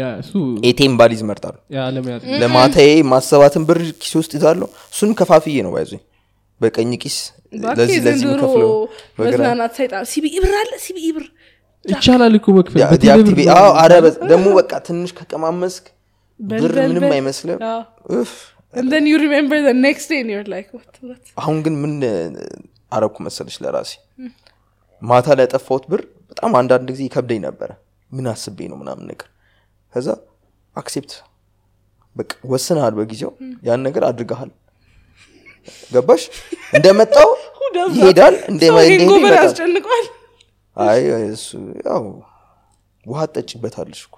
ያ እሱ ኤቲኤም ባሊዝ መርጣለሁ የዓለም ያ ለማታዬ ማሰባትን ብር ኪስ ውስጥ ይዛለሁ እሱን ከፋፍዬ ነው ባይዞ በቀኝ ኪስ ባኬ ለዚህ ለዚህ ዘንድሮ የምከፍለው በግራ መዝናናት ሳይጣ ሲቢኢ ብር አለ ሲቢኢ ብር ይቻላል እኮ መክፈል ዲ- በቴሌ ብር ዲአክቲቪ ነው። አዎ፣ ኧረ በ- ደግሞ በቃ ትንሽ ከቀማመስክ ብር በል ምንም በል። አይመስልም አዎ። እፍ And then you remember the next day and you're like, what? what? አሁን ግን ምን እ፣ አረኩ መሰለች ለራሴ ማታ ላይ ያጠፋሁት ብር በጣም አንዳንድ ጊዜ ይከብደኝ ነበረ ምን አስቤ ነው ምናምን ነገር ከዛ አክሴፕት በቃ ወስንሃል በጊዜው ያን ነገር አድርገሃል ገባሽ እንደመጣው Who does that? ይሄዳል እንደ- ሰው ይሄን እንደሄደ ጎበዝ ይመጣል ያስጨንቋል። አይ እሱ ያው ውሃ ትጠጪበታለሽ እኮ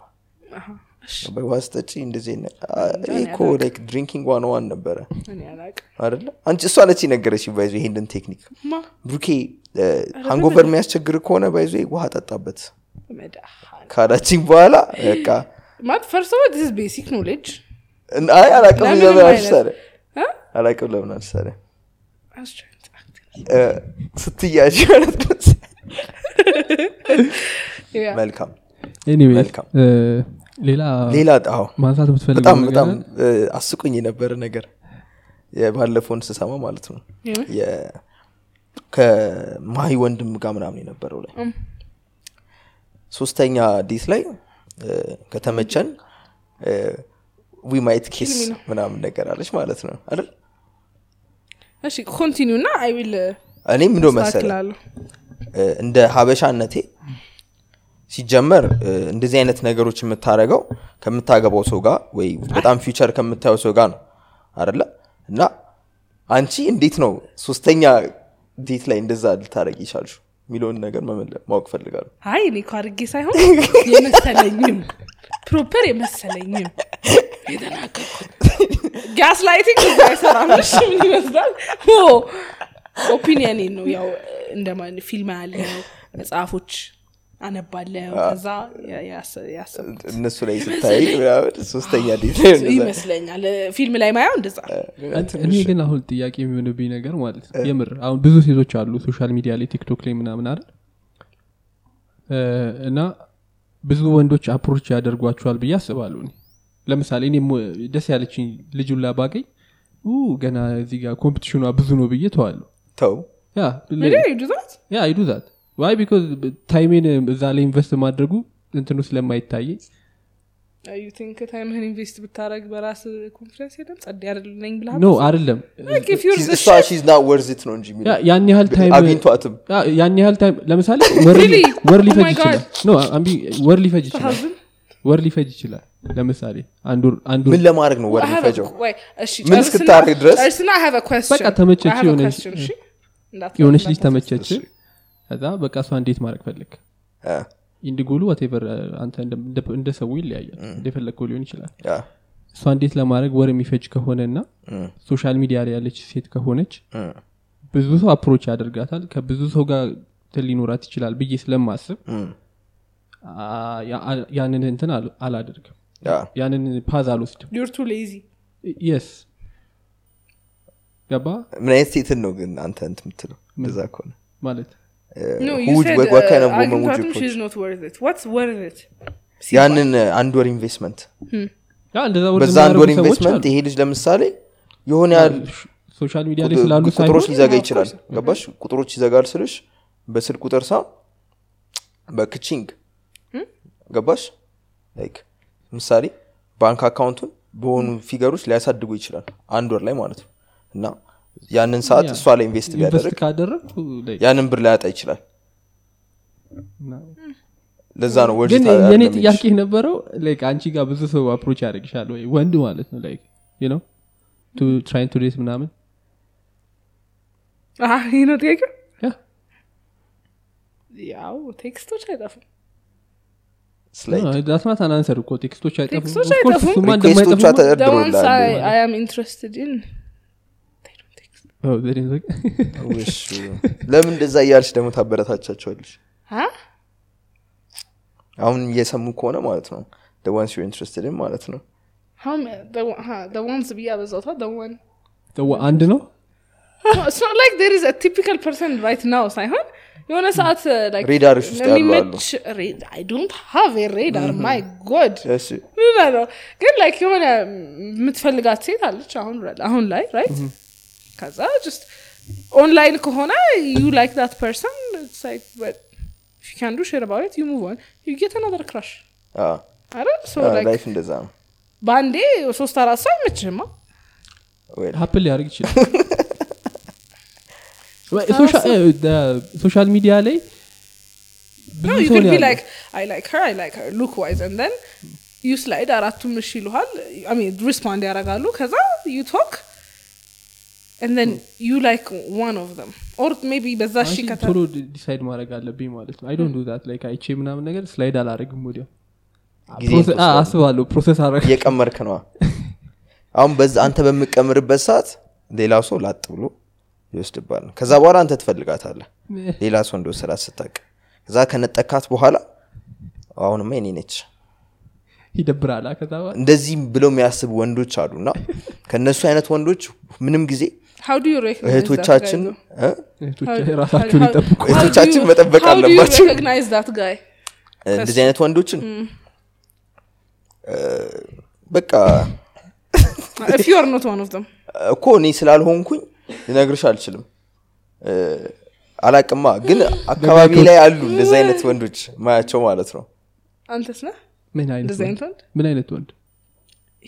ውሃ ስጠጪ እንደዚህ አይነት- አ፣ ይሄ እኮ ላይክ ድሪንኪንግ ዋን ዋን ነበረ እኔ አላቅም። አይደለ አንቺ እሷ ነች ነገረች ባይዞ ይሄንን ቴክኒክ ማ? ብሩኬ ሃንጎቨር የሚያስቸግር ከሆነ ባይዞ ውሃ ጠጣበት መድኃኒዓለም። ካዳችን በኋላ በቃ ማለት first of all, this is basic knowledge. እና- አይ አላቅም ለምንም ለምን አይነት- አልሳለ አ? አላቅም ለምን አልሳለ I was trying to act it. ስትያዥ ማለት ነው። Yeah. መልካም Anyway, መልካም። እ፣ ሌላ ሌላ አዎ ማንሳት ብትፈልግ በጣም በጣም እ፣ አስቆኝ የነበረ ነገር የባለፈውን ስሰማ ማለት ነው የምን? የ- ከማሂ ወንድም ጋር ምናምን የነበረው ላይ እም። ሶስተኛ ዲስ ላይ እ፣ ከተመቸን ዊ ማይት ኪስ ሚለው። ምናምን ነገር አለች ማለት ነው አይደል እሺ ኮንቲኒው እና uh, አይ ዊል እኔም እንደ መሰለ ስላክላለሁ እ፣ እንደ ሀበሻነቴ ሲጀመር እ፣ እንደዚህ አይነት ነገሮች የምታደርገው ከምታገባው ሰው ጋር ወይ በጣም ፊውቸር ከምታየው ሰው ጋር ነው አደለ እና አንቺ እንዴት ነው ሶስተኛ ዴት ላይ እንደዛ ልታደረግ ይቻልሽ የሚለውን ነገር መመለ- ማወቅ ፈልጋለሁ አይ እኔ እኮ አድርጌ ሳይሆን የመሰለኝም ፕሮፐር የመሰለኝም የተናገርኩት ጋስ ላይቲንግ አይሰራምሽ ምን ይመስላል ኦፒኒየኔን ነው ያው እንደማን ፊልም ያለው መጽሐፎች አነባለው ከዛ ያ- ያሰ- ያሰብኩት እነሱ ላይ ስታይ ምናምን ሶስተኛ ዴት ላይ እንደዛ። ይመስለኛል ፊልም ላይ ማየው እንደዛ እኔ ግን አሁን ጥያቄ የሚሆንብኝ ነገር ማለት ነው የምር አሁን ብዙ ሴቶች አሉ ሶሻል ሚዲያ ላይ ቲክቶክ ላይ ምናምን አይደል እ፣ እና ብዙ ወንዶች አፕሮች ያደርጓቸዋል ብዬ አስባለሁ እኔ ለምሳሌ እኔም ወ- ደስ ያለችኝ ልጁን ላ ባገኝ ኡ፣ ገና እዚህ ጋር ኮምፒቲሽኗ ብዙ ነው ብዬ ተዋለሁ ተው ያ ለ- ሪሊ ዩ ዱ ዛት ያ አይዱ ዛት ዋይ ቢካዝ ታይሜን እዛ ላይ ኢንቨስት ማድረጉ እንትኑ ስለማይታየኝ ዩ ቲንክ ታይምህን ኢንቨስት ብታረግ በራስ ኮንፊደንስ የለም ጸድ ያደለኝ ብላ ኖ አይደለም እሷ ሺዝ ና ወርዝት ነው እንጂ የሚለው ያ- ያን ያህል ታይም አግኝቷትም ያ- ያን ያህል ታይም ለምሳሌ ወር ሊ- Really? ወር Oh ሊፈጅ my ይችላል ኖ አምቢ ወር ሊፈጅ ይችላል ወር ሊፈጅ ይችላል ለምሳሌ አንድ ወር አንድ ምን ወር ለማድረግ ነው ወር የሚፈጀው uh, ምን እስክታረግ ድረስ? በቃ ተመቸች የሆነች- የሆነች ልጅ ተመቸች እሺ። ከዛ በቃ እሷ እንዴት ማድረግ ፈልግ አ፣ ኢንዲጎሉ ወቴቨር አንተ እንደ- እንደ- እንደ ሰው ይለያያል እንደፈለግከው ሊሆን ይችላል ያ፣ እሷ እንዴት ለማድረግ ወር የሚፈጅ ከሆነ እና እም፣ ሶሻል ሚዲያ ላይ ያለች ሴት ከሆነች እም፣ ብዙ ሰው አፕሮች ያደርጋታል ከብዙ ሰው ጋር እንትን ሊኖራት ይችላል ብዬ ስለማስብ እም፣ አ- ያ- ያንን እንትን አል- አላደርግም ያ። ያንን ፓዝ አልወስድም ዩርቱ ሌዚ E, የስ ገባ ምን አይነት ሴትን ነው ግን አንተ እንትን የምትለው እንደዛ ከሆነ ማለት Uh, who would- what- what kind uh, of woman would you put? ያንን uh, አንድ ወር ኢንቨስትመንት ያ እንደዛ ወደ በዛ አንድ የሚያደርጉ ወር ሰዎች ኢንቨስትመንት አሉ። ይሄ ልጅ ለምሳሌ የሆነ ያህል ሽ- ሶሻል ሚዲያ ላይ ስላሉ ቁጥሮች ሳይሆን ሊዘጋ ይችላል ገባሽ ቁጥሮች ይዘጋል ስልሽ በስልክ ቁጥር ሳ በክቺንግ ገባሽ Like, ምሳሌ ባንክ አካውንቱን በሆኑ ፊገሮች ሊያሳድጉ ይችላል አንድ ወር ላይ ማለት ነው እና ያንን ሰዓት ያ። እሷ ላይ ኢንቨስት ኢንቨስት ቢያደርግ ካደረግ ላይ- ያንን ብር ሊያጣ ይችላል ና- ለዛ ነው ወርጅ ግን ታደርግ የኔ የሚልሽ። ጥያቄ የነበረው like አንቺ ጋር ብዙ ሰው አፕሮች ያደርግሻል ወይ ወንድ ማለት ነው like, you know, to- trying to date ምናምን ነው ጥያቄው ያ ያው ቴክስቶች አይጠፉም ስላይ ዳስማት አናንሰር እኮ ቴክስቶች አይጠፉም ቴክስቶች Of course አይጠፉም። እሱማ ሪኩዌስቶቿ እንደማይጠፉም- the ones ተደርድሮላል I, I am interested in they don't text. Oh, they didn't look- ውሽ። ለምን እንደዛ እያልሽ ደግሞ ታበረታቻቸዋለሽ Huh? አሁን እየሰሙ ከሆነ ማለት ነው the ones you're interested in ማለት ነው How ma- the one- huh, the ones ብዬ አበዛውታ the one ተው- አንድ ነው No, it's not like there is a typical person right now ሳይሆን የሆነ ሰዓት uh, like Radar ውስጥ ያሉ አሉ። የሚመች ሬድ- I don't have a radar Mm-hmm. my god እሺ ምን ነው ግን like የሆነ የምትፈልጋት ሴት አለች አሁን አሁን ላይ right ከዛ just online ከሆነ you like that person it's like but if you can do shit about it you move on you get another crush አይደል so Ah, like ላይፍ እንደዛ ነው በአንዴ ሶስት አራት ሰው አይመችህማ Well, ሀፕን ሊያደርግ ይችላል ወይ ሶሻ- እ፣ ደ- ሶሻል ሚዲያ ላይ ብዙ No, you ሰው could ነው be ያለው። like, I like her, I like her, look wise, and then you slide አራቱም እሺ ይሉሃል I mean, respond ያደርጋሉ ከዛ you talk and then you like one of them or maybe በዛ እሺ አንቺ ከተ ቶሎ ዲሳይድ ማድረግ አለብኝ ማለት ነው አይ ዶንት ዱ ዛት ላይክ አይቼ ምናምን ነገር ስላይድ አላደርግም ወዲያው ጊዜ ፕሮሰ- አ- ይወስዳል። አስባለሁ ፕሮሰስ አረግ እየቀመርክ ነዋ አሁን በዛ አንተ በምቀምርበት ሰዓት ሌላ ሰው ላጥ ብሎ ይወስድባል ነው ከዛ በኋላ አንተ ትፈልጋታለህ ሌላ ሰው እንደወሰዳት ስታቅ ከዛ ከነጠካት በኋላ አሁንማ የኔ ነች ይደብራል አ፣ ከዛ በኋላ እንደዚህ ብለው የሚያስቡ ወንዶች አሉና ከእነሱ አይነት ወንዶች ምንም ጊዜ how do you recognize that እህቶቻችን guy, though? እ? እህቶቼ How- how- ራሳችሁን how- ይጠብቁ how do you- እህቶቻችን መጠበቅ how do you አለባቸው። recognize that guy? እንደዚህ አይነት ወንዶችን በቃ ኢፍ ዩ አር ኖት ዋን ኦፍ ዘም እኮ እኔ ስላልሆንኩኝ ልነግርሽ አልችልም እ፣ አላቅማ ግን አካባቢ ላይ አሉ እንደዚህ አይነት ወንዶች ማያቸው ማለት ነው አንተስ ነህ ምን አይነት እንደዚህ ወንድ? አይነት ወንድ ምን አይነት ወንድ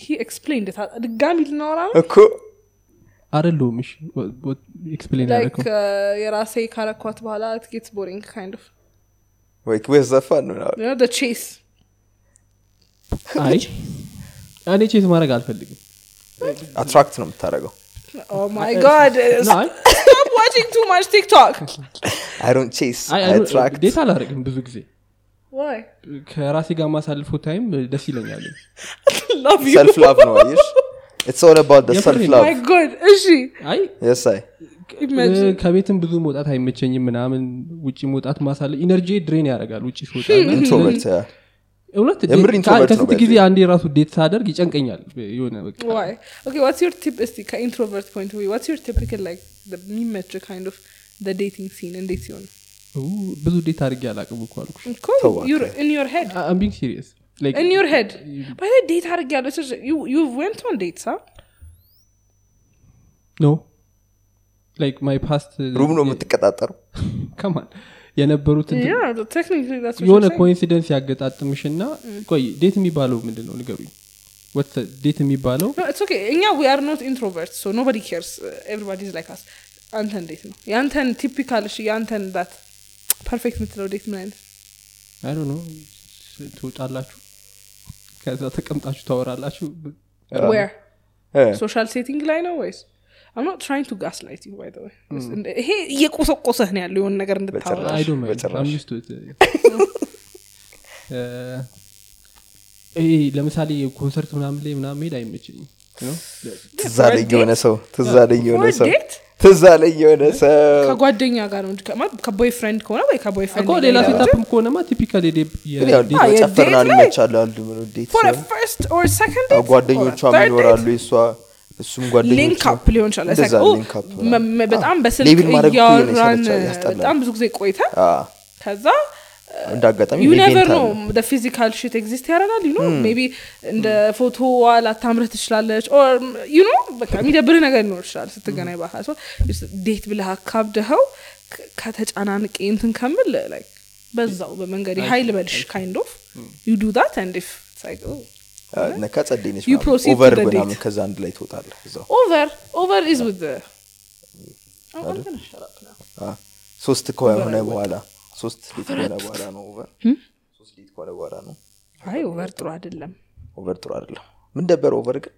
ሂ ኤክስፕሌን ድጋሚ ልናወራ ነው እኮ አረለውም እሺ ኤክስፕሌን ላይክ ያደረከው uh, የራሴ ካረኳት በኋላ ጌትስ ቦሪንግ ካይንድ ኦፍ ወይ ክቤት ዘፋን ነው ምናምን። ቼስ uh, አይ እኔ ቼዝ ማድረግ አልፈልግም አትራክት ነው የምታደርገው ማይ ጋድ አይ ስቶፕ ዋቺንግ ቱ ማች ቲክቶክ አይዶን ቼስ አይ አትራክት ዴት አላደርግም ብዙ ጊዜ ዋይ ከራሴ ጋር ማሳልፈው ታይም ደስ ይለኛል ላቭ ዩ ሰልፍ ላቭ ነው አየሽ ኢትስ ኦል አባውት የፍሬ ሰልፍ ላቭ ማይ ጎድ እሺ አይ የስ አይ Imagine. እ፣ ከቤትም ብዙ መውጣት አይመቸኝም ምናምን ውጭ መውጣት ማሳለ ኢነርጂ ድሬን ያደርጋል ውጭ ሲወጣ እና ኢንትሮቨርት ያ እውነት የምር ዴት- introvert ነው ከስንት by the ጊዜ way። አንዴ ራሱ ዴት ሳደርግ ይጨንቀኛል የሆነ በቃ ዋይ ኦኬ ዋትስ ዮር ቲፕ እስቲ ከኢንትሮቨርት ፖይንት ኦፍ ዋትስ ዮር ቲፒካል ላይክ የሚመች ካይንድ ኦፍ ደ ዴቲንግ ሲን እንዴት ሲሆን ኡ፣ ብዙ ዴት አድርጌ አላቅም እኮ አልኩሽ እኮ ኢን ዮር ሄድ አም ቢንግ ሲሪየስ ኢን ዮር ሄድ ባይ ዴት አድርግ ያለው ዩ ወንት ኦን ዴትስ ኖ ላይክ ማይ ፓስት ሩም ነው የምትቀጣጠሩ ከማን የነበሩት እንትን- ቴክኒካሊ የሆነ ኮኢንሲደንስ ያገጣጥምሽ እና ቆይ ዴት የሚባለው ምንድን ነው ንገሩኝ What's the- ዴት የሚባለው No, it's okay. እኛ we are not introverts, so nobody cares. Uh, Everybody is like us. አንተ እንዴት ነው የአንተን ቲፒካል እሺ የአንተን ዳት ፐርፌክት የምትለው ዴት ምን አይነት አይ ዶንት ኖ ትወጣላችሁ ከዛ ተቀምጣችሁ ታወራላችሁ ዌር እ፣ ሶሻል ሴቲንግ ላይ ነው ወይስ I'm not trying to gaslight you, by the way. ይሄ እየቆሰቆሰህ ነው ያለው የሆነ ነገር እንድታወራ አይ ዶንት በጭራሽ። ማይንድ አምስት ወት Uh, ይሄ ለምሳሌ ኮንሰርት ምናምን ላይ ምናምን ሄድ አይመቸኝም you know? ትዝ አለኝ የሆነ ሰው ትዝ አለኝ የሆነ For ሰው date? ትዝ አለኝ የሆነ ሰው ከጓደኛ ጋር ነው እንጂ ከማ- ከቦይፍሬንድ ከሆነ ወይ ከቦይፍሬንድ እኮ ጋር ሌላ ነው። ሴታፕም ከሆነማ ቲፒካል ግን ያው የዴት ዴት ላይ- መጨፈርና ሊመቻል አንዱ ምን ዴት For a ሲሆን፣ first or second ያው date? ጓደኞቿ Or a third date? ይኖራሉ የእሷ እሱም ጓደኞቹ ሊንክ አፕ ሊሆን ይችላል እንደዛ It's like, oh, ሊንክ አፕ መ- መ- በጣም በስልክ ሌብል ማድረግ እኮ የሆነ እያወራን ይሰለቻል፣ ያስጠላል። በጣም ብዙ ጊዜ ቆይተ አ፣ ከዛ እንደ አጋጣሚ ዩ ኔቨር ኢቬንት ነው አለ። ፊዚካል ሽት ኤግዚስት ያደርጋል ዩ Hmm. ሜቢ እንደ ፎቶ ላታምርህ ትችላለች ኦር ዩ ኖ በቃ Hmm. የሚደብርህ ነገር ሊኖር ይችላል ስትገናኝ ባህል ዴት ብለህ አካብደኸው ከ- ከተጨናንቄ እንትን ከምል like በዛው በመንገድ ሀይል በልሽ ካይንድ ኦፍ Hmm. ዩ ዱ ዳት አንድ ፍ oh, አ፣ ነካ ጸደይ ነች You ምናምን፣ proceed to ኦቨር the date. ምናምን ከዛ አንድ ላይ ትወጣለህ እዛው ኦቨር ኦቨር ኢዝ ዊዝ አ፣ ሶስት ከሆነ በኋላ ሶስት ዴት ከሆነ በኋላ ነው ኦቨር ሶስት ዴት ከሆነ በኋላ ነው አይ ኦቨር ጥሩ አይደለም ኦቨር ጥሩ አይደለም ምን ደበር ኦቨር ግን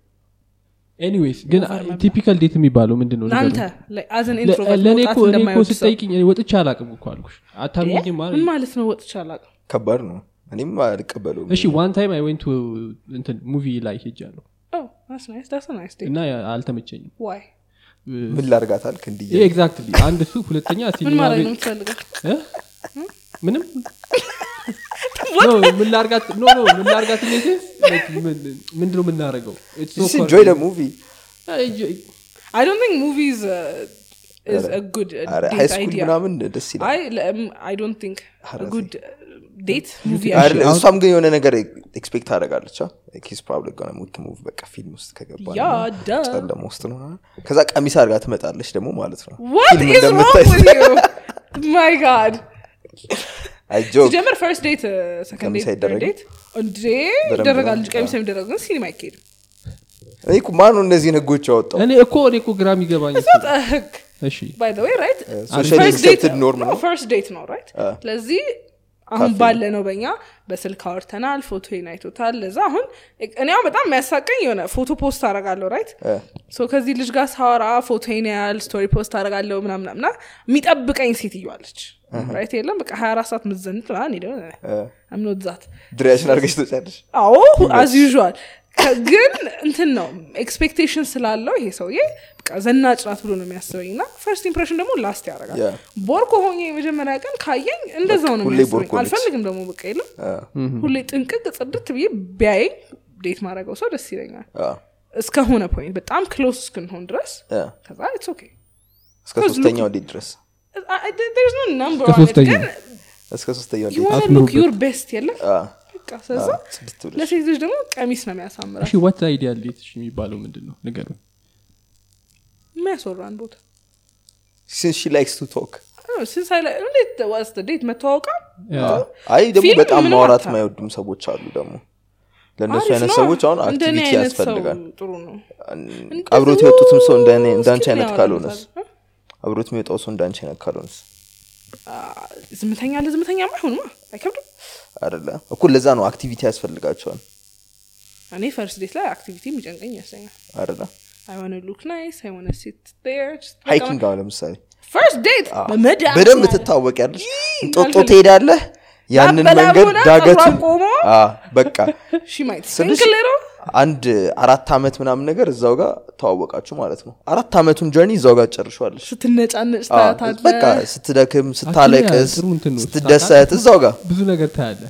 ኤኒዌይስ ግን ቲፒካል ዴት የሚባለው ምንድን ነው ንገሩኝ። ለአንተ like, as an ለ- introvert ለእኔ መውጣት እኮ- እኔ እኮ እንደማይወድ ሰው ስጠይቅኝ እኔ ወጥቼ አላቅም እኮ አልኩሽ አታምኝም ምን ማለት ማለት ነው ወጥቼ አላውቅም ከባድ ነው እኔም አልቀበለውም እሺ ዋን ታይም አይ ወንት እንትን ሙቪ ላይ ሄጃለሁ Oh, that's nice. That's a nice date. እና አልተመቸኝም Why? ምን ላርጋት አልክ እንዲህ ኤግዛክትሊ አንድ እሱ ሁለተኛ ምን ሲኒማ ማድረግ ነው ቤት- የምትፈልገው? እ? ምንም ኖ፣ ምን ላርጋት ኖ ኖ ምን ላርጋት እንዴት Like, ምን- ምንድነው የምናደርገው It's so far- ኢንጆይ ደ ሙቪ አይ፣ enjoy. I don't think movies uh, is a good uh, ሃይ date ስኩል idea. ምናምን ደስ ይላል I, um, I don't think a good uh, date movie አይደለ? actually. እሷም ግን የሆነ ነገር ኤክስፔክት ታደረጋለች ኪስ ፕሮባብሊ ጋር ሙድ ሙቭ በቃ ፊልም ውስጥ ከገባ ያ ዳ ጨለማ ውስጥ ነው ከዛ ቀሚስ አድርጋ ትመጣለች ደግሞ ማለት ነው What ፊልም is wrong እንደምታይ with you? My God. አይጆክ ሲጀመር first date, uh, second ቀሚስ date, third አይደረግም? date. እንዴ በደንብ ይደረጋል ነው። እንጂ ቀሚስ የሚደረግ ግን ሲኒማ አይካሄድም። እኔ እኮ ማን ነው እነዚህን ህጎች ያወጣው እኔ እኮ እኔ እኮ ግራም ይገባኝ እኮ። Not a hug. እሺ By the way, right? ሶሻሊ First date ኤክሴፕትድ ኖርም ነው ነው first date ነው right አዎ። ስለዚህ አሁን ካፌ ባለ ነው በእኛ በስልክ አወርተናል ፎቶ አይቶታል ለዛ አሁን እኔ አሁን በጣም የሚያሳቀኝ የሆነ ፎቶ ፖስት አረጋለሁ ራይት እ፣ ሶ ከዚህ ልጅ ጋር ሳወራ ፎቶ ያል ስቶሪ ፖስት አረጋለሁ ምናምናምና የሚጠብቀኝ ሴትዮዋለች ራይት የለም በቃ ሀያ አራት ሰዓት ምዘንጥ ምናምን እኔ ደግሞ እ፣ አምኖት ዛት ድሬያሽን አድርገሽ ትወጫለሽ አዎ አዝ ዩዥዋል ግን እንትን ነው ኤክስፔክቴሽን ስላለው ይሄ ሰውዬ በቃ ዘናጭ ናት ብሎ ነው የሚያስበኝ እና ፈርስት ኢምፕሬሽን ደግሞ ላስት ያደርጋል Yeah. ቦርኮ ሆኜ የመጀመሪያ ቀን ካየኝ እንደዛው ነው ሁሌ የሚያስበኝ ቦርኮ ነች። አልፈልግም ደግሞ በቃ የለም እ፣ ሁሌ ጥንቅቅ ጽድት ብዬ ቢያየኝ ዴት ማድረገው ሰው ደስ ይለኛል እ፣ እስከሆነ ፖይንት በጣም ክሎስ እስክንሆን ድረስ እ፣ ከዛ ኢትስ ኦኬ እስከ ሶስተኛው እንዴት ድረስ ኖ ነምበር ከሶስተኛ ግን እስከ ሶስተኛው ዩ እንዴት ዋና ሉክ አትኑሩበት። ዩር ቤስት የለም እ፣ በቃ ስለዛ ለሴት ልጅ ደግሞ ቀሚስ ነው የሚያሳምራል እሺ ወት አይዲያ ሌትሽ የሚባለው ምንድን ነው ንገሩ የሚያስወራን ቦታ ሲንስ ሺ ላይክስ ቱ ቶክ ሲንስ አይ ላይ- እንዴት ዋስ ዴት መተዋወቃ አይ ደግሞ ፊልም በጣም ምንም ማውራት አታ- የማይወዱም ሰዎች አሉ ደግሞ ለእነሱ አሪፍ አይነት ነው። ሰዎች አሁን እንደኔ አክቲቪቲ አይነት ሰው ያስፈልጋል ጥሩ ነው አብሮት የወጡትም ሰው እንደኔ- እንዳንቺ እስኪ አይነት ያወራል ካልሆነስ ሳለ፣ አብሮት የሚወጣው ሰው እንዳንቺ አይነት ካልሆነስ አ፣ ዝምተኛ ለዝምተኛ አይሆንማ አይከብድም አደለ እኮ ለዛ ነው አክቲቪቲ ያስፈልጋቸዋል እኔ ፈርስ ዴት ላይ አክቲቪቲ የሚጨንቀኝ ያሰኛል አደለ አይሆነ ሉክ ናይስ አይሆነ ሲት ሃይኪንግ አሁን ለምሳሌ ፈርስት ዴት በመዳን Ah. በደንብ ትታወቅ ያለሽ እንጦጦ አልፈልግም። ትሄዳለህ ያንን ላበላ መንገድ ብላ ዳገቱን ጠሯ ቆሞ። አ፣ በቃ ሺ ማይት ስልሽ አንድ አራት አመት ምናምን ነገር እዛው ጋር ተዋወቃችሁ ማለት ነው አራት አመቱን ጆርኒ እዛው ጋር ጨርሸዋለሽ ስትነጫነጭ አ፣ ታያታለህ። Ah, በቃ ስትደክም ስታለቅስ ጥሩ እንትን ነው፣ ስትደሰት እዛው ጋር ብዙ ነገር ታያለ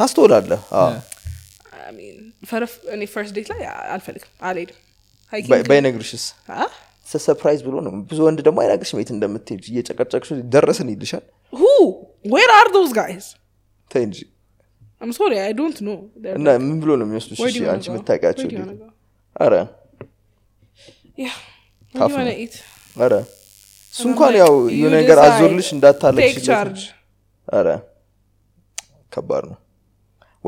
ታስተውላለህ አ። I mean፣ ፈረፍ እኔ ፈርስት ዴት ላይ አልፈልግም አልሄድም Ah? ባይ- ሃይኪንግ ባይነግርሽስ አ? ሰፕራይዝ ብሎ ነው ብዙ ወንድ ደግሞ አይነግርሽም የት እንደምትሄድ እየጨቀጨቅሽ ደረስን ይልሻል who where are those guys ተይ እንጂ i'm sorry i don't know They're- እና ምን ብሎ ነው የሚወስዱሽ where እሺ do you wanna አንቺ go? የምታውቂያቸው Where do you wanna ልጆች? go? ኧረ Yeah. What do Tough you wanna eat? ኧረ እሱ And I'm እንኳን like, ያው you የሆነ ነገር decide. አዞልሽ እንዳታለቅሽ Take ይዞት ነው። charge. ኧረ ከባድ ነው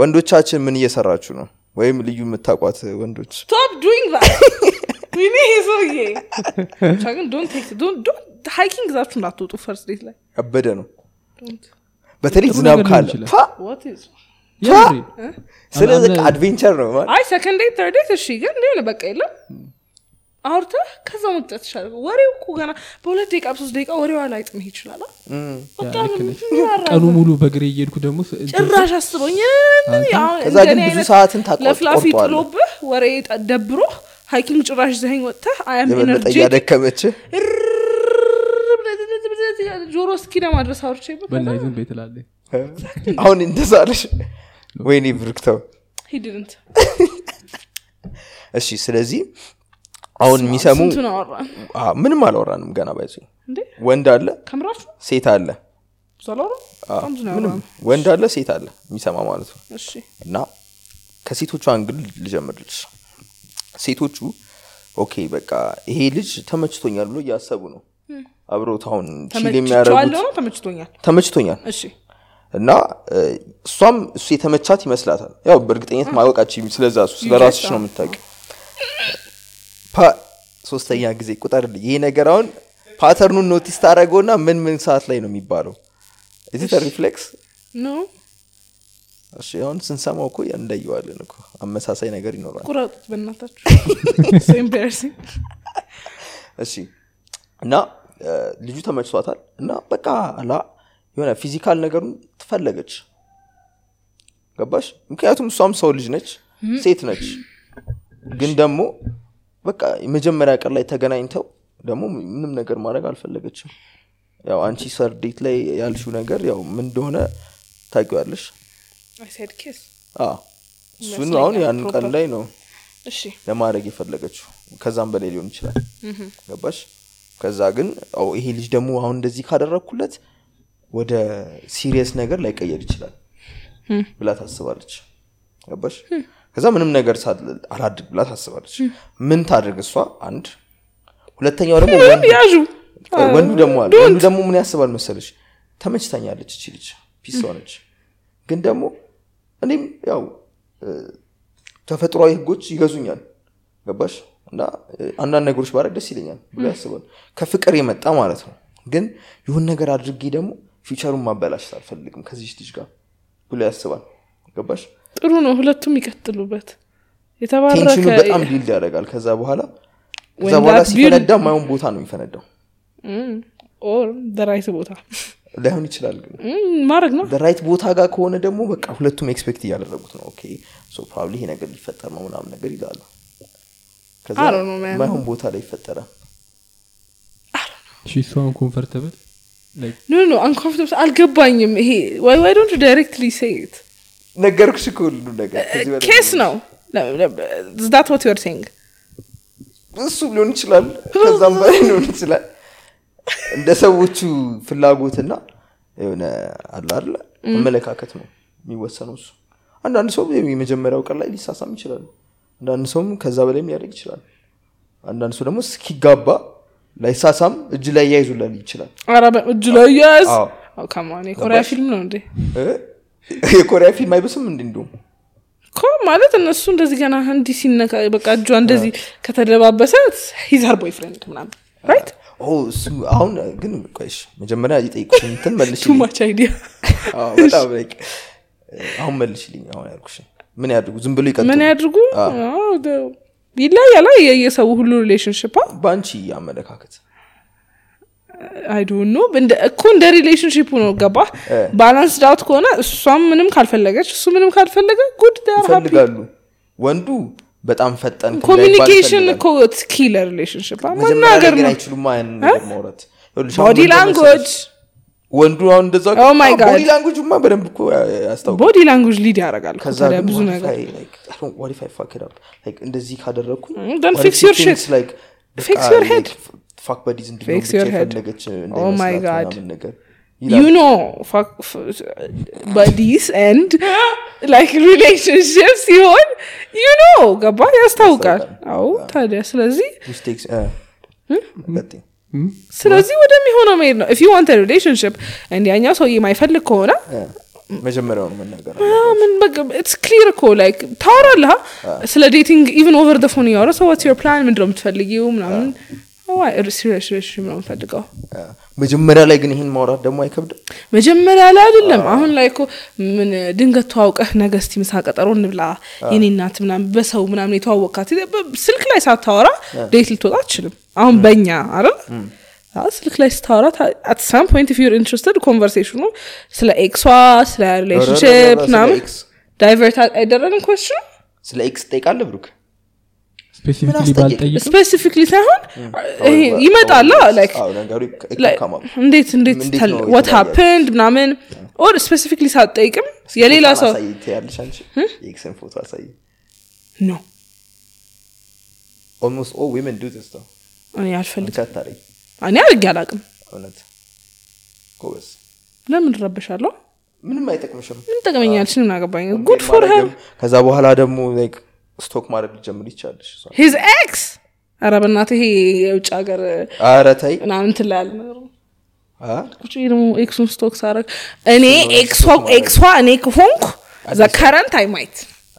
ወንዶቻችን ምን እየሰራችሁ ነው ወይም ልዩ የምታውቋት ወንዶች Stop doing that. We need his okay. ብቻ ግን don't take don't don't hiking ዛችሁ እንዳትወጡ first date ላይ ያበደ ነው Don't. በተለይ ጥሩ ዝናብ ነገር ሊሆን ካለ ይችላል። ፋ! What is? ስለዚህ አለ- አድቬንቸር ነው ማለት አይ second date third date እሺ ግን የሆነ በቃ የለም Hmm. አውርተህ ከዛ መምጣት ይችላል ወሬው እኮ ገና በሁለት ደቂቃ በሶስት ደቂቃ ወሬው አላይጥምህ ይችላል አ? በቃ ምን ያወራል? ቀኑ ሙሉ በእግሬ እየሄድኩ ደግሞ ስ- እንትን- ጭራሽ አስበኝ አሁን ከዛ እንደኔ ግን ብዙ አይነት ሰዓትን ታቆ- ለፍላፊ ቆርጠዋለህ። ጥሎብህ ወሬ ጠ- ደብሮህ ሀይኪንግ ጭራሽ ዘኸኝ ወጥተህ አያም የበለጠ ኤነርጂ እያደከመች ጆሮ እስኪነ ማድረስ አውርቼ በእናትህ ዝም በይ ትላለች አሁን እንደዛለሽ ወይኔ ብርክተው ሂድንት እሺ ስለዚህ አሁን የሚሰሙ ስንቱን አወራን አ፣ ምንም አላወራንም ገና ባይዘ እንዴ ወንድ አለ ከምራችሁ ሴት አለ ብዙ አላወራም አ፣ በጣም ብዙ ነው ምንም ያወራነው። ወንድ አለ ሴት አለ የሚሰማ ማለት ነው እሺ እና ከሴቶቹ አንግል ልጀምርልሽ ሴቶቹ ኦኬ በቃ ይሄ ልጅ ተመችቶኛል ብሎ እያሰቡ ነው አብረውት አሁን ቺል የሚያደርጉት ተመችቼዋለሁ ነው ተመችቶኛል ተመችቶኛል እሺ እና እ፣ እሷም እሱ የተመቻት ይመስላታል ያው በእርግጠኝነት ማወቃችም ስለዛ እሱ ስለ ራስሽ ነው የምታውቂ ፓ ሶስተኛ ጊዜ ቁጠር ይሄ ነገር አሁን ፓተርኑን ኖቲስ ታደረገውና ምን ምን ሰዓት ላይ ነው የሚባለው ኢትስ ሪፍሌክስ ኖ እሺ አሁን ስንሰማው እኮ እንደየዋለን እኮ አመሳሳይ ነገር ይኖራል ቁረጡት በእናታችሁ ኤምባርሲንግ እሺ እና እ፣ ልጁ ተመችቷታል እና በቃ አላ የሆነ ፊዚካል ነገሩን ትፈለገች ገባሽ ምክንያቱም እሷም ሰው ልጅ ነች ሴት ነች ግን ደግሞ በቃ የመጀመሪያ ቀን ላይ ተገናኝተው ደግሞ ምንም ነገር ማድረግ አልፈለገችም ያው አንቺ ሰርዴት ላይ ያልሽው ነገር ያው ምን እንደሆነ ታውቂዋለሽ አይ ሳይድ ኬስ አዎ። እሱን አሁን ይመስለኛል ያን ቀን proper። ላይ ነው እሺ ለማድረግ የፈለገችው ከዛም በላይ ሊሆን ይችላል ገባሽ ከዛ ግን አዎ፣ ይሄ ልጅ ደግሞ አሁን እንደዚህ ካደረግኩለት ወደ ሲሪየስ ነገር ላይቀየር ይችላል ብላ ታስባለች ገባሽ ከዛ ምንም ነገር ሳል- አላድርግ ብላ ታስባለች ምን ታድርግ እሷ አንድ ሁለተኛው ደግሞ ወንዱ- ያዡ ቆይ፣ ወንዱ ደግሞ አለ ወንዱ ደግሞ ምን ያስባል መሰለች ተመችታኛለች እቺ ልጅ ፒስ ሆነች ግን ደግሞ እኔም ያው እ፣ ተፈጥሯዊ ህጎች ይገዙኛል ገባሽ እና እ፣ አንዳንድ ነገሮች ባረግ ደስ ይለኛል ብሎ ያስባል ከፍቅር የመጣ ማለት ነው ግን ይሁን ነገር አድርጌ ደግሞ ፊውቸሩን ማበላሽት አልፈልግም ከዚች ልጅ ጋር ብሎ ያስባል ገባሽ ጥሩ ነው ሁለቱም ይቀጥሉበት ቴንሽኑ የተባረከ በጣም ቢልድ ያደርጋል ከዛ በኋላ When ከዛ በኋላ that build- ሲፈነዳ ማየውን ቦታ ነው የሚፈነዳው ኦር ደራይት ቦታ ላይሆን ይችላል ግን እም፣ ማድረግ ነው በራይት ቦታ ጋር ከሆነ ደግሞ በቃ ሁለቱም ኤክስፔክት እያደረጉት ነው ኦኬ ሶ ፕሮባብሊ ይሄ ነገር ሊፈጠር ነው ምናምን ነገር ይላሉ ከዛ I don't know, man. ማይሆን ቦታ ላይ ይፈጠራል እሺ እሷን ኮንፈርተብል ኖ ኖ አንኮምፎርታብል አልገባኝም ይሄ ዋይ ዋይ ዶንት ዳይሬክትሊ ሴት ነገርኩሽ እኮ ሁሉ ነገር ከዚህ በላይ ኬስ ነው ዛት ወት ዩር ሴንግ እሱ ሊሆን ይችላል ከዛም በላይ ሊሆን ይችላል እንደ ሰዎቹ ፍላጎትና የሆነ አለ አይደለ አመለካከት ነው የሚወሰነው እሱ አንዳንድ ሰው የመጀመሪያው ቀን ላይ ሊሳሳም ይችላል አንዳንድ ሰውም ከዛ በላይም ሊያደርግ ይችላል አንዳንድ ሰው ደግሞ እስኪጋባ ላይሳሳም እጅ ላይ ያይዙላል ይችላል ኧረ እጅ ላይ ያዝ አዎ ከማን የኮሪያ ፊልም ነው እንዴ እ? የኮሪያ ፊልም አይበስም እንዲ እንዲሁም እኮ ማለት እነሱ እንደዚህ ገና እንዲህ ሲነካ በቃ እጇ እንደዚህ ከተደባበሰ ሂዛር ቦይፍሬንድ ምናምን ራይት ኦ፣ እሱ አሁን ግን ቆይሽ መጀመሪያ የጠይቁሽ እንትን መልሽልኝ ቱማች አይዲያ አዎ፣ በጣም like፣ አሁን መልሽልኝ አሁን ያልኩሽን ምን ያድርጉ ዝም ብሎ ይቀጥሉ ምን ያድርጉ አዎ፣ ደ- ይለያል አይ፣ የየሰው ሁሉ ሪሌሽንሽፕ በአንቺ አመለካከት አይዶኖ እኮ እንደ ሪሌሽንሽፑ ነው ገባ ባላንስ ዳውት ከሆነ እሷም ምንም ካልፈለገች እሱ ምንም ካልፈለገ ጉድ ይፈልጋሉ ወንዱ በጣም ፈጠን ኮሚኒኬሽን እኮ ስኪለ ሪሌሽንሽፕ መናገር ነው አይችሉም ያን ነገር ማውራት ይኸውልሽ፣ አሁን ቦዲ ምንድን ነው ላንጉጅ መሰለሽ፣ ወንዱ አሁን እንደዛ Oh my God. ቦዲ ላንጉጅማ በደንብ እኮ ያስታውቃል ቦዲ ላንጉጅ ሊድ ያደርጋል እኮ ከዛ ታዲያ ግን ብዙ what ነገር if I, like, I don't- what if I fuck it up? Like, እንደዚህ ካደረግኩኝ Mm, then what fix if she your thinks, shit. like, በቃ, Fix your like, head. f- fuck buddies እንዲሆን Fix ብቻ your head. የፈለገች Oh my እንዳይመስላት God. ምናምን ነገር you ይላል። know fuck, f- buddies and like relationships ሲሆን you know ገባ ያስታውቃል አው ታዲያ ስለዚህ Mistakes, uh, Hmm? ቀጥይ። ስለዚህ ወደሚሆነው መሄድ ነው if you want a relationship and ያኛው ሰውዬ የማይፈልግ ከሆነ Yeah. መጀመሪያውኑ Uh, መናገር አለ። ah, ምን በቃ it's clear እኮ like ታወራለህ ስለ dating even over the phone እያወራ so what's your plan ምንድን ነው የምትፈልጊው ምናምን why serious relationship ነው የምፈልገው Yeah. Uh, መጀመሪያ ላይ ግን ይህን ማውራት ደግሞ አይከብድም መጀመሪያ ላይ አይደለም አሁን ላይ እኮ ምን ድንገት ተዋውቀህ ነገ እስቲ ምሳ ቀጠሮ እንብላ የኔ እናት ምናምን በሰው ምናምን የተዋወቅካት በ- ስልክ ላይ ሳታወራ ዴት ልትወጣ አትችልም አሁን በእኛ አይደል አዎ፣ ስልክ ላይ ስታወራ አት ሳም ፖይንት ፊር ኢንትረስትድ ኮንቨርሴሽኑ ስለ ኤክሷ ስለ ሪሌሽንሽፕ ስለ ምናምን ኤክስ- ዳይቨርት አይደረግም ኮሽኑ ስለ ኤክስ ጠይቃለ ብሩክ ስፔሲፊክሊ ምን አስጠየቅ? ባልጠይቅም ስፔሲፊክሊ ሳይሆን ይሄ አዎ፣ ይመጣላ አዎ፣ ላይክ አዎ፣ ነገሩ ይክ- Like, ይካካማል። እንዴት እንዴት እንዴት ነው ወት የተለያየ? ሀፕንድ ምናምን ኦር ስፔሲፊክሊ ሳትጠይቅም የሌላ ፎቶን ሰው Hmm? አሳይ ትያለሽ አንቺ የኤክስን ፎቶ አሳይ ኖ ኦልሞስት ኦ ዊመን ዱ ዚስ ነው እኔ አልፈልግም ብቻ አታረጊ እኔ አድርጌ አላቅም እውነት ጎበዝ ለምን ረበሻለሁ ምንም አይጠቅምሽም ምን ጠቅመኛልሽ ምን አገባኝ ጉድ ፎር ሄር ማድረግም፣ ከዛ በኋላ ደግሞ like ስቶክ ማድረግ ሊጀምር ይቻልሽ ሂዝ ኤክስ ኧረ በእናትህ ይሄ የውጭ ሀገር አረ ታይ ምናምን ትላያል ነገር ነው። አ? ቁጭ ብዬ ደግሞ ኤክሱን ስቶክ ሳረግ እኔ ኤክሷ ኤክሷ እኔ ከሆንኩ ዘ ከረንት አይ ማይት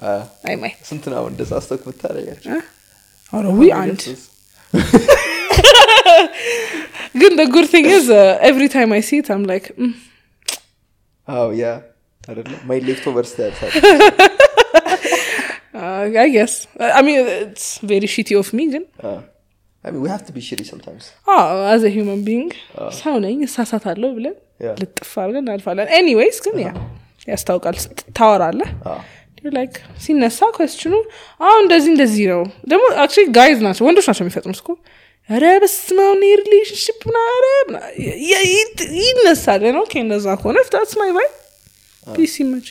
አ? አይ ማይት ስንት ነው አሁን እንደዛ ስቶክ ምታደረጋቸው ኧረ ውይ አንድ ግን the good thing is uh, every time I see it I'm like mm, አዎ ያ አይደለ ማይ ሌፍት ኦቨር ስታያል Uh, I guess. I I mean, it's very shitty of me, ግን Uh, I mean, we have to be shitty sometimes. oh, as a human being ሰው ነኝ እሳሳታለሁ ብለን Yeah. ልጥፍ አድርገን እናልፋለን። ኤኒዌይስ ግን ያ ያስታውቃል። ስት- ታወራለህ አዎ። You're like ሲነሳ ኮስችኑ አሁ እንደዚህ እንደዚህ ነው ደግሞ አክቹዋሊ ጋይዝ ናቸው ወንዶች ናቸው የሚፈጥኑት እኮ ኧረ በስመ አብ እኔ ሪሌሽንሽፕ ምና ኧረ ምና- ይ- ይ- ይት- ይነሳል ነው ኦኬ እንደዛ ከሆነ ፍታስ ማይ ባይ ፒስ ይመች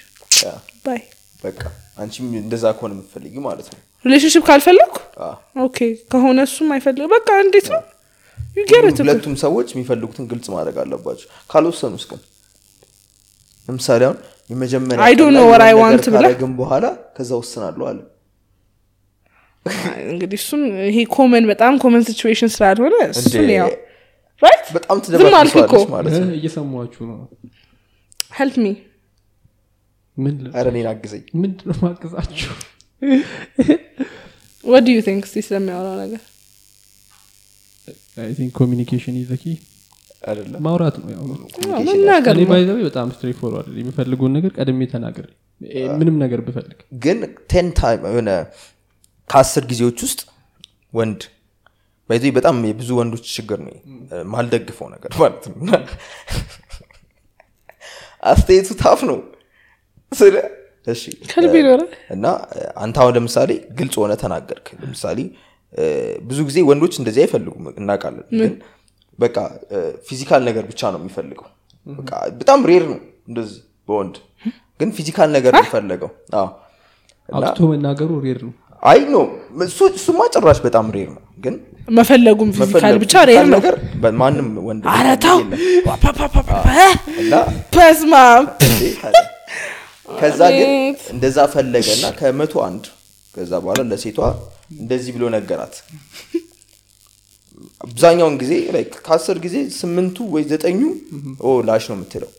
Yeah. ባይ በቃ አንቺም እንደዛ ከሆነ የምትፈልጊ ማለት ነው። ሪሌሽንሽፕ ካልፈለግኩ አዎ። ኦኬ ከሆነ እሱም አይፈልግ በቃ እንዴት ነው ዩ ጌት እኮ ሁለቱም ሰዎች የሚፈልጉትን ግልጽ ማድረግ አለባቸው። ካልወሰኑ እስከ ለምሳሌ አሁን የመጀመሪያ I don't know what I want ብላ- ግን በኋላ ከዛ ወስናለሁ አለ። እንግዲህ እሱን ይሄ ኮመን በጣም ኮመን ሲቹዌሽን ስላልሆነ እሱን እንዴ! ያው ራይት በጣም ዝም አልክ እኮ ትደባለች ማለት ነው። እ፣ እየሰማችሁ ነው ሄልፕ ሚ ምን ል- ኧረ እኔን አግዘኝ። ምንድነው ማቅዛችሁ ወት ዱ ዩ ቲንክ እስቲ ስለሚያወራው ነገር ኮሚኒኬሽን ይዘኪ አይደለም ማውራት ነው ያው አዎ፣ መናገር እኔ ነው ባይዘ በጣም ስትሬት ፎርዋርድ የሚፈልገውን ነገር ቀድሜ ተናገር ምንም ነገር ብፈልግ ግን ቴን ታይም የሆነ ከአስር ጊዜዎች ውስጥ ወንድ ባይዘ በጣም የብዙ ወንዶች ችግር ነው ይሄ። ማልደግፈው ነገር ማለት ነው አስተያየቱ ታፍ ነው ስለ እሺ ከልብ ይኖራል እና እ፣ አንተ አሁን ለምሳሌ ግልጽ ሆነ ተናገርክ ለምሳሌ እ፣ ብዙ ጊዜ ወንዶች እንደዚህ አይፈልጉም እናውቃለን ግን በቃ ፊዚካል ነገር ብቻ ነው የሚፈልገው በቃ በጣም ሬር ነው እንደዚህ በወንድ ግን ፊዚካል ነገር ነው የፈለገው አዎ እና አውጥቶ መናገሩ ሬር ነው አይ ኖ እሱ- እሱማ ጭራሽ በጣም ሬር ነው ግን መፈለጉም ፊዚካል መፈለግ ብቻ physical ሬር ነው ነገር በማንም ወንድ አረታው የለም። እና በስማም እንዴ ታዲያ፣ ከዛ ግን እንደዛ ፈለገና ከመቶ አንድ ከዛ በኋላ ለሴቷ እንደዚህ ብሎ ነገራት አብዛኛውን ጊዜ like ከአስር ጊዜ ስምንቱ ወይ ዘጠኙ ኦ ላሽ ነው የምትለው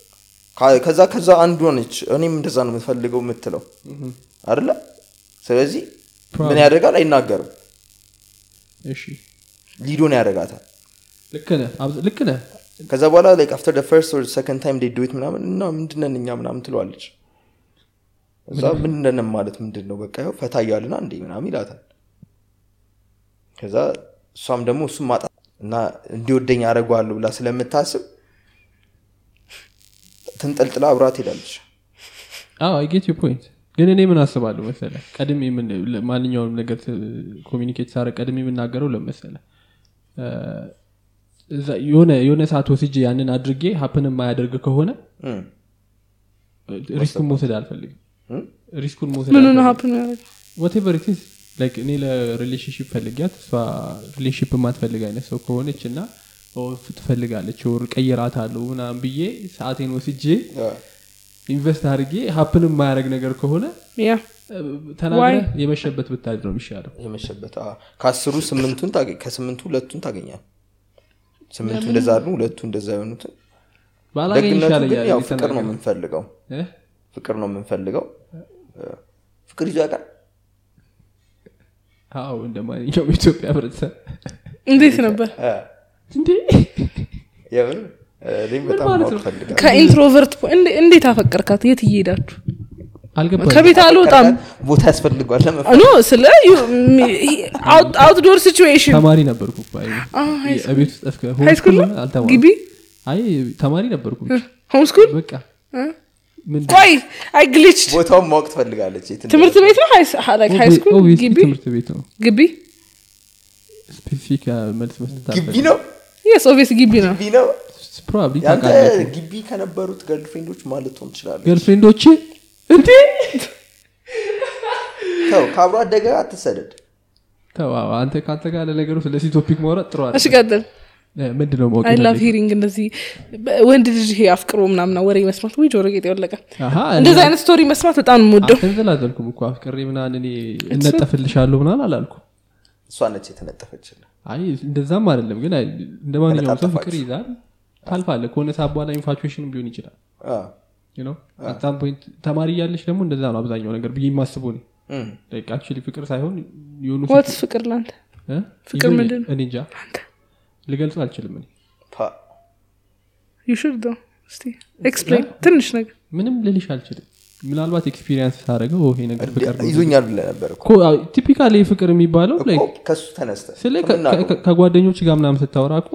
ካ- ከዛ ከዛ አንዷ ነች እኔም እንደዛ ነው የምፈልገው የምትለው አይደለ ስለዚህ ምን ያደርጋል አይናገርም እሺ ሊዶን ያደርጋታል ልክ ነህ አብዝ- ልክ ነህ ከዛ በኋላ like after the first or second time they do it ምናምን እና ምንድነን እኛ ምናምን ትለዋለች እዛ ምንድነን ማለት ምንድን ነው በቃ ይኸው ፈታ እያልና እንዴ ምናምን ይላታል ከዛ እሷም ደግሞ እሱም ማጣ እና እንዲወደኝ አደርገዋለሁ ብላ ስለምታስብ ትንጠልጥላ አብራ ትሄዳለች አዎ አይ ጌት ፖይንት ግን እኔ ምን አስባለሁ መሰለ ቀድሜ ምን- ለ- ማንኛውንም ነገር ኮሚኒኬት ሳረ ቀድሜ የምናገረው ለመሰለ እ፣ እዛ- የሆነ የሆነ ሰዓት ወስጄ ያንን አድርጌ ሀፕን የማያደርግ ከሆነ እም፣ እ፣ ሪስኩን መውሰድ አልፈልግም እም፣ ሪስኩን መውሰድ ምኑ ነው አልፈልግም። ሀፕን ያደረገው whatever it is like እኔ ለሪሌሽንሽፕ ፈልጊያት እሷ ሪሌሽንሽፕ የማትፈልግ አይነት ሰው ከሆነች እና ኦ፣ ትፈልጋለች ወር ቀይራት አለው ምናምን ብዬ ሰዓቴን ወስጄ ያ። ኢንቨስት አድርጌ ሀፕን የማያደርግ ነገር ከሆነ ያ እ፣ ተናግረህ የመሸበት ብታድ ነው የሚሻለው የመሸበት አዎ። ከአስሩ ስምንቱን ታገኝ ከስምንቱ ሁለቱን ታገኛል ስምንቱ እንደዛ አሉ ሁለቱ እንደዛ የሆኑትን ባላገኝ ደግነቱ ይሻለኛል ግን ያው እኔ ፍቅር ነው ተናግሬ። የምንፈልገው እ? ፍቅር ነው የምንፈልገው እ፣ ፍቅር ይዞ ያውቃል አዎ እንደ ማንኛውም የኢትዮጵያ ህብረተሰብ እንዴት ነበር እ፣ እንዴ የምር እ፣ እኔም በጣም ማለት ማወቅ ነው? እፈልጋለሁ። ከኢንትሮቨርት ፖ- እንዴ- እንዴት አፈቀርካት የት እየሄዳችሁ አልገባኝ ከቤት አልወጣም ቦታ ያስፈልጓል ለመፈ- ኖ ስለ አውትዶር ሲዌሽን ተማሪ ነበርኩ እኮ። አይ፣ እቤት ውስጥ እስከ ሃይስኩል ነው አልተማርኩም። ግቢ አይ ተማሪ ነበርኩ ብቻ። ሆምስኩል በቃ ምንድን ቆይ አይ ግሊች ቦታውን ማወቅ ትፈልጋለች የት እንደሆነ። ትምህርት ቤት ነው ሃይስኩል ኦብቪየስሊ ግቢ ትምህርት ቤት ነው ግቢ ስፔሲፊክ መልስ መስጠት ግቢ አልፈልግም። ነው የስ ኦቪየስ ግቢ ነው ግቢ ነው ፕሮባብሊ ያንተ ታውቃለህ። ግቢ ከነበሩት ገርልፍሬንዶች ማለት ሆን ትችላለህ ገርልፍሬንዶች እንዴ ተው ከአብሮ አደገ አትሰደድ ተው፣ አዎ፣ አንተ ከአንተ ጋር ለነገሩ ስለዚህ ቶፒክ ማውራት ጥሩ አለ እሺ ቀጥል ምንድን ነው ማወቅ አይ ላቭ ያለብኝ? ሂሪንግ እንደዚህ በ- ወንድ ልጅ ይሄ አፍቅሮ ምናምን ወሬ መስማት ወይ ጆሮ ጌጥ የወለቀ አሀ፣ እንደዚህ አይነት ስቶሪ መስማት በጣም ነው የምወደው አንተን ዘላዘልኩም እኮ አፍቅሬ ምናምን እኔ እነጠፍልሻለሁ ምናምን አላልኩም እሷ ነች የተነጠፈችል አይ እንደዛም አይደለም ግን አይ፣ እንደ ማንኛውም ሰው አለጣጠፋችሁ። ፍቅር ይዛል ታልፋለህ ከሆነ ሰዓት በኋላ ኢንፋቹዌሽንም ሊሆን ይችላል you know? At some point ተማሪ እያለች ደግሞ እንደዛ ነው አብዛኛው ነገር ብዬ የማስበው እኔ Like actually ፍቅር ሳይሆን የሆኑ ወት ፍቅር ላንተ እ? ፍቅር ይዞኝ- ምንድን ነው? እኔ እንጃ ልገልጽ አልችልም እኔ ዩሹድ ዶ እስቲ ኤክስፕሌን ትንሽ ነገር ምንም ልልሽ አልችልም ምናልባት ኤክስፒሪየንስ ሳደረገው ይሄ ነገር ፍቅር ነው ይዞኛል ብለ ነበር እኮ እኮ ቲፒካል ይሄ ፍቅር የሚባለው like እኮ ከሱ ተነስተ ስለ ከ- ከ- ከ- ከጓደኞች ጋር ምናምን ስታወራ እኮ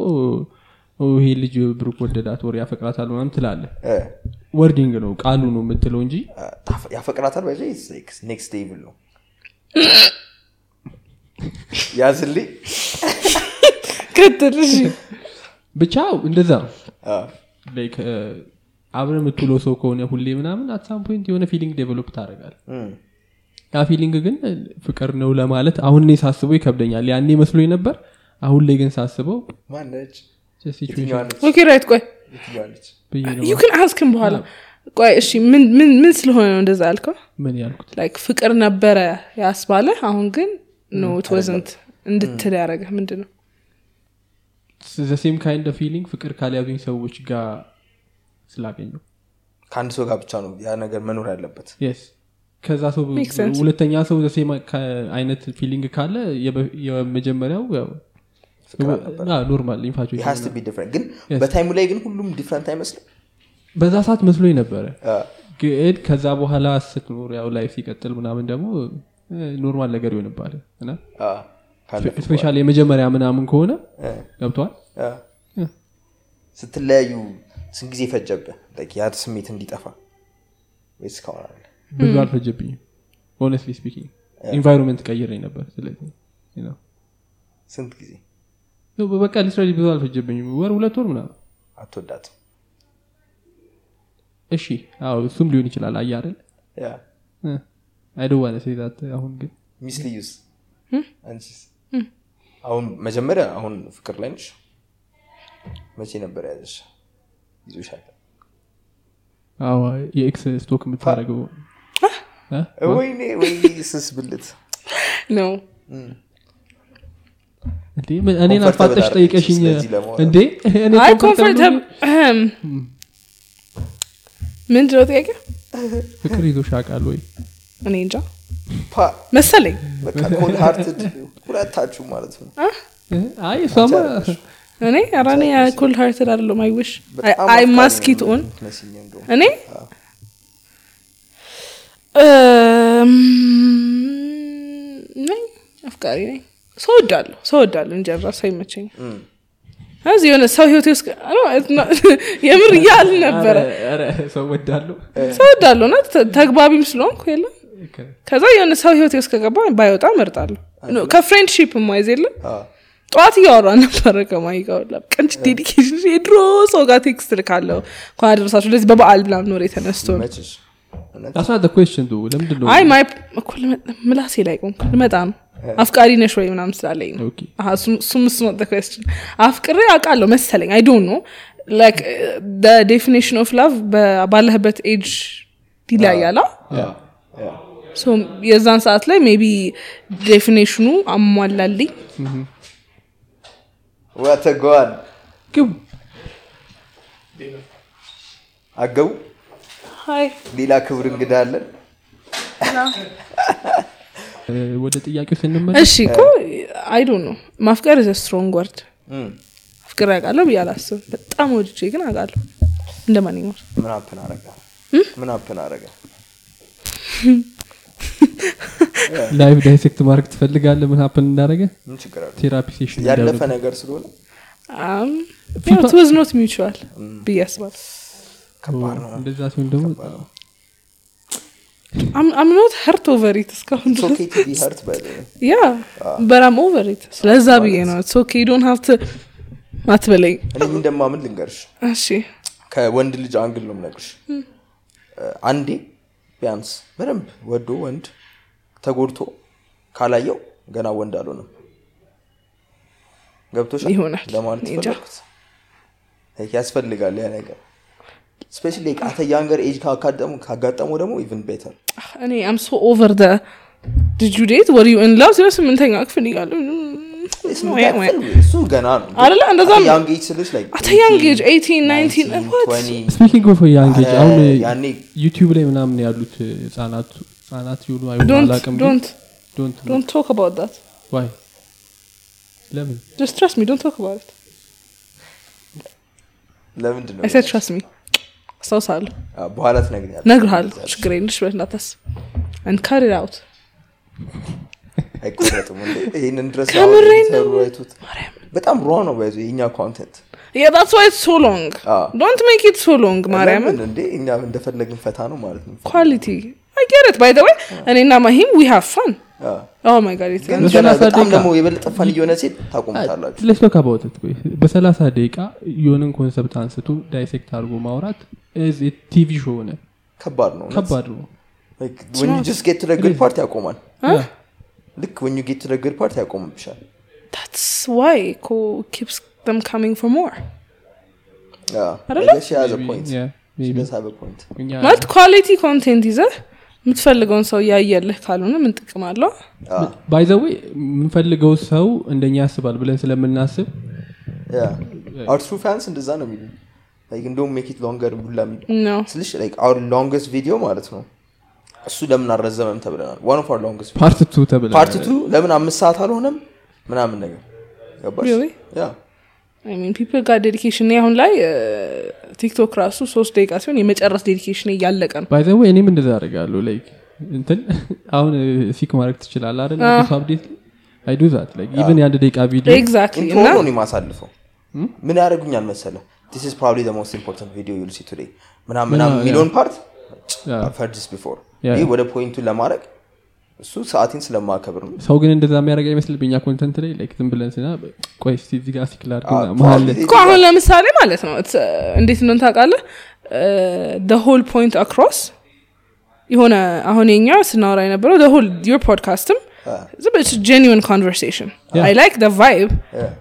ኦ፣ ይሄ ልጅ ብሩክ ወደዳት ወር ያፈቅራታል ምናምን ትላለህ ወርዲንግ ነው ቃሉ ነው የምትለው እንጂ ያፈቅራታል በ ኔክስት ሌቭል ነው ያዝልኝ ቀጥል እሺ ብቻ እንደዛ ነው አ፣ Like, እ፣ አብረህ የምትውለው ሰው ከሆነ ሁሌ ምናምን አትሳም ፖይንት የሆነ ፊሊንግ ዴቨሎፕ ታደርጋል እም፣ ያ ፊሊንግ ግን ፍቅር ነው ለማለት አሁን እኔ ሳስበው ይከብደኛል ያኔ መስሎኝ ነበር አሁን ላይ ግን ሳስበው ማነች just situation የትኛዋ ነች? ኦኬ ራይት ቆይ የትኛዋ ነች? ብዬ ነው ዩ ክን አስክም በኋላ ቆይ እሺ ምን ምን ምን ስለሆነ ነው እንደዛ ያልከው ምን ያልኩት ላይክ ፍቅር ነበረ ያስባለ አሁን ግን ኖ ትወዝንት እንድትል ያደረገ ምንድን ነው ዘሴም ካይንድ ፊሊንግ ፍቅር ካልያዙኝ ሰዎች ጋር ስላገኘው ከአንድ ሰው ጋር ብቻ ነው ያ ነገር መኖር ያለበት የስ ከዛ ሰው Makes sense. ሁለተኛ ሰው ዘሴም አይነት ፊሊንግ ካለ የበ- የመጀመሪያው ኖርማል ኢንፋቾች ሀስ ቢ ዲፍረንት ግን በታይሙ ላይ ግን ሁሉም ዲፍረንት አይመስልም በዛ ሰዓት መስሎኝ ነበረ አ፣ ግን ከዛ በኋላ ስትኖር ያው ላይፍ ሲቀጥል ምናምን ደግሞ ኖርማል ነገር ይሆንባል እና አ፣ ካለፈ ስፔሻል የመጀመሪያ ምናምን ከሆነ አ፣ ገብቷል አ። ስትለያዩ ስንት ጊዜ ፈጀብህ Like ያ ስሜት እንዲጠፋ ወይስ እስካሁን አለ ብዙ አልፈጀብኝም ሆነስትሊ ስፒኪንግ ኢንቫይሮንመንት ቀይሬ ነበር ስለዚህ you know. ስንት ጊዜ ያው በቃ ሊስራሊ ብዙ አልፈጀብኝም ወር ሁለት ወር ምናምን አትወዳትም እሺ አዎ እሱም ሊሆን ይችላል አያ አይደል አይደዋነ ሴዛት አሁን ግን ሚስ ልዩስ አንቺስ አሁን መጀመሪያ አሁን ፍቅር ላይ ነሽ መቼ ነበር ያዘሽ ይዞሻል አዎ የኤክስ ስቶክ የምታደርገው ወይኔ ወይኔ ስስ ብልት ነው እንዴ ምን- እኔን ኮንፈርተብል አፋጠሽ አይደለችም ጠይቀሽኝ ስለዚህ ለማውራት። እንዴ እኔ አይ ኮንፈርተብል ኮንፈርት ምንድን ነው ጥያቄ ፍቅር ይዞሽ ያውቃል ወይ እኔ እንጃ ፓ መሰለኝ በቃ ኮል ሃርትድ ሁለታችሁ ማለት ነው እ? አይ እሷማ እኔ ኧረ እኔ ኮልድ ሃርትድ አይደለሁም አይ ዊሽ በጣም አይ አፍቃሪ ማስኪት ኦን የምትመስይኝ እንደውም። እኔ እም፣ ነኝ አፍቃሪ ነኝ ሰው ወዳለሁ ሰው ወዳለሁ እንጂ ራሱ አይመቸኝም እዚህ የሆነ ሰው ህይወቴ ውስጥ ኖ፣ it's not- የምር እያል ነበረ ኧረ- ኧረ ሰው ወዳለሁ ሰው ወዳለሁ እና ተ- ተግባቢም ስለሆንኩ የለም ከዛ የሆነ ሰው ህይወቴ ውስጥ ከገባ ባይወጣ መርጣለሁ ከፍሬንድሺፕ ማይዝ የለም አዎ። ጠዋት እያወራ ነበረ ከማይ ጋር ሁላ ቀንጭ ዴዲኬሽን የድሮ ሰው ጋር ቴክስት ልካለሁ እንኳን አደረሳችሁ እንደዚህ በበዓል ምናምን ወሬ ተነስቶ ነው መችሽ እውነት ዳስ ናት ኮስችን ዱ ለምንድን ነው አይ ማይ እኮ ልመ- ምላሴ ላይ ቆምኩ ልመጣ ነው አፍቃሪ ነሽ ወይ ምናምን ስላለኝ ነው ኦኬ። አሃ፣ እሱም እሱም እሱ ነው the question። አፍቅሬ አውቃለሁ መሰለኝ አይ ዶንት ኖ ላይክ ዴፊኔሽን ኦፍ ላቭ ባለህበት ኤጅ ይለያያላ ያ። ሶ የዛን ሰዓት ላይ ሜቢ ዴፊኔሽኑ አሟላልኝ ወተጓል ግቡ አገቡ ሀይ ሌላ ክብር እንግዳ አለን እ፣ ወደ ጥያቄው ስንመለስ እሺ እኮ አይ ዶንት ኖ ማፍቀር ዘ ስትሮንግ ወርድ እም፣ አፍቅሬ አውቃለሁ ብዬ አላስብም በጣም ወድጄ ግን አውቃለሁ እንደ ማንኛውም ሰው። ምን አፕን አረጋ ምን አፕን አረጋ ላይቭ ዳይሴክት ማድረግ ትፈልጋለህ ምን ሀፕን እንዳደረገ ምን ችግር አለ ቴራፒ ሴሽን ያለፈ ነገር ስለሆነ Um, ፊቷ- ያው it was not mutual Mm. ብዬ አስባለሁ። ከባድ ነው እንደዛ ሲሆን ደግሞ I'm- I'm not hurt over it እስካሁን It's ድረስ። okay Ah. to be hurt by the way. Yeah, but I'm over it። ስለዛ ብዬ ነው it's okay you don't have to አትበለኝ። እኔ እንደማምን ልንገርሽ እሺ ከወንድ ልጅ አንግል ነው ምነግርሽ አንዴ ቢያንስ በደንብ ወዶ ወንድ ተጎድቶ ካላየው ገና ወንድ አልሆነም ገብቶሻል ይሆናል። ለማለት እኔ እንጃ። ፈለኩት ያስፈልጋል ያ ነገር ስፔሻሊ አተ ያንገር ኤጅ ካጋጠሙ ካጋጠሙ ደግሞ ኢቭን ቤተር እኔ Ah, I'm so over the did you date were you in love ሲለው ስምንተኛ ክፍል እያለሁ እሱ ገና ነው አይደለ እንደዛም ያንግ ኤጅ ስልሽ ላይ at a young age 18 19 what ስፒኪንግ ኦፍ ያንጌጅ አሁን እ፣ ያኔ ዩቲዩብ ላይ ምናምን ያሉት እ፣ ህጻናት ህጻናት ይሁኑ አይሆኑ don't አላውቅም ግን don't ዶንት ነው don't talk about that ዋይ ለምን just trust me don't talk about it ለምንድን ነው I said trust me አስታውሳለሁ አዎ፣ በኋላ ትነግሪኛለሽ እነግርሃለሁ ችግር የለሽ ብለህ እንዳታስብ and cut it out አይቆረጥም እንዴ? ይህንን ድረስ ከምሬን ነው። አሁን አይቶት በጣም ሯ ነው ባይዞ የእኛ ኮንተንት yeah that's why it's so long አዎ። don't make it so long ማርያምን እንዴ እኛ እንደፈለግን ፈታ ነው ማለት ነው ኳሊቲ I get it by the way እኔና ማሂም we have fun አዎ። oh my god it's ግን በሰላሳ ገና በጣም ደቂቃ። ደግሞ የበለጠ ፈን እየሆነ ሲል ታቆሙታላችሁ ለስ ቶክ አባውት ቆይ በሰላሳ ደቂቃ የሆንን ኮንሰፕት አንስቶ ዳይሴክት አድርጎ ማውራት ቲቪ ሾ ሆነ ከባድ ነው ከባድ ነው ስ ጌት ረግድ ፓርት ያቆማል ልክ ወኙ ጌት ረግድ ፓርት ያቆምብሻል that's why እኮ keeps them coming for more አዎ። አይደለ? I guess she has a point. Yeah, She maybe. does have a point. እኛ ማለት ኳሊቲ ኮንቴንት ይዘህ የምትፈልገውን ሰው እያየልህ ካልሆነ ምን ጥቅም አለው አዎ። ባይዘዌ የምንፈልገው ሰው እንደኛ ያስባል ብለን ስለምናስብ Yeah. Our true fans እንደዛ ነው የሚሉ Like, እንደውም ሜክ ኢት ሎንገር ሁላ የሚሉ ነው ስልሽ like, our longest video ማለት ነው እሱ ለምን አልረዘመም ተብለናል one of our longest ፓርት ቱ ተብለ ፓርት ቱ ለምን አምስት ሰዓት አልሆነም ምናምን ነገር ገባሽ? Really? ያ አይ ሚን ፒፕል ጋር ዴዲኬሽን አሁን ላይ ቲክቶክ ራሱ ሶስት ደቂቃ ሲሆን የመጨረስ ዴዲኬሽን እያለቀ ነው ባይዘዌ እኔም እንደዛ አደርጋለሁ ላይክ እንትን አሁን ሲክ ማድረግ ትችላል አይደል አዲሱ አፕዴት አይ ዱ ዛት ላይክ ኢቨን የአንድ ደቂቃ ቪዲዮ ኤግዛክትሊ ኢንትሮ እና ነው እኔ ማሳልፈው ምን ያደርጉኛል መሰለ this is probably the most important video you'll see today ምናምን ምናምን የሚለውን ፓርት ያ። I've heard this before ያ። ይህ ወደ ፖይንቱን ለማድረግ እሱ ሰዓቴን ስለማከብር ነው ሰው ግን እንደዛ የሚያደርግ አይመስልም እኛ ኮንተንት ላይ ላይክ ዝም ብለን ስና ቆይ እስቲ እዚህ ጋር ሲክላር አዎ፣ መሀል ላይ Ah, probably- እኮ አሁን ለምሳሌ ማለት ነው it's, uh, እንዴት እንደሆነ ታውቃለህ ሆል ፖይንት አክሮስ የሆነ አሁን የኛ ስናወራ የነበረው ሆል ዮር ፖድካስትም ጀኒን ኮንቨርሴሽን አይ ላይክ ቫይብ Yeah.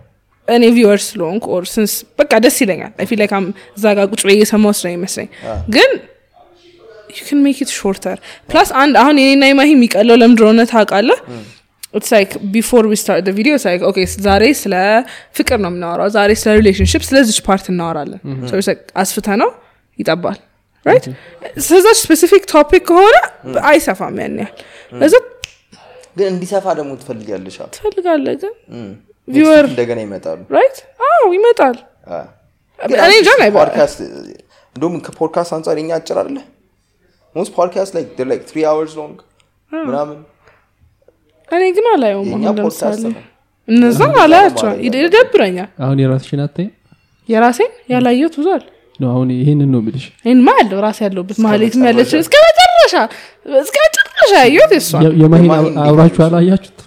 እኔ ቪወር ስለሆንኩ ኦር ስንስ በቃ ደስ ይለኛል አይ ፊል ላይክ እዛ ጋር ቁጭ ብዬ የሰማው ስለ ይመስለኝ ግን ዩ ን ሜክ ኢት ሾርተር ፕላስ አንድ አሁን የኔና የማሂ የሚቀለው ለምድሮነ ታውቃለህ ኢትስ ላይክ ቢፎር ዊ ስታርት ደ ቪዲዮ ላይክ ኦኬ ዛሬ ስለ ፍቅር ነው የምናወራው ዛሬ ስለ ሪሌሽንሽፕ ስለዚች ፓርት እናወራለን አስፍተ ነው ይጠባል ራይት ስለዛች ስፔሲፊክ ቶፒክ ከሆነ አይሰፋም ያን ያህል እዛ ግን እንዲሰፋ ደግሞ ትፈልጋለሽ አዎ። ትፈልጋለህ ግን እም። Viewer- እንደገና ይመጣሉ Ah, ራይት አዎ ይመጣል አዎ። እኔ እንጃ ነው አይባልም። ፖድካስት እንደውም ከፖድካስት አንጻር የኛ አጭር አለ ሞስት ፖድካስት ላይክ they're like three hours long ምናምን እኔ ግን አላየውም የኛ አሁን ፖድካስት ለምሳሌ ነው እነዛ አላያቸዋል ይደብረኛል አሁን የራስሽን አታይም የራሴን ያላየሁት ብዙል ነው አሁን ይህንን ነው የምልሽ ይህንማ አለው ራሴ ያለሁበት ማህሌትም ያለች እስከ መጨረሻ እስከ መጨረሻ ያየሁት የሷ የ- የማሂን የማሂን አብራችሁ አላያችሁት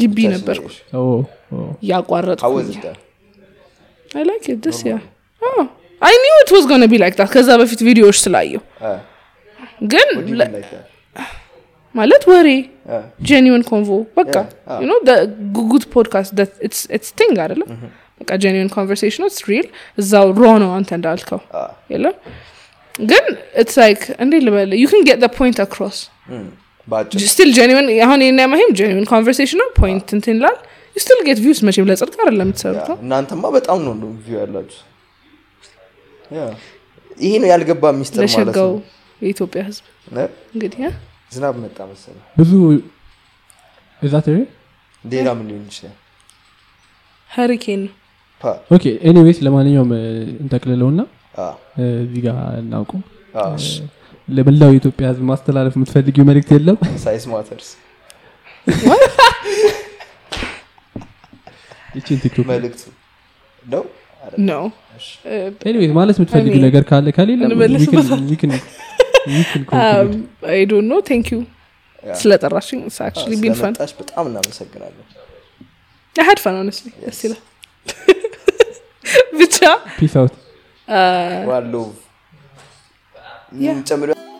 ግቢ ነበርኩ ኦ ኦ። How was እያቋረጥኩኝ it? I like it this year. Oh. I knew it was gonna be like that ከዛ በፊት ቪዲዮዎች ስላየው Uh, ግን what do you ለ- mean like that? ማለት ወሬ Uh, ጄኒን ኮንቮ በቃ Yeah. Ah. ዩ ኖ ጉድ ፖድካስት ኢትስ ቲንግ አይደለ Mm-hmm. በቃ ጄኒን ኮንቨርሴሽን ኢትስ ሪል እዛው ሮ ነው አንተ እንዳልከው Ah. የለም ግን ኢትስ ላይክ እንዴ ልበል ዩ ን ጌት ፖይንት አክሮስ mm, በአጭር ስቲል ጄኒን አሁን የና ማሂም ጄኒን ኮንቨርሴሽን ነው ፖይንት እንትን ይላል ዩ ስቲል ጌት ቪውስ መቼም ለጽድቅ አይደለም የምትሰሩት Yeah, እናንተማ በጣም ነው እንደውም ቪው ያላችሁ Yeah. ይሄ ነው ያልገባ ሚስጥር ማለት ለሸጋው ነው የኢትዮጵያ ህዝብ እ? እንግዲህ ያ ዝናብ መጣ መሰለኝ ብዙ እዛ ተ ሌላ ምን ሊሆን ይችላል ሀሪኬን ነው ፓ ኦኬ ኤኒዌይስ ለማንኛውም እ፣ እንጠቅልለውና አዎ፣ እ፣ እዚህ ጋር እናውቁም አዎ። ለመላው የኢትዮጵያ ህዝብ ማስተላለፍ የምትፈልጊው መልእክት የለም ሳይዝ ማተርስ ይችን ቲክቶክ መልእክቱ ነው አይደል? ነው ኤኒዌይስ ማለት የምትፈልጊው እኔ- ነገር ካለ ከሌለ እንመለስበታል። አይዶ ኖ ቴንክ ዩ Yeah. Oh, ስለጠራሽኝ አክቹሊ ቢን ፈን ስለመጣሽ በጣም እናመሰግናለን አሀድ ፈን ሆነስሊ ደስ ይላል ብቻ ፒስ አውት ዋሎ ጨምሪ